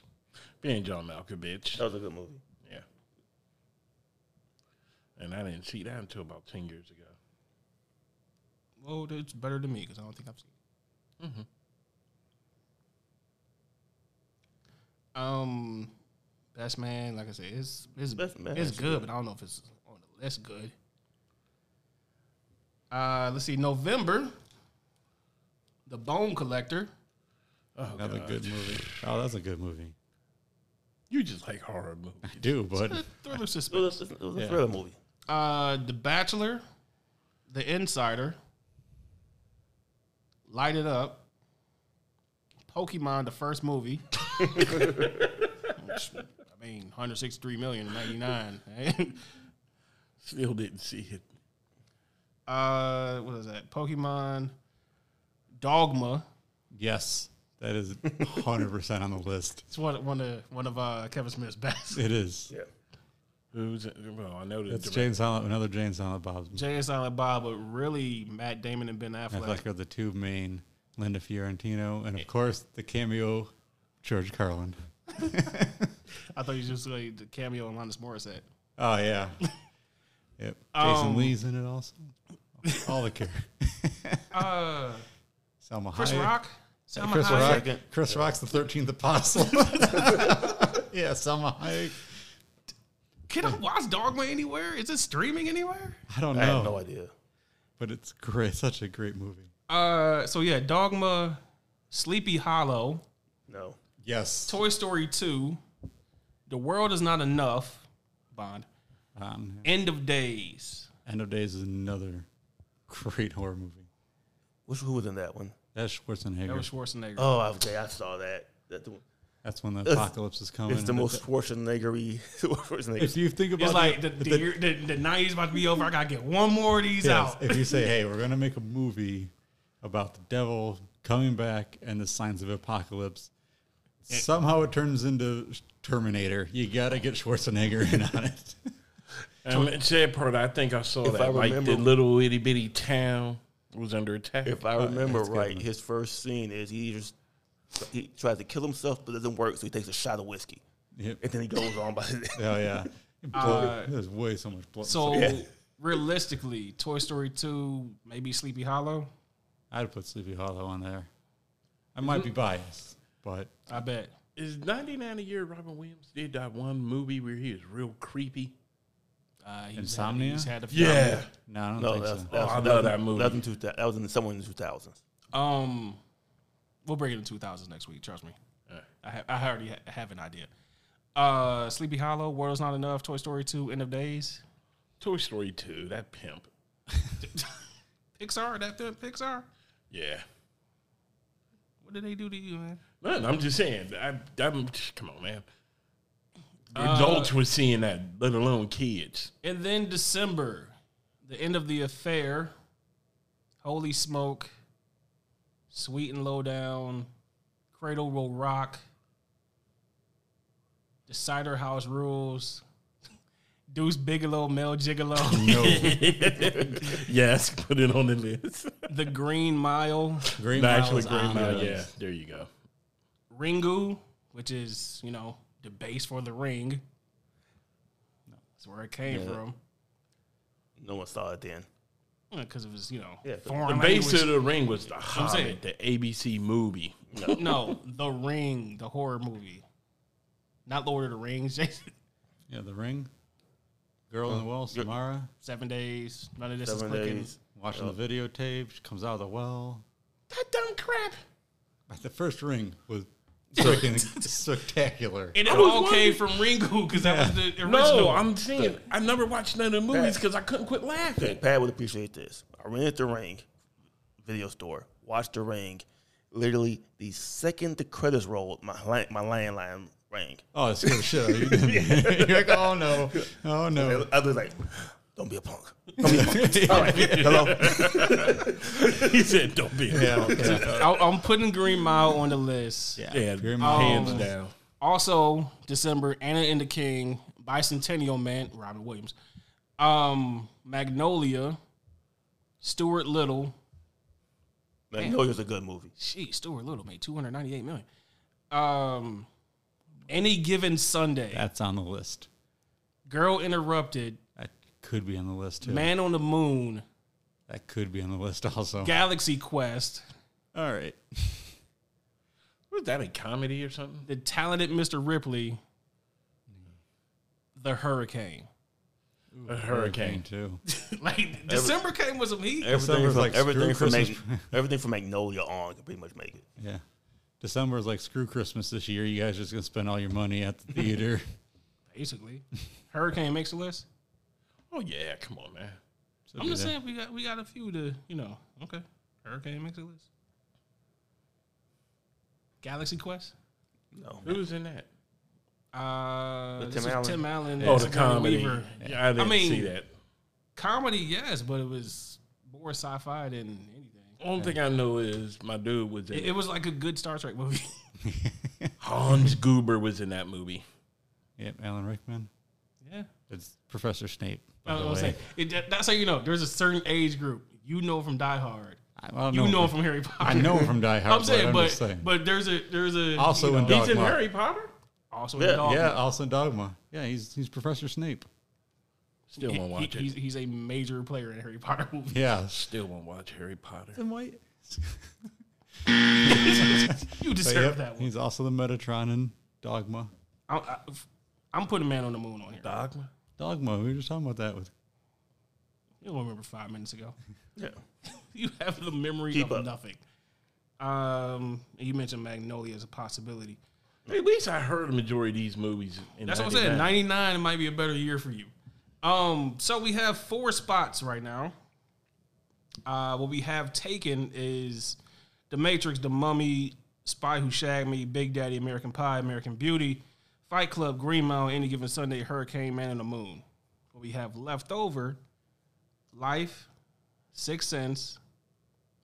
S3: Being John Malkovich.
S2: That was a good movie.
S3: Yeah. And I didn't see that until about 10 years ago.
S1: Well, it's better than me because I don't think I've seen. it. Um, Best Man, like I said, it's it's
S2: Best Man
S1: it's
S2: is
S1: good, but I don't know if it's on the list good. Uh, let's see, November, The Bone Collector.
S3: Oh,
S4: Another
S3: God.
S4: good movie. Oh, that's a good movie.
S3: You just like horror movies.
S4: Do
S1: A
S4: but
S1: thriller
S2: It
S1: suspense.
S2: was, it was a thriller movie.
S1: Uh, The Bachelor, The Insider, Light It Up, Pokemon, the first movie. Which, I mean, 163 million in 99. right?
S3: Still didn't see it.
S1: uh, what is that? Pokemon, Dogma.
S4: yes, that is hundred percent on the list.
S1: It's one, one of one of uh, Kevin Smith's best.
S4: It is.
S2: Yeah.
S3: Who's well, I know the
S4: It's
S3: direct-
S4: James Silent, another James Silent Bob.
S1: Jay and Silent Bob, but really Matt Damon and Ben
S4: I
S1: Affleck.
S4: feel like are the two main Linda Fiorentino, and of course the cameo George Carlin.
S1: I thought you just like the cameo in Linus Morissette.
S4: Oh yeah, yep. Jason
S1: Um,
S4: Lee's in it also. All the characters.
S1: Uh,
S4: Selma
S1: Chris
S4: Hayek.
S1: Rock. Selma
S4: Chris
S1: Hayek.
S4: Rock.
S2: Second.
S4: Chris Rock's the thirteenth apostle. yeah, Selma Hayek.
S1: Can I watch Dogma anywhere? Is it streaming anywhere?
S4: I don't
S2: I
S4: know,
S2: have no idea.
S4: but it's great. Such a great movie.
S1: Uh, so yeah, Dogma, Sleepy Hollow,
S2: No.
S4: Yes,
S1: Toy Story Two, The World Is Not Enough, Bond,
S4: um,
S1: End of Days.
S4: End of Days is another great horror movie.
S2: Which who was in that one?
S4: That's Schwarzenegger.
S1: That was Schwarzenegger.
S2: Oh, okay, I saw that. That the,
S4: That's when the apocalypse is coming.
S2: it's the
S4: and
S2: most Schwarzenegger-y. Schwarzenegger.
S4: If you think about
S1: it's like the
S4: it,
S1: the, year- the, the 90s about to be over. I gotta get one more of these
S4: yes,
S1: out.
S4: if you say, "Hey, we're gonna make a movie about the devil coming back and the signs of apocalypse," somehow it turns into Terminator. You gotta get Schwarzenegger in on it.
S3: Um, it said part I think I saw
S2: If
S3: that
S2: I
S3: like the
S2: remember-
S3: little itty bitty town was under attack.
S2: If I remember
S4: that's good
S2: right,
S4: one.
S2: his first scene is he just he tries to kill himself, but doesn't work, so he takes a shot of whiskey,
S4: Yep.
S2: and then he goes on by. his-
S4: Oh yeah, Blood. there's way so much blood.
S1: Uh, So
S2: Yeah.
S1: realistically, Toy Story Two, maybe Sleepy Hollow.
S4: I'd put Sleepy Hollow on there. I might be biased, but
S1: I bet.
S3: is ninety nine a year Robin Williams did that one movie where he was real creepy.
S1: Uh, he's
S4: Insomnia?
S1: Had, he's had a few.
S3: Yeah.
S4: no, I don't
S2: No,
S4: think
S2: that's,
S4: so.
S2: that's,
S3: Oh, I love
S2: that was-
S3: that movie.
S2: That was, in 2000, that was in someone in the two thousands.
S1: Um, we'll bring it in 2000s next week. Trust me.
S3: Alright.
S1: I, ha- I already ha- have an idea. Uh, Sleepy Hollow, World's Not Enough, Toy Story 2, End of Days.
S3: Toy Story two, that pimp.
S1: Pixar, that film, Pixar.
S3: Yeah.
S1: What did they do to you, man?
S3: None. I'm just saying. I, I'm, come on, man. Adults were seeing that, let alone kids.
S1: And then December, the end of the affair. Holy smoke, sweet and low down, Cradle Will Rock, The Cider House Rules, Deuce Bigelow, Mel Gigolo,
S4: No,
S3: yes, put it on the list.
S1: The Green Mile,
S4: Green
S3: No,
S4: Mile
S3: actually,
S4: is
S3: Green
S4: on
S3: Mile.
S4: the
S3: Yeah,
S4: list.
S3: there you go.
S1: Ringu, which is, you know, the base for the ring. That's where it came
S4: Yeah.
S1: from.
S2: No one saw it then.
S1: Because it was, you know,
S2: Yeah, but
S1: foreign
S3: The base
S1: language.
S3: of the ring was the
S1: saying.
S3: Hobbit, the ABC movie.
S1: no, The Ring, the horror movie. Not Lord of the Rings, Jason.
S4: Yeah, The Ring, Girl in the Well, Samara,
S1: Seven Days. None of this
S2: Seven
S1: is clicking.
S2: days.
S4: watching the videotape. She comes out of the well.
S1: That dumb crap.
S4: Like, The first ring was freaking spectacular.
S1: And it
S3: was
S1: all came
S3: wondering-
S1: from Ringu because that was the original.
S3: No, I'm saying I never watched none of the movies because I couldn't quit laughing.
S2: Pat would appreciate this. I rented the ring, video store, watched the ring. Literally, the second the credits rolled, my li- my landline rang.
S4: Oh, it scared the shit out of you. You're like, oh no, oh no.
S2: I was like, "Don't be a punk." Don't be a punk. All right, hello.
S3: he said, "Don't be." a
S4: Yeah, yeah.
S1: I- I'm putting Green Mile on the list.
S3: Yeah,
S4: Green Mile.
S3: hands
S1: Oh.
S3: down.
S1: Also, December, Anna and the King, Bicentennial Man, Robin Williams, um, Magnolia, Stuart Little.
S2: Magnolia's a good movie.
S1: She Stuart Little made 298 million. Um, any given Sunday,
S4: That's on the list.
S1: Girl Interrupted,
S4: That could be on the list too.
S1: Man on the Moon,
S4: That could be on the list also.
S1: Galaxy Quest,
S4: All right.
S3: Was that a comedy or something?
S1: The Talented Mr. Ripley, The Hurricane.
S3: A hurricane.
S4: too.
S1: Like December came with some heat.
S2: Everything
S4: December's
S2: from
S4: like,
S2: everything
S4: screw
S2: from Mag-
S4: Christmas.
S2: everything from Magnolia on can pretty much make it.
S4: Yeah. December is like screw Christmas this year. You guys just gonna spend all your money at the theater.
S1: Basically, Hurricane makes a list.
S3: Oh yeah, come on, man.
S4: So
S1: I'm
S4: do
S1: just
S4: that.
S1: saying we got we got a few to you know. Okay, Hurricane makes a list. Galaxy Quest.
S2: No,
S3: Who was in that?
S1: Uh,
S2: With
S1: this
S2: Tim
S1: was
S2: Allen.
S1: Tim Allen.
S3: Oh,
S1: and
S3: the
S1: Sigourney
S3: comedy.
S1: Weaver.
S3: Yeah, I didn't
S1: mean-
S3: see that.
S1: Comedy, yes, but it was more sci-fi than anything.
S3: Only thing I know is my dude was in
S1: It,
S3: it.
S1: it was like a good Star Trek movie.
S3: Hans Gruber was in that movie.
S4: Yep, Alan Rickman.
S1: yeah,
S4: It's Professor Snape. By
S1: that's
S4: the
S1: what I'm
S4: way.
S1: saying. It, that- that's how you know there's a certain age group. You know from Die Hard.
S4: I, well, I
S1: You
S4: him
S1: know
S4: from-
S1: from Harry Potter.
S4: I know him from Die Hard.
S1: I'm saying,
S4: I'm
S1: but
S4: just saying.
S1: but there's a there's a
S4: Also
S1: you
S4: in
S1: know,
S4: Dog-
S3: He's in
S4: Dogma.
S3: Harry Potter.
S1: also
S2: Yeah,
S1: in Dogma.
S4: yeah, also Dogma. Yeah, he's he's Professor Snape.
S3: Still
S1: He-
S3: won't watch
S1: he-
S3: it.
S1: he's, he's a major player in Harry Potter movies.
S4: Yeah.
S3: Still won't watch Harry Potter.
S4: And white.
S1: You
S4: But
S1: deserve
S4: yep,
S1: that one.
S4: he's also the Metatron in Dogma.
S1: I, I, I'm putting Man on the Moon on here.
S3: Dogma.
S4: Dogma. We were just talking about that with
S1: You don't remember five minutes ago.
S2: yeah.
S1: you have the memory
S2: Keep
S1: of
S2: up.
S1: nothing. Um, you mentioned Magnolia as a possibility.
S3: At least I heard the majority of these movies. In
S1: That's what I'm saying. 99 might be a better year for you. Um, so we have four spots right now. Uh, what we have taken is The Matrix, The Mummy, Spy Who Shagged Me, Big Daddy, American Pie, American Beauty, Fight Club, Green Mile, Any Given Sunday, Hurricane, Man on the Moon. What we have left over, Life, Sixth Sense,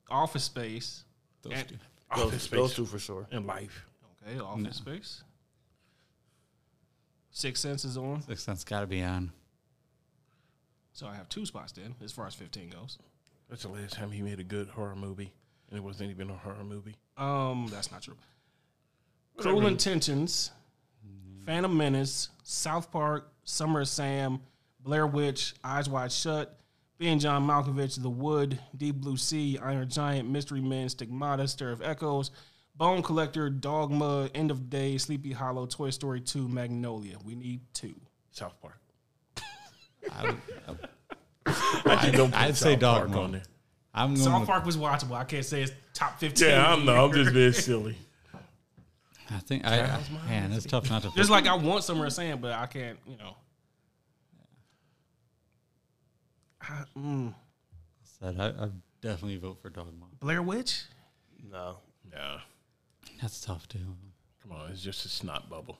S1: Office Space.
S4: those
S1: And-
S4: two.
S3: Office
S2: Those,
S3: Space
S2: those two for sure.
S3: in life.
S1: Okay, Office Space. Sixth Sense is on.
S4: Sixth Sense got to be on.
S1: So I have two spots then, as far as 15 goes.
S3: That's the last time he made a good horror movie, and it wasn't even a horror movie.
S1: Um, that's not true. Cruel Intentions, Phantom Menace, South Park, Summer of Sam, Blair Witch, Eyes Wide Shut, Being John Malkovich, The Wood, Deep Blue Sea, Iron Giant, Mystery Men, Stigmata, Stir of Echoes, Bone Collector, Dogma, End of Day, Sleepy Hollow, Toy Story 2, Magnolia. We need two.
S3: South Park.
S4: I would,
S3: I don't put
S4: I'd say
S3: South Park
S4: Dogma.
S3: on there.
S4: I'm going.
S1: South
S4: with-
S1: Park was watchable. I can't say it's top 15.
S3: Yeah, I'm no, I'm just being silly.
S4: I think. I, I, man, it's tough not to.
S1: Just like I want Summer of Sam, but I can't, you know.
S4: Said, I, I definitely vote for Dogma.
S1: Blair Witch?
S2: No,
S3: Nah,
S4: That's tough too.
S3: come on, it's just a snot bubble.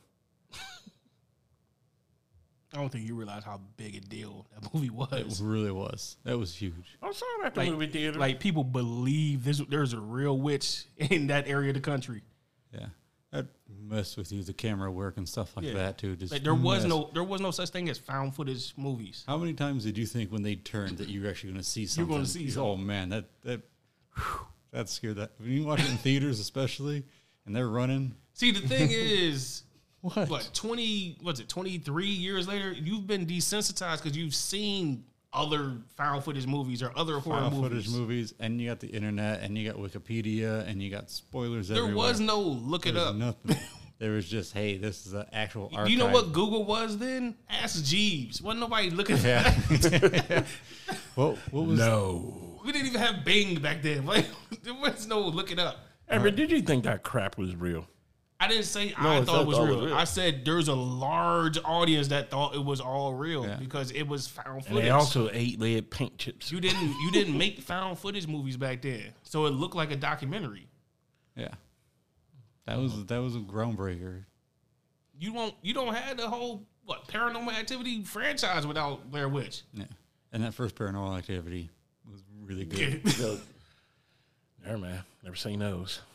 S1: I don't think you realize how big a deal that movie
S4: It
S1: was.
S4: really was. That was huge.
S3: I saw it at the
S1: Like-
S3: movie theater.
S1: Like people believe there's there's a real witch in that area of the country.
S4: Yeah. I'd mess with you, the camera work and stuff like
S1: Yeah.
S4: that too. Just
S1: Like there was
S4: mess.
S1: no there was no such thing as found footage movies.
S4: How many times did you think when they turned that you were actually going to see
S1: You're
S4: something?
S1: gonna see
S4: Oh man, that that whew, that scared that. When you watch it in theaters, especially, and they're running.
S1: See, the thing is,
S4: What?
S1: what twenty? What's it? Twenty three years later, you've been desensitized because you've seen other found footage movies or other horror
S4: Found
S1: movies.
S4: footage movies, and you got the internet, and you got Wikipedia, and you got spoilers
S1: There
S4: everywhere.
S1: was no look it
S4: There was
S1: up.
S4: nothing. there was just, hey, this is an actual. Archive.
S1: Do you know what Google was then? Ask Jeeves. Wasn't nobody looking.
S4: Yeah. what, what was?
S3: No.
S1: We didn't even have Bing back then. Like, there was no looking up.
S3: Ever did you think that crap was real?
S1: I didn't say I
S2: No,
S1: thought it was
S2: thought
S1: real. I said there's a large audience that thought it was all real
S4: Yeah.
S1: because it was found
S3: And
S1: footage.
S3: they also ate lead paint chips.
S1: you didn't you didn't make found footage movies back then, so it looked like a documentary.
S4: Yeah, that was that was a groundbreaker.
S1: You won't you don't have the whole what paranormal activity franchise without Blair Witch.
S4: Yeah, and that first Paranormal Activity was really good.
S2: So,
S3: Never man, never seen those.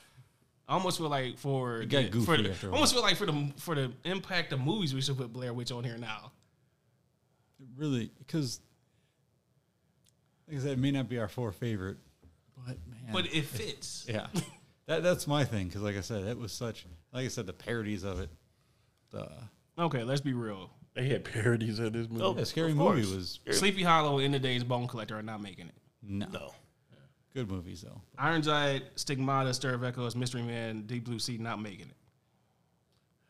S1: I almost feel like for
S4: got
S1: the-
S4: goofy
S1: for the,
S4: after a
S1: I almost feel like for the for the impact of movies we should put Blair Witch on here now.
S4: really because like I said, it may not be our four favorite, but man,
S1: But it fits.
S4: yeah, that that's my thing because like I said, it was such like I said the parodies of it. The
S1: Okay, let's be real.
S3: They had parodies of this movie.
S1: Oh.
S4: yeah, scary
S2: of
S4: movie
S2: course.
S4: was
S1: Sleepy Hollow and the Day's Bone Collector are not making it.
S4: no,
S2: no.
S4: good movies though.
S1: Iron Giant, Stigmata, Stir of Echoes, Mystery Man, Deep Blue Sea not making it.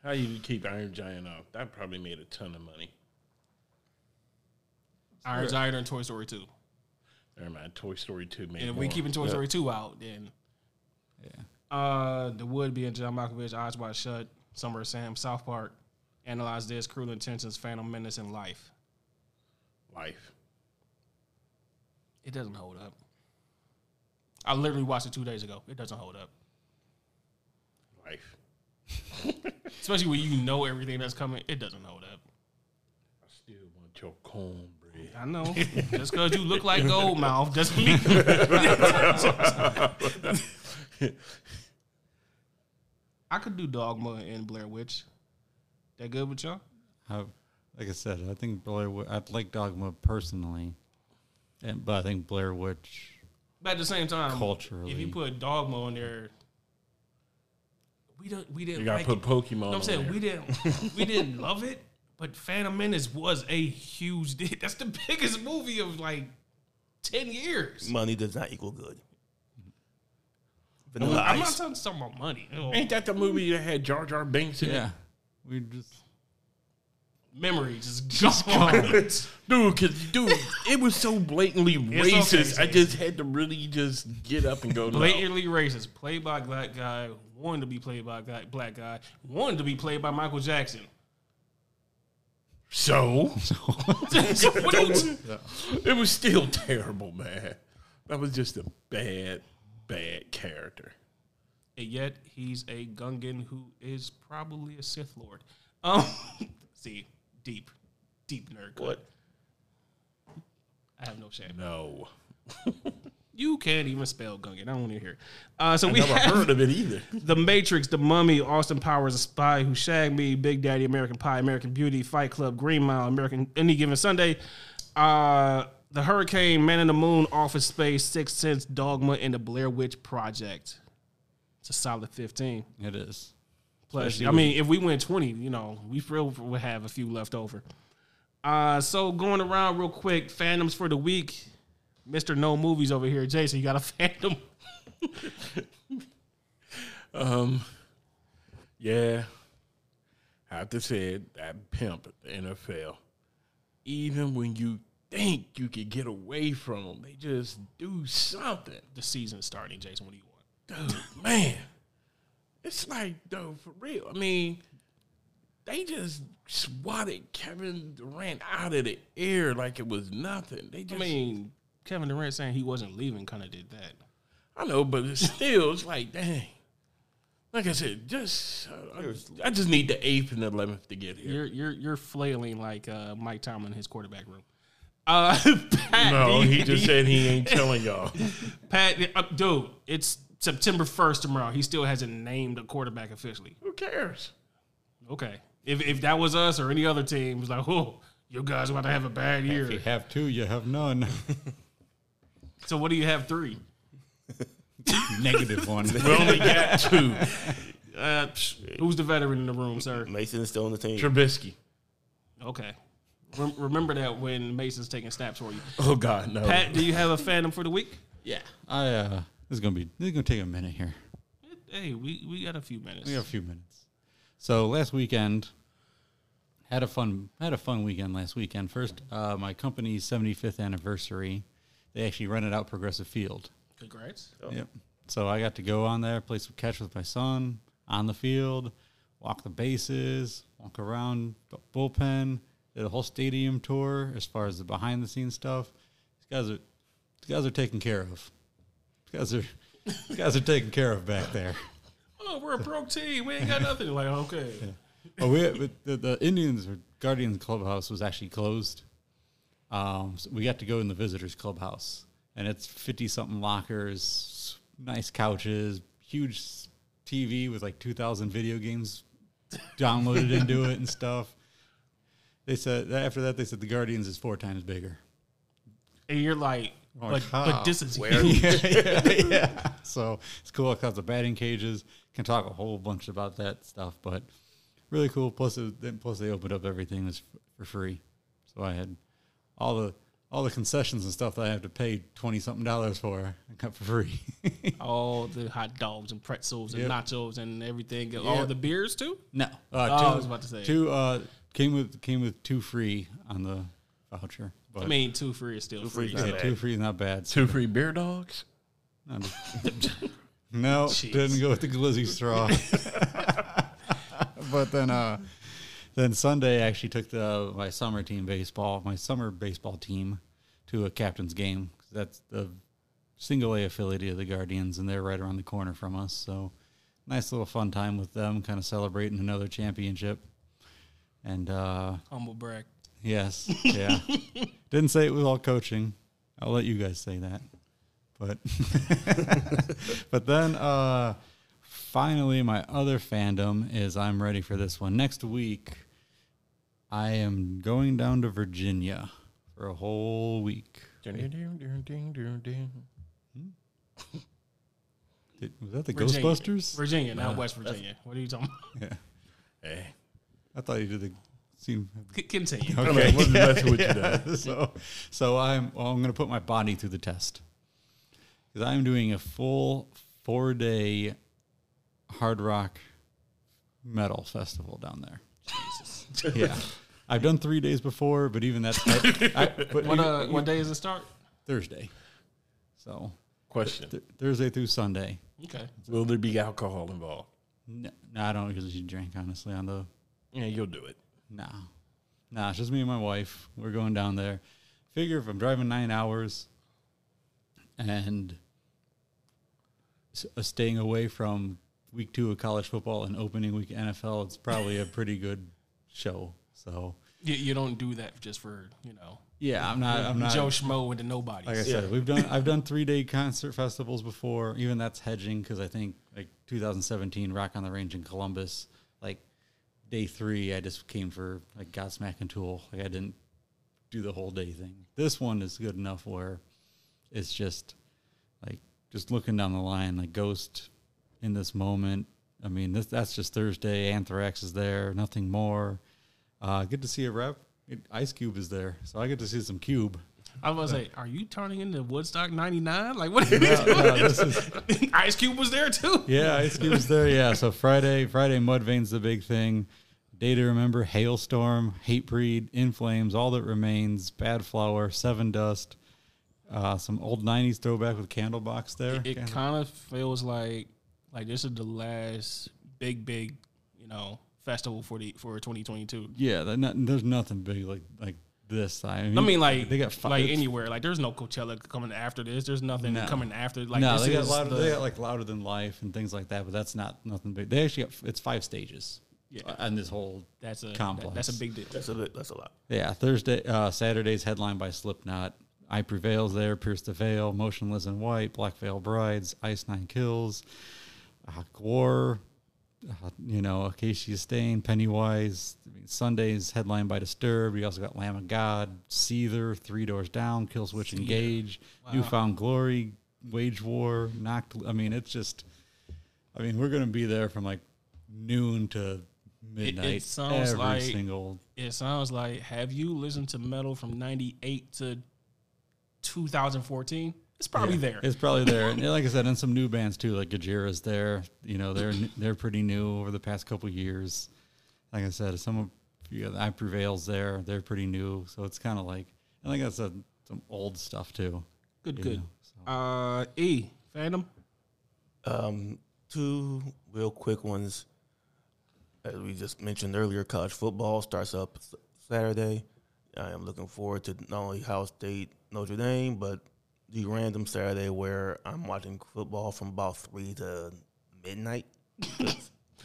S3: How you keep Iron Giant off? That probably made a ton of money.
S1: Iron Giant and Toy Story 2.
S3: Never mind. Toy Story Two made.
S1: And if
S3: more.
S1: we keeping Toy Story 2 out, then
S4: Yeah,
S1: uh, The Wood being John Malkovich, Eyes Wide Shut, Summer of Sam, South Park, Analyze This, Cruel Intentions, Phantom Menace, and Life.
S3: life.
S1: It doesn't hold up. I literally watched it two days ago. It doesn't hold up.
S3: Life.
S1: Especially when you know everything that's coming, it doesn't hold up.
S3: I still want your cornbread.
S1: I know. Just because you look like Goldmouth doesn't mean. I could do Dogma and Blair Witch. That good with y'all?
S4: How, like I said, I think Blair. Wi- I like Dogma personally, and but I think Blair Witch.
S1: But at the same time,
S4: Culturally.
S1: if you put Dogma on there, we don't. We didn't.
S3: You gotta
S1: like
S3: put
S1: it.
S3: Pokemon.
S1: You know what I'm
S3: on
S1: saying
S3: there.
S1: we didn't. We didn't love it, but Phantom Menace was a huge. di- That's the biggest movie of like ten years.
S2: Money does not equal good. Vanilla
S1: I'm not
S2: ice.
S1: talking, talking about money.
S3: Ain't that the movie that had Jar Jar Binks in it?
S4: Yeah, we just
S1: memories is gone.
S3: Oh, Dude, cause dude, it was so blatantly
S1: It's okay,
S3: racist. I
S1: Jason.
S3: just had to really just get up and go. no.
S1: Blatantly racist. Played by black guy. Wanted to be played by guy, black guy. Wanted to be played by Michael Jackson.
S3: So
S1: So what else?
S3: it was still terrible, man. That was just a bad, bad character.
S1: And yet he's a Gungan who is probably a Sith Lord. Um, see, deep, deep nerd. cut.
S2: What?
S1: I have no shame.
S3: No,
S1: You can't even spell Gungan. I don't want to hear. it. Uh, so we
S3: never
S1: have
S3: heard of it either.
S1: The Matrix, The Mummy, Austin Powers, A Spy Who Shagged Me, Big Daddy, American Pie, American Beauty, Fight Club, Green Mile, American Any Given Sunday, uh, The Hurricane, Man in the Moon, Office Space, Sixth Sense, Dogma, and The Blair Witch Project. It's a solid fifteen.
S4: it is.
S1: Plus,
S4: Especially
S1: I
S4: with-
S1: mean, if we win twenty, you know, we still would have a few left over. Uh, so going around real quick, fandoms for the week. Mister No Movies over here, Jason, you got a fandom?
S3: Um, yeah, I have to say it, that pimp at the NFL. Even when you think you could get away from them, they just do something.
S1: The season's starting, Jason. What do you want?
S3: Dude, man, it's like though for real. I mean, they just swatted Kevin Durant out of the air like it was nothing. They
S1: I
S3: just, I
S1: mean, Kevin Durant saying he wasn't leaving kind of did that.
S3: I know, but it's still, it's like, dang. Like I said, just I- I, I just need the eighth and eleventh to get here.
S1: You're you're you're flailing like uh, Mike Tomlin in his quarterback room. Uh, Pat,
S3: No,
S1: do you-
S3: he just said he ain't telling y'all.
S1: Pat, uh, dude, it's September first tomorrow. He still hasn't named a quarterback officially.
S3: Who cares?
S1: Okay, if if that was us or any other team, it was like, oh, you guys about to have a bad
S4: If you
S1: year.
S4: have two, you have none.
S1: So what do you have three?
S4: Negative one.
S3: We only got two.
S1: Uh, psh, who's the veteran in the room, sir?
S2: Mason is still on the team.
S3: Trubisky.
S1: Okay, Rem- remember that when Mason's taking snaps for you.
S3: Oh God, no.
S1: Pat, do you have a fandom for the week?
S4: yeah. I uh, this is gonna be this is gonna take a minute here.
S1: Hey, we, we got a few minutes.
S4: We have a few minutes. So last weekend had a fun had a fun weekend last weekend. First, uh, my company's 75th anniversary. They actually rented out Progressive Field.
S1: Congrats.
S4: Yep. So I got to go on there, play some catch with my son on the field, walk the bases, walk around the bullpen, did a whole stadium tour as far as the behind the scenes stuff. These guys are these guys are taken care of. These guys are these guys are taken care of back there.
S1: Oh, we're a broke team. We ain't got nothing. Like, okay.
S4: But Oh, we but the, the Indians or Guardians clubhouse was actually closed. Um, so we got to go in the visitors clubhouse, and it's fifty something lockers, nice couches, huge s- TV with like two thousand video games downloaded into it and stuff. They said after that they said the Guardians is four times bigger.
S1: And you're like, but,
S4: how?
S1: but this is
S2: Where?
S1: huge.
S4: yeah. So it's cool. It comes with batting cages. Can talk a whole bunch about that stuff, but really cool. Plus, it, then plus they opened up everything that's f- for free. So I had all the all the concessions and stuff that I have to pay twenty something dollars for. I got for free.
S1: all the hot dogs and pretzels and
S4: Yep.
S1: nachos and everything. All
S4: Yep.
S1: the beers too.
S4: no, uh,
S1: Oh, I was about to say.
S4: two uh, came with came with two free on the voucher. But
S1: I mean, two free is still free.
S2: free.
S4: yeah,
S2: not
S4: two
S2: bad.
S4: free is not bad.
S3: two free beer dogs.
S4: Not a- no, didn't go with the glizzy straw. but then, uh, then Sunday I actually took the my summer team baseball, my summer baseball team, to a captain's game. That's the single A affiliate of the Guardians, and they're right around the corner from us. So, nice little fun time with them, kind of celebrating another championship. And uh,
S1: Humble brag.
S4: yes, yeah, didn't say it was all coaching. I'll let you guys say that but but then uh finally my other fandom is I'm ready for this one next week I am going down to Virginia for a whole week
S3: Virginia.
S4: Did- was that the
S1: Virginia.
S4: Ghostbusters
S1: Virginia, not West Virginia. What are you talking?
S4: yeah
S3: Eh,
S4: I thought you did the scene
S1: about? Continue.
S3: Okay. What's the best with you
S4: Yeah,
S3: done?
S4: so so I'm well, I'm going to put my body through the test because I'm doing a full four day hard rock metal festival down there. Jesus. yeah, I've done three days before, but even that's I, I, but
S1: What
S4: even-
S1: uh, what day does it start?
S4: Thursday. So
S3: Question:
S4: th- Thursday through Sunday.
S1: Okay.
S3: Will there be alcohol involved?
S4: No, no I don't usually drink honestly on the
S3: Yeah, you'll do it.
S4: No. No, it's just me and my wife. We're going down there. Figure if I'm driving nine hours and s- uh, staying away from week two of college football and opening week NFL, it's probably a pretty good show. So,
S1: You, you don't do that just for you know
S4: yeah, I'm not, I'm not,
S1: Joe Schmo into nobody.
S4: like I said, we've done, I've done three day concert festivals before. Even that's hedging because I think like 2017 Rock on the Range in Columbus, like day three, I just came for like Godsmack and Tool. Like I didn't do the whole day thing. This one is good enough where it's just like just looking down the line, like Ghost in this moment. I mean, this, that's just Thursday. Anthrax is there, nothing more. Uh, good to see a rep. Ice Cube is there, so I get to see some Cube.
S1: I was like, are you turning into Woodstock '99? Like what? Is
S4: No, this is
S1: Ice Cube was there too.
S4: Yeah, Ice Cube's there. Yeah, so Friday, Friday, Mudvayne's the big thing. Day to remember, Hailstorm, Hatebreed, In Flames, All That Remains, Bad Flower, Seven Dust, uh, some old '90s throwback with Candlebox there.
S1: it kind of feels like like this is the last big big you know festival for the for 2022
S4: yeah, they're not, there's nothing big like like this. I mean,
S1: I mean, like
S4: they got fi-
S1: like
S4: it's-
S1: anywhere. Like, there's no Coachella coming after this. There's nothing
S4: No.
S1: coming after. Like,
S4: no,
S1: this
S4: they got,
S1: is
S4: louder,
S1: the-
S4: they got like louder than life and things like that, but that's not nothing big. They actually got it's five stages.
S1: Yeah.
S4: on this whole
S1: that's a that-
S4: complex.
S1: that's a big deal.
S2: That's a bit, that's a lot.
S4: Yeah, Thursday, uh, Saturday's headlined by Slipknot. I Prevails there, Pierce the Veil, Motionless in White, Black Veil Brides, Ice Nine Kills, uh, Gore, uh, you know, Acacia Stain, Pennywise. I mean, Sunday's headlined by Disturbed. We also got Lamb of God, Seether, Three Doors Down, Killswitch Engage, Newfound Glory, Wage War, Knocked. I mean, it's just, I mean, we're going to be there from like noon to midnight
S1: sounds
S4: every
S1: like-
S4: single
S1: It sounds like have you listened to metal from '98 to 2014? It's probably
S4: Yeah,
S1: there.
S4: It's probably there. And like I said, and some new bands too, like Gajira's there. You know, they're they're pretty new over the past couple years. Like I said, some of you know, I Prevail's there. They're pretty new, so it's kind of like I think that's a, some old stuff too.
S1: good,
S4: you
S1: good.
S4: know, so.
S1: Uh, E Phantom.
S2: Um, two real quick ones. As we just mentioned earlier, college football starts up s- Saturday. I am looking forward to not only Ohio State, Notre Dame, but the random Saturday where I'm watching football from about three to midnight.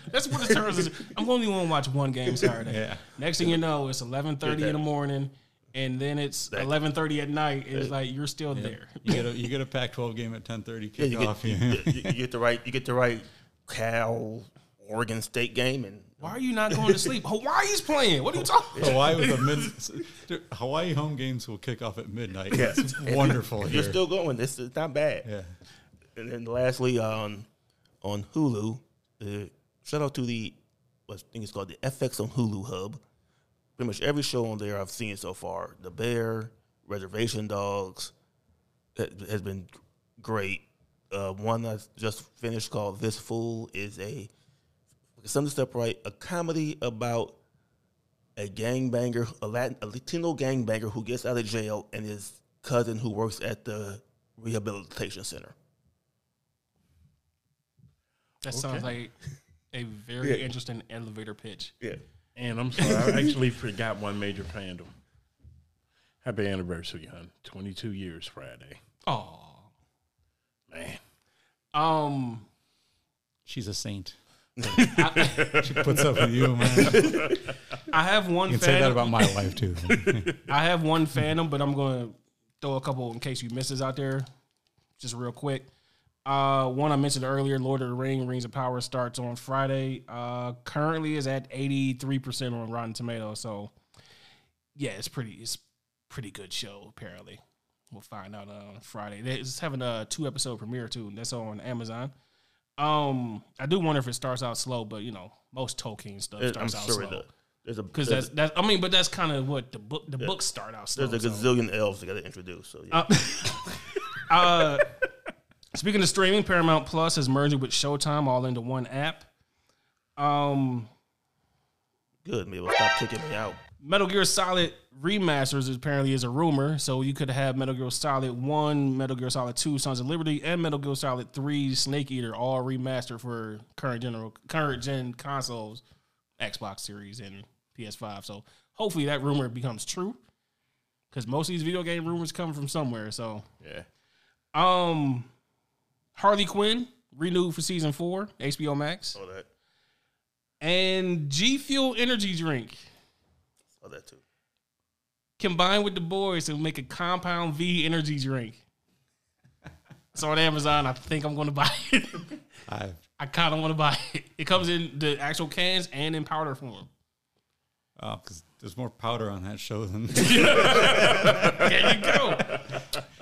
S1: That's what it turns. into. I'm only going to watch one game Saturday. Next thing you know, it's 11:30 in the morning, and then it's 11:30 at night. It's like you're still there.
S4: You get a you get a Pac-12 game at 10:30
S2: Yeah, you
S4: kickoff.
S2: get, you, you- you get the right, you get the right Cal Oregon State game, and
S1: Why are you not going to sleep? Hawaii's playing. What are you talking? about?
S4: Hawaii with a mid, dude, Hawaii home games will kick off at midnight. It's wonderful
S2: you're
S4: here.
S2: still going. This is not bad.
S4: yeah.
S2: And then lastly, on on Hulu, uh, shout out to the what I think it's called the FX on Hulu Hub. Pretty much every show on there I've seen so far, The Bear, Reservation Dogs, ha- has been great. Uh, one I just finished called This Fool is a something step right, a comedy about a gangbanger, a Latin, a Latino gangbanger who gets out of jail and his cousin who works at the rehabilitation center.
S1: That sounds like a very interesting elevator pitch.
S2: Yeah.
S3: And I'm sorry, I actually forgot one major fandom. Happy anniversary, hon. 22 years Friday.
S1: Oh,
S3: Man.
S1: um,
S4: She's a saint. she puts up with you, man. You can
S1: I have one. You
S4: say that about my life too.
S1: I have one fandom, but I'm going to throw a couple in case you misses out there, just real quick. Uh, one I mentioned earlier, Lord of the Ring, Rings of Power starts on Friday. Uh, currently is at 83% on Rotten Tomatoes, so yeah, it's pretty it's pretty good show apparently. We'll find out on Friday. They- It's having a two episode premiere too. and That's on Amazon. Um, I do wonder if it starts out slow, but you know, most Tolkien stuff
S2: It-
S1: starts
S2: I'm
S1: out
S2: sure
S1: slow.
S2: it does. There's a
S1: Because
S2: there's,
S1: that's that's I mean, but that's kind of what the book the books start out. Slow,
S2: there's a
S1: so.
S2: gazillion elves that got to introduce. So yeah.
S1: uh, speaking of streaming, Paramount Plus has merged with Showtime all into one app. Um,
S2: good. Maybe stop kicking me out.
S1: Metal Gear Solid remasters apparently is a rumor, so you could have Metal Gear Solid One, Metal Gear Solid Two, Sons of Liberty, and Metal Gear Solid Three, Snake Eater, all remastered for current general current gen consoles, Xbox Series and PS5. So hopefully that rumor becomes true, because most of these video game rumors come from somewhere. So
S3: Yeah.
S1: Um, Harley Quinn renewed for season four, HBO Max,
S2: All that.
S1: and G Fuel energy drink
S2: All that too.
S1: combined with the boys to make a Compound V energy drink. It's on Amazon. I think I'm going to buy it.
S4: I've
S1: I kind of want to buy it. It comes in the actual cans and in powder form.
S4: Oh, because there's more powder on that show than
S1: There you go.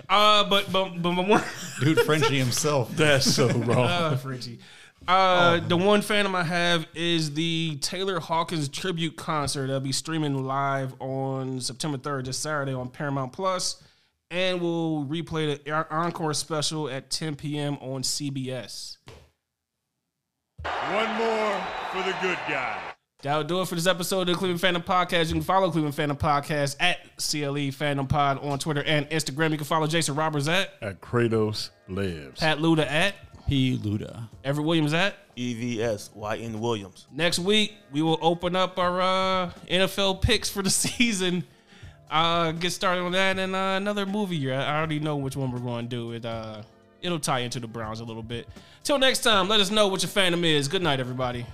S1: Uh, but but but, but one.
S4: dude Frenchie himself.
S3: That's so wrong.
S1: Uh, Frenchie. Uh, the one phantom I have is the Taylor Hawkins tribute concert that'll be streaming live on September 3rd, this Saturday on Paramount Plus, and we'll replay the en- encore special at 10 p.m. on CBS.
S5: One more for the good guy.
S1: That'll do it for this episode of the Cleveland Phantom Podcast. You can follow Cleveland Phantom Podcast at CLE Phantom Pod on Twitter and Instagram. You can follow Jason Roberts at
S3: At Kratos lives.
S1: Pat Luda at
S4: P. Luda.
S1: Everett Williams at.
S2: E EVS YN Williams.
S1: next week we will open up our uh, NFL picks for the season. Uh, get started on that and uh, another movie year. I already know which one we're going to do. It uh, it'll tie into the Browns a little bit. Till next time, let us know what your fandom is. Good night, everybody.